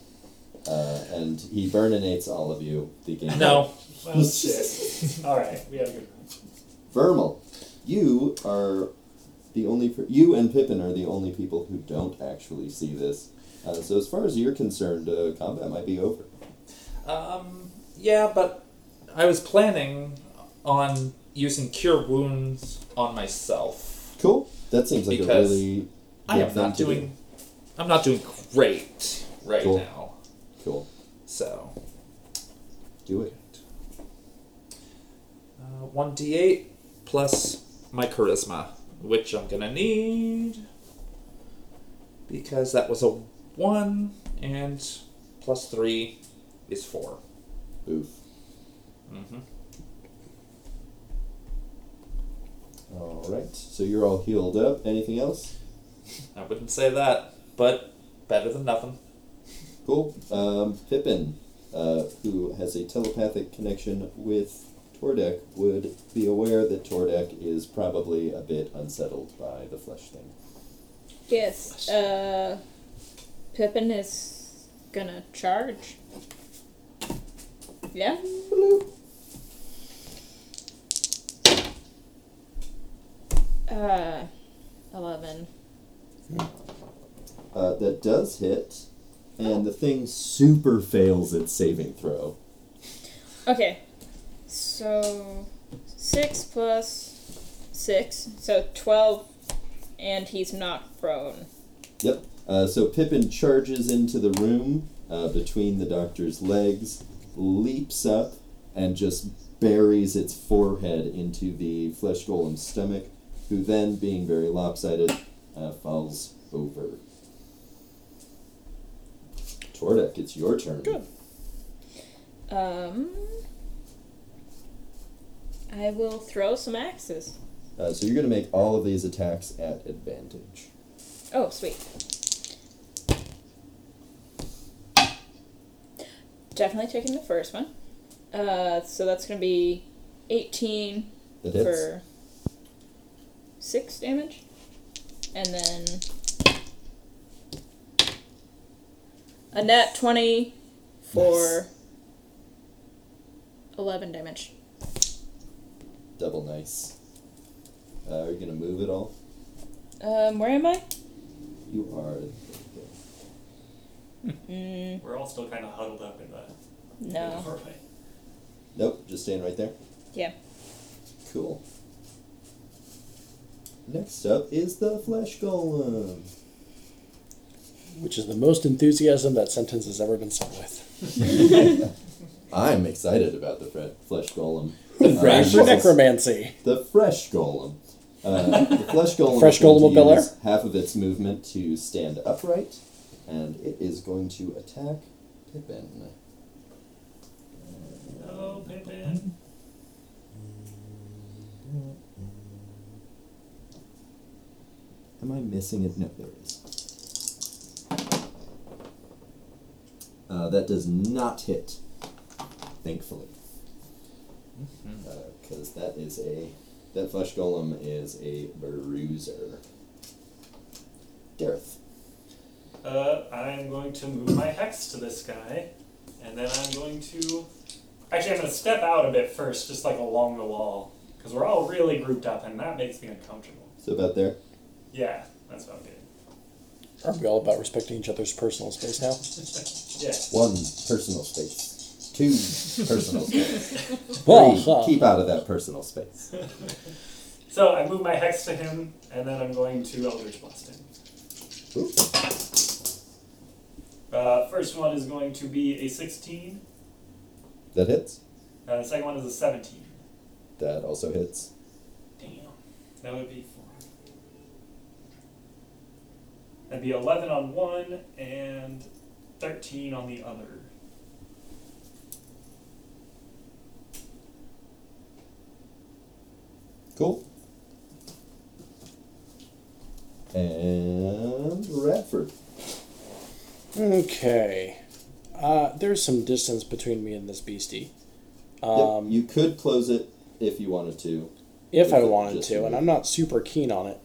Uh, and he burninates all of you. The game. *laughs*
No,
Well, shit. All right, we have a good one.
Vermal, you are the only. Per- you and Pippin are the only people who don't actually see this. Uh, so as far as you're concerned, uh, combat might be over.
Um, yeah, but I was planning on using cure wounds on myself.
Cool. That seems like a
Because
really.
I
good
am
thing
not
to do.
doing I'm not doing great right
Cool.
now.
Cool.
So,
Do it.
uh, 1d8 plus my charisma, which I'm going to need because that was a 1 and plus three is four.
Oof.
Mhm.
All right. So you're all healed up. Anything else?
I wouldn't say that, but better than nothing.
Cool. Um, Pippin, uh, who has a telepathic connection with Tordek, would be aware that Tordek is probably a bit unsettled by the flesh thing.
Yes. Uh, Pippin is gonna charge. Yeah. Uh, eleven.
Uh, that does hit, and the thing super fails its saving throw.
Okay. So six plus six, so twelve, and he's not prone.
Yep. Uh, so Pippin charges into the room uh, between the doctor's legs, leaps up, and just buries its forehead into the flesh golem's stomach, who then, being very lopsided, uh, falls over. Tordek, it's your turn.
Good.
Um, I will throw some axes.
Uh, so you're going to make all of these attacks at advantage.
Oh, sweet. Definitely taking the first one. Uh, so that's gonna be 18
That hits.
for 6 damage. And then a net 20 for 11 damage.
Double nice. Uh, are you going to move at all?
Um, where am I?
You are.
Mm,
We're all still kind of huddled up in the, in the
no.
doorway.
Nope, just staying right there.
Yeah.
Cool. Next up is the flesh golem.
Which is the most enthusiasm that sentence has ever been said with.
I'm excited about the fre-
*laughs*
flesh golem.
Ready for
Um,
necromancy.
The fresh golem. Uh, the
*laughs*
flesh golem.
Fresh
is going
golem
to
of Bel Air?
use Half of its movement to stand upright, and it is going to attack Pippin.
Oh, Pippin.
Am I missing it? No, there it is. Uh, that does not hit, thankfully. Because that is a. That flesh golem is a bruiser. Dareth.
Uh, I'm going to move my hex to this guy, and then I'm going to. Actually, I'm going to step out a bit first, just like along the wall, because we're all really grouped up, and that makes me uncomfortable.
So about there?
Yeah, that's what I'm getting.
Are we all about respecting each other's personal space now?
Yeah.
One, personal space. Two, personal space.
Well,
Three, keep out of that personal space.
So I move my hex to him, and then I'm going to Eldritch Blast him.
Ooh,
Uh, first one is going to be a 16.
that hits.
Uh, the second one is a 17.
That also hits.
Damn. That would be four. That'd be 11 on one and 13 on the other.
Cool. And Radford.
okay. Uh, there's some distance between me and this beastie.
Yep,
Um,
you could close it if you wanted to.
if I
Just-
wanted
just
to, and
move.
I'm not super keen on it.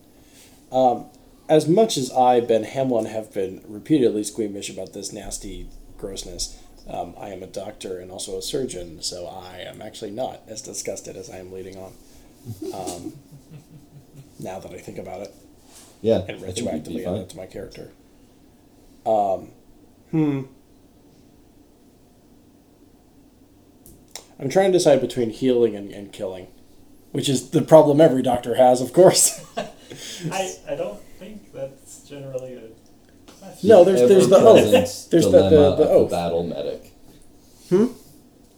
Um, as much as I, Ben Hamlin, have been repeatedly squeamish about this nasty grossness, um, I am a doctor and also a surgeon, so I am actually not as disgusted as I am leading on. Um, *laughs* now that I think about it,
Yeah.
and
I think you'd be
retroactively
fine.
add it to my character. Um, hmm. I'm trying to decide between healing and, and killing, which is the problem every doctor has, of course. *laughs*
I, I don't think that's generally a question.
No, there's there's the oath.
ever-present
There's the- the-
dilemma
the
of
oath.
battle medic.
Hmm?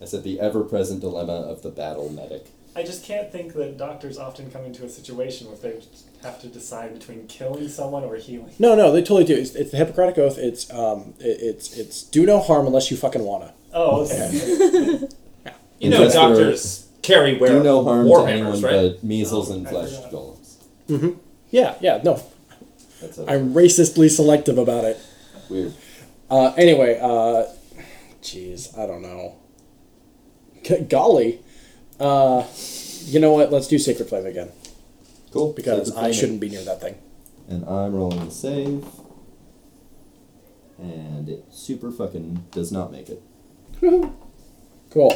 I said the ever present dilemma of the battle medic.
I just can't think that doctors often come into a situation where they have to decide between killing someone or healing.
No, no, they totally do. It's, it's the Hippocratic Oath. It's um, it, it's it's do no harm unless you fucking wanna.
Oh, okay. *laughs*
You know,
Unless they're-
doctors carry wear
Do no harm to anyone
warhammers, right?
but measles and
Oh, I
flesh
forgot.
golems.
Yeah, yeah, no,
That's a
I'm racistly selective about it.
weird.
Uh, anyway, uh, jeez, I don't know. G- golly, uh, you know what? Let's do Sacred Flame again
Cool.
because
Save the
I
flavor.
shouldn't be near that thing.
And I'm rolling the save. And it super fucking does not make it.
*laughs* Cool.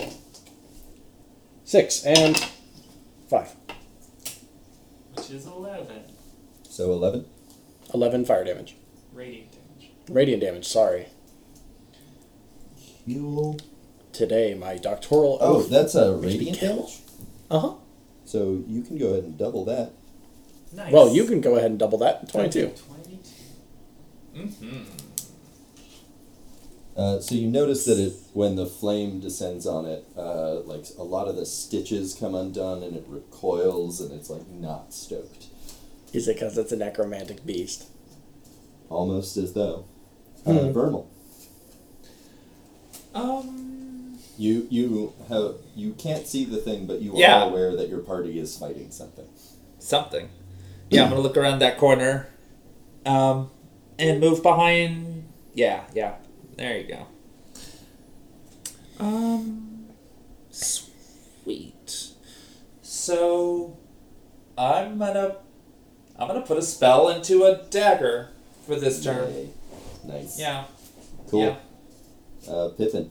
Six and five.
Which is 11.
So 11.
Eleven fire damage.
Radiant damage.
Radiant damage, sorry.
Heal.
Today, my doctoral
Oh,
oath.
that's a
makes me
radiant
kill.
damage.
Uh-huh.
So you can go ahead and double that.
Nice.
Well, you can go ahead and double that. 22.
22.
Uh, so you notice that it when the flame descends on it, uh, like a lot of the stitches come undone and it recoils and it's like not stoked,
Is it because it's a necromantic beast?
almost as though. Uh,
Hmm.
Vermal,
Um,
you you have you can't see the thing, but you
Yeah.
are aware that your party is fighting something.
something. Yeah, I'm gonna look around that corner, um, and move behind. Yeah, yeah. There you go. Um, sweet. So, I'm gonna, I'm gonna put a spell into a dagger for this turn.
Yay. Nice.
Yeah.
Cool.
Yeah.
Uh, Pippin,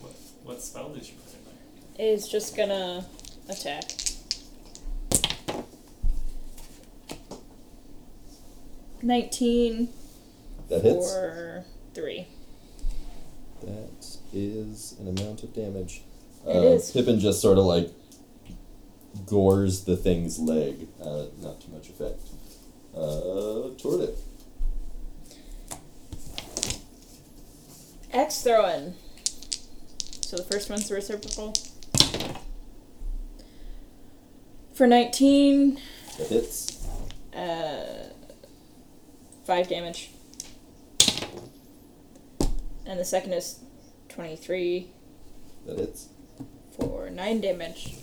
What, what spell did you put in there?
Is just gonna attack. Nineteen
that hits.
or three.
That is an amount of damage.
It
uh,
is.
Pippin just sort of like gores the thing's leg. Uh, not too much effect. Uh, toward it.
Axe throwing. So the first one's reciprocal. For nineteen,
That hits.
uh, five damage. And the second is twenty-three
That hits.
for nine damage.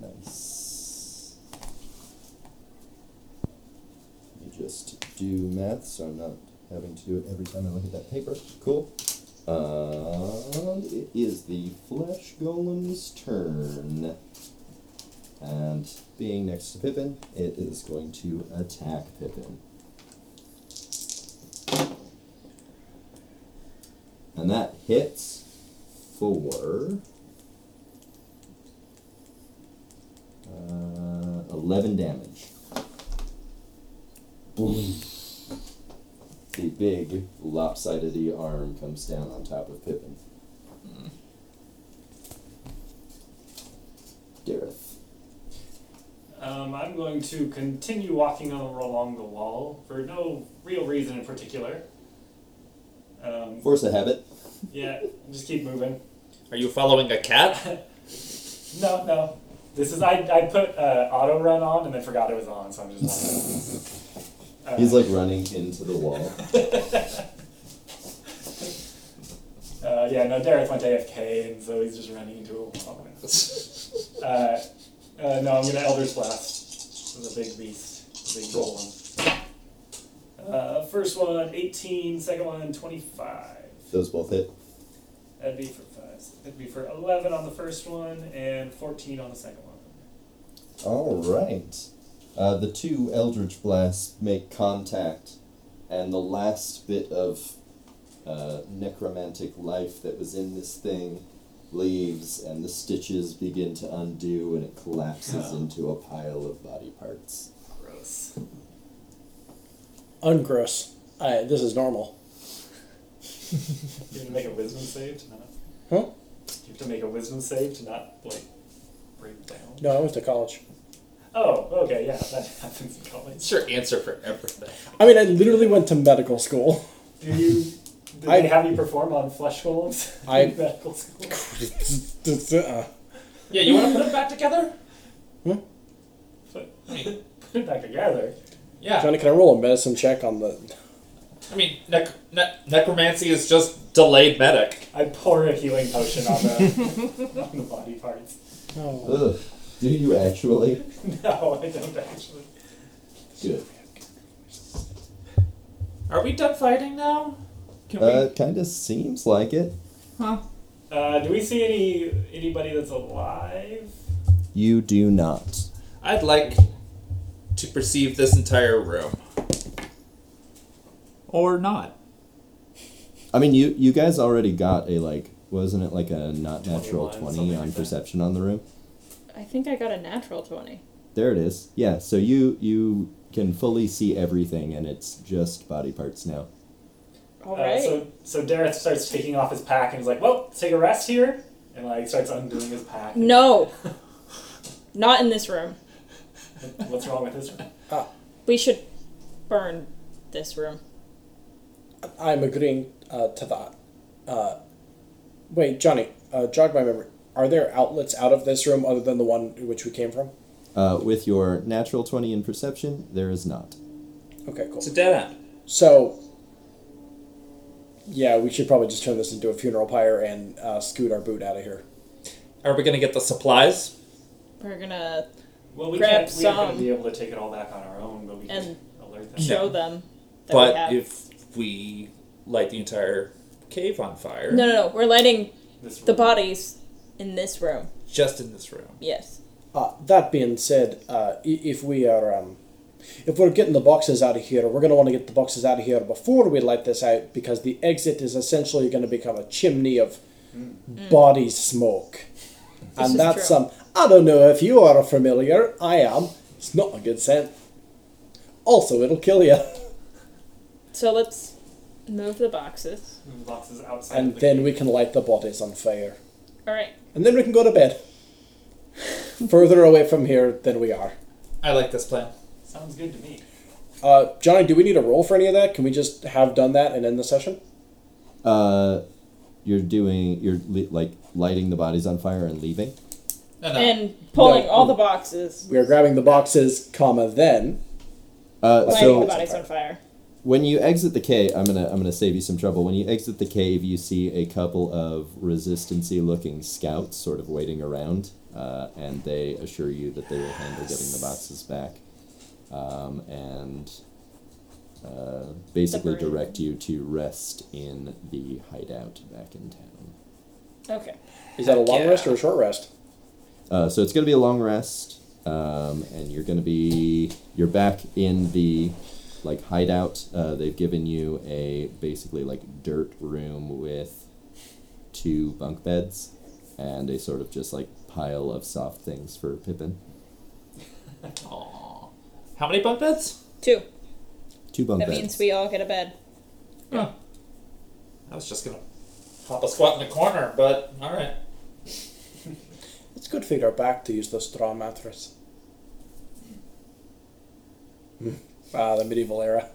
Nice. Let me just do math so I'm not having to do it every time I look at that paper. Cool. And it is the flesh golem's turn. And being next to Pippin, it is going to attack Pippin. And that hits for Uh, 11 damage. Boom. The big lopsided arm comes down on top of Pippin. Dareth.
Um, I'm going to continue walking over along the wall for no real reason in particular. Um,
Force a habit.
yeah, just keep moving.
Are you following a cat?
*laughs*
No, no. This is I, I put uh, auto run on and then forgot it was on, so I'm just. Walking. Uh,
He's like running into the wall.
Uh, yeah, no, Derek went AFK, and so he's just running into a wall.
*laughs*
uh, uh, no, I'm gonna Elder's Blast. The big beast. The big golem. Uh, first one, 18. Second one, 25.
Those both hit.
That'd be for five. That'd be for 11 on the first one, and 14 on the second one.
All right. Uh, the two Eldritch Blasts make contact, and the last bit of uh, necromantic life that was in this thing leaves, and the stitches begin to undo, and it collapses
Yeah.
into a pile of body parts.
Gross.
Ungross. I, this is normal.
You have to make a wisdom save to not.
Huh?
You have to make a wisdom save to not, like, break down.
No, I went to college.
Oh, okay, yeah, that *laughs* happens in college.
It's your answer for everything.
*laughs* I mean, I literally went to medical school.
Do you Did
I-
they have you perform on flesh wounds? *laughs* in
I- *laughs*
medical school.
Uh,
Yeah, you want to put it back together?
Put *laughs* it back together.
Yeah.
Johnny, can I roll a medicine check on the?
I mean, nec- ne- necromancy is just delayed medic.
I pour a healing potion on the
*laughs*
on the body parts. *laughs*
Oh.
Ugh. Do you actually?
No, I don't actually. *laughs*
Good.
Are we done fighting now? Can we?
Uh, kind of seems like it.
Uh, do we see any anybody that's alive?
You do not.
I'd like to perceive this entire room.
Or not.
I mean, you you guys already got a like, wasn't it like a not natural
21,
twenty
something
on
like that.
perception on the room?
I think I got a natural 20.
There it is. Yeah. So you you can fully see everything, and it's just body parts now.
All
Uh,
right.
so so Dareth starts taking off his pack and is like, "Well, let's take a rest here," and like starts undoing his pack.
no. Not in this room.
What's wrong with this room?
We should burn this room.
I'm agreeing uh, to that. Uh, wait, Johnny, uh, jog my memory. Are there outlets out of this room other than the one which we came from?
Uh, with your natural twenty in perception, there is not.
Okay, cool.
It's a dead end.
So, yeah, we should probably just turn this into a funeral pyre and uh, scoot our boot out of here.
Are we gonna get the supplies?
We're gonna
Well, we
Grab
can't. We aren't
some.
gonna be able to take it all back on our own, but we can
And-
alert them.
show them that we
but
have.
if we light the entire cave on fire,
no, no, no. We're lighting
This
the
room.
bodies in this room.
just in this room.
Yes.
Uh, that being said, uh, i- if we are um, if we're getting the boxes out of here, we're going to want to get the boxes out of here before we light this out because the exit is essentially going to become a chimney of body smoke,
Mm. is
and that's
true.
um. I don't know if you are familiar. I am. It's not a good scent. Also, it'll kill you.
So let's move the boxes.
Move boxes outside. of
And
the
then
cave.
we can light the bodies on fire.
All right.
And then we can go to
*laughs*
bed. Further away from here than we are.
I like this plan.
*laughs* sounds good to me.
Uh, Johnny, do we need a roll for any of that? Can we just have done that and end the session?
Uh, you're doing you're li- like lighting the bodies on fire and leaving.
No, Uh, no.
And pulling
No.
all the boxes,
We are grabbing the boxes, comma, then.
Uh,
lighting
so
the bodies on fire.
when you exit the cave, I'm gonna I'm gonna save you some trouble. When you exit the cave, you see a couple of resistancy looking scouts sort of waiting around, uh, and they assure you that they will handle getting the boxes back, um, and uh, basically
Separate.
direct you to rest in the hideout back in town.
Okay.
Is that a long
Yeah.
rest or a short rest?
Uh, so it's going to be a long rest, um, and you're going to be you're back in the like hideout. Uh, they've given you a basically like dirt room with two bunk beds and a sort of just like pile of soft things for Pippin.
How many bunk beds?
Two.
Two bunk
That
beds.
means we all get a bed.
I was just gonna hop a squat in the corner, but all right.
It's good for your back to use the straw mattress. Hmm. ah, the medieval era.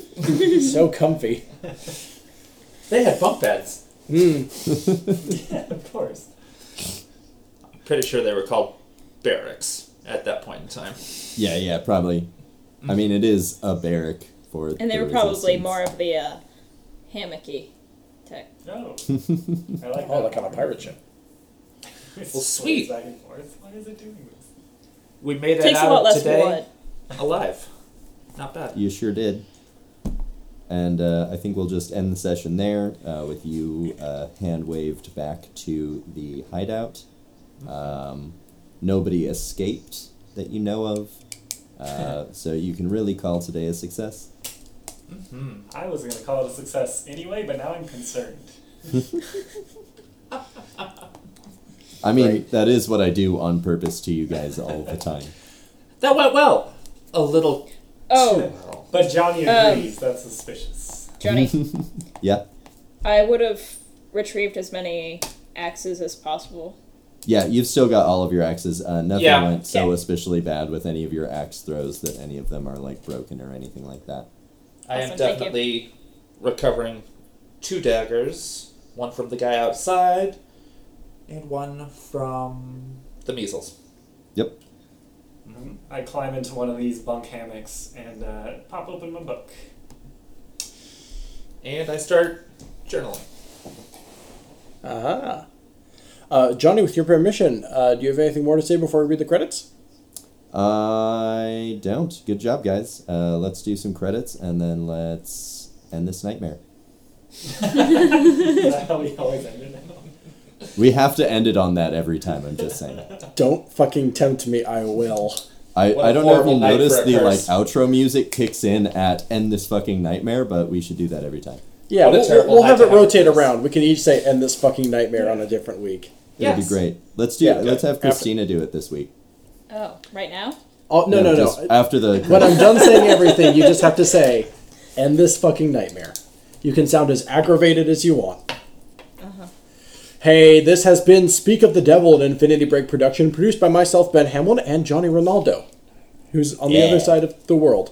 *laughs* so comfy.
They had bunk beds.
Mm.
Yeah, *laughs* of course.
I'm pretty sure they were called barracks at that point in time.
Yeah, yeah, probably. I mean, it is a barrack for.
And they
the
were probably
resistance.
more of the uh, hammocky type.
*laughs*
No. I like
Oh, like on a pirate ship.
Well,
sweet.
Back and forth. Why is it doing this?
We made it
Takes a
out
lot less
today
blood.
alive. Not bad.
You sure did. And uh, I think we'll just end the session there uh, with you uh, hand waved back to the hideout. Um, nobody escaped that you know of.
*laughs*
Uh, so you can really call today a success.
Hmm.
I was gonna call it a success anyway, but now I'm concerned.
I mean, that is what I do on purpose to you guys all *laughs* the time.
That went well. A little.
Oh,
But Johnny
Um,
agrees. That's suspicious.
Johnny,
*laughs* yeah.
I would have retrieved as many axes as possible.
Yeah, you've still got all of your axes. Uh, nothing
Yeah.
went so
Yeah.
especially bad with any of your axe throws that any of them are like broken or anything like that.
Awesome,
I am
thank you.
definitely recovering two daggers one from the guy outside, and one from the measles.
Yep.
I climb into one of these bunk hammocks and uh, pop open my book.
And I start journaling.
Aha. Uh, Johnny, with your permission, uh, do you have anything more to say before we read the credits?
I don't. Good job, guys. Uh, let's do some credits and then let's end this nightmare.
*laughs* That's how we always end it.
We have to end it on that every time. I'm just saying.
Don't fucking tempt me, I will.
I,
What a
I don't know if
horrible
you
night
noticed
for a
the like
curse.
outro music kicks in at end this fucking nightmare, but we should do that every time.
Yeah,
What a
we'll,
terrible
we'll have
night
it
to have
rotate
this.
around. We can each say end this fucking nightmare on a different week.
It would be
Yes.
great. Let's do.
Yeah,
let's have
after-
Christina do it this week.
Oh, right now?
Oh, no, no, no.
just After the
When I'm done saying everything, you just have to say end this fucking nightmare. You can sound as aggravated as you want. Hey, this has been Speak of the Devil, an Infinity Break production produced by myself, Ben Hamlin, and Johnny Ronaldo, who's on the
Yeah.
other side of the world.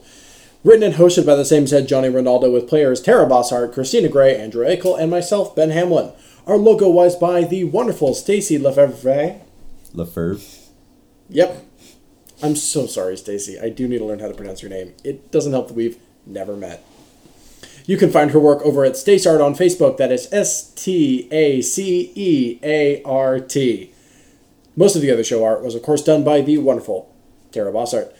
Written and hosted by the same said Johnny Ronaldo with players Tara Bossart, Christina Gray, Andrew Eckel, and myself, Ben Hamlin. Our logo was by the wonderful Stacy Lefevre.
Lefebvre.
Yep. I'm so sorry, Stacy. I do need to learn how to pronounce your name. It doesn't help that we've never met. You can find her work over at Staceart on Facebook. That is S T A C E A R T. Most of the other show art was, of course, done by the wonderful Tara Bossart.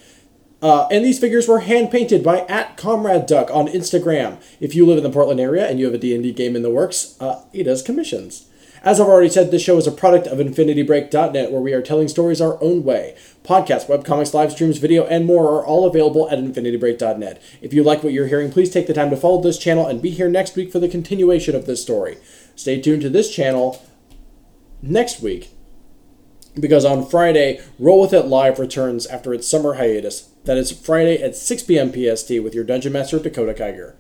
Uh, and these figures were hand painted by at Comrade Duck on Instagram. If you live in the Portland area and you have a D&D game in the works, uh, he does commissions. As I've already said, this show is a product of InfinityBreak.net, where we are telling stories our own way. Podcasts, webcomics, live streams, video, and more are all available at InfinityBreak.net. If you like what you're hearing, please take the time to follow this channel and be here next week for the continuation of this story. Stay tuned to this channel next week because on Friday, Roll With It Live returns after its summer hiatus. That is Friday at 6 p.m. PST with your Dungeon Master, Dakota Kiger.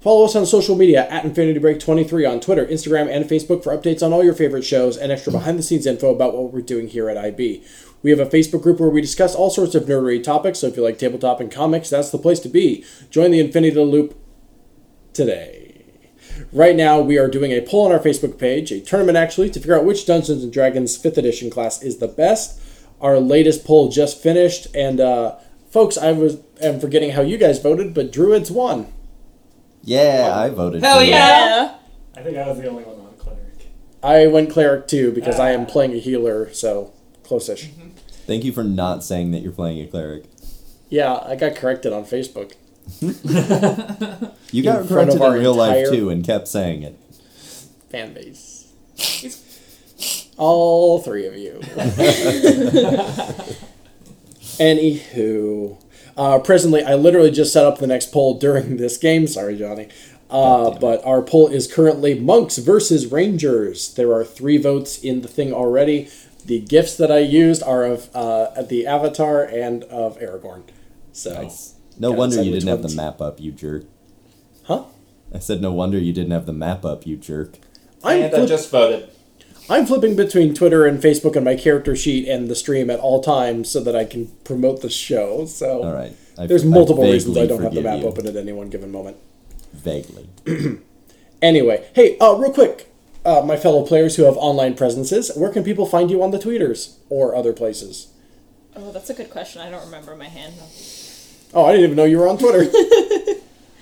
Follow us on social media at Infinity Break 23 on Twitter, Instagram, and Facebook for updates on all your favorite shows and extra behind the scenes info about what we're doing here at IB. We have a Facebook group where we discuss all sorts of nerdery topics, so if you like tabletop and comics, that's the place to be. Join the Infinity Loop today. Right now, we are doing a poll on our Facebook page, a tournament actually, to figure out which Dungeons and Dragons 5th edition class is the best. Our latest poll just finished, and uh, folks, I was am forgetting how you guys voted, but Druids won.
Yeah, I voted.
Hell
for it.
yeah.
I think I was the only one on cleric.
I went cleric too because I am playing a healer, so close-ish.
Thank you for not saying that you're playing a cleric.
Yeah, I got corrected on Facebook.
You got
In front of
corrected in
our
real life
entire-
too and kept saying it.
Fan base. All three of you. *laughs* Anywho, uh, presently, I literally just set up the next poll during this game. Sorry, Johnny. Uh, but our poll is currently monks versus rangers. There are three votes in the thing already. The gifts that I used are of uh, the Avatar and of Aragorn. So,
No
Gotta
wonder
decide
you
which
didn't have the
ones.
map up, you jerk.
huh?
I said no wonder you didn't have the map up, you jerk.
I'm
and uh, I
flipping-
just voted.
I'm flipping between Twitter and Facebook and my character sheet and the stream at all times so that I can promote the show. So
All right. I-
there's
I
multiple reasons I
vaguely
don't have the
forgive
map
you.
open at any one given moment.
Vaguely.
Anyway, hey, uh, real quick, uh, my fellow players who have online presences, where can people find you on the tweeters or other places?
Oh, that's a good question. I don't remember my handle.
Oh, I didn't even know you were on
*laughs*
Twitter,
I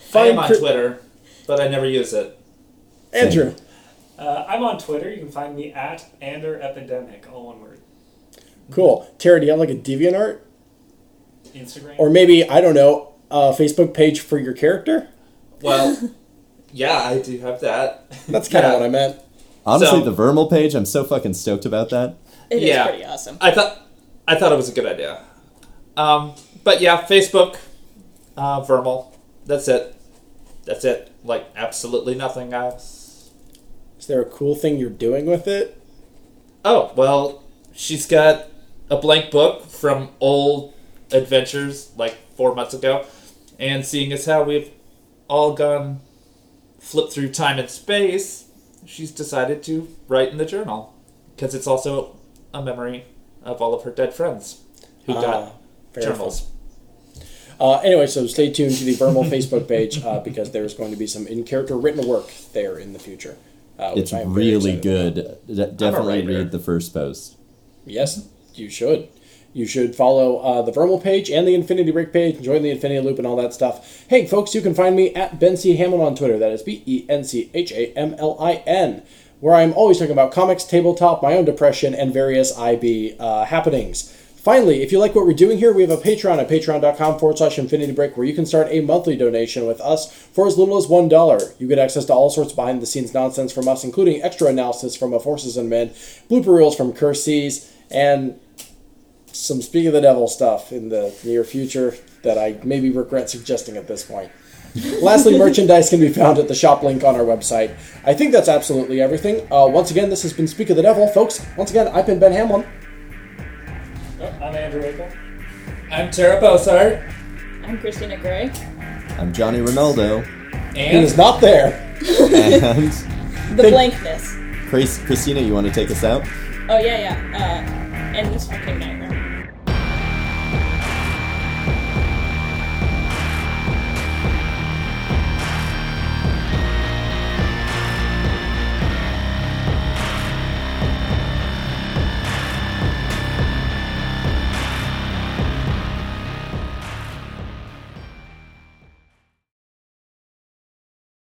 Fine
am on
cri-
Twitter, but I never use it.
Andrew.
Uh, I'm on Twitter. You can find me at Ander Epidemic, all one word.
Cool. Tara, do you have like a DeviantArt
Instagram.
or maybe I don't know a Facebook page for your character?
*laughs* Well, yeah, I do have that.
That's kind of
Yeah.
what I meant.
Honestly,
So-
the Vermal page, I'm so fucking stoked about that.
It is
Yeah.
pretty awesome.
I thought I thought it was a good idea. Um, but yeah, Facebook, uh, Vermal. That's it. That's it. Like absolutely nothing else.
Is there a cool thing you're doing with it?
Oh well, she's got a blank book from old adventures like four months ago, and seeing as how we've all gone flip through time and space, she's decided to write in the journal because it's also a memory of all of her dead friends who
Ah,
got
very fun.
journals.
Uh, anyway, so stay tuned to the Vermal Facebook page uh, because there's going to be some in character written work there in the future. Uh, which
It's
I am very
really
excited
good.
about.
De- definitely
writer.
read the first post.
Yes, you should. You should follow uh, the Vermal page and the Infinity Break page, join the Infinity Loop and all that stuff. Hey, folks, you can find me at Ben C. Hamlin on Twitter. That is B E N C H A M L I N, where I'm always talking about comics, tabletop, my own depression, and various IB uh, happenings. Finally, if you like what we're doing here, we have a Patreon at patreon.com forward slash infinity break where you can start a monthly donation with us for as little as $1. You get access to all sorts of behind the scenes nonsense from us, including extra analysis from A Forces and Men, blooper reels from Curse Seas, and some Speak of the Devil stuff in the near future that I maybe regret suggesting at this point. Lastly, merchandise can be found at the shop link on our website. I think that's absolutely everything. Uh, once again, this has been Speak of the Devil, folks. Once again, I've been Ben Hamlin.
Oh, I'm Andrew April.
I'm Tara Bosart,
I'm Christina Gray.
I'm Johnny Ronaldo *laughs*
He is
and
not there.
and
The blankness.
Chris, Christina. You want to take us out?
Oh yeah, yeah. Uh, and this fucking nightmare.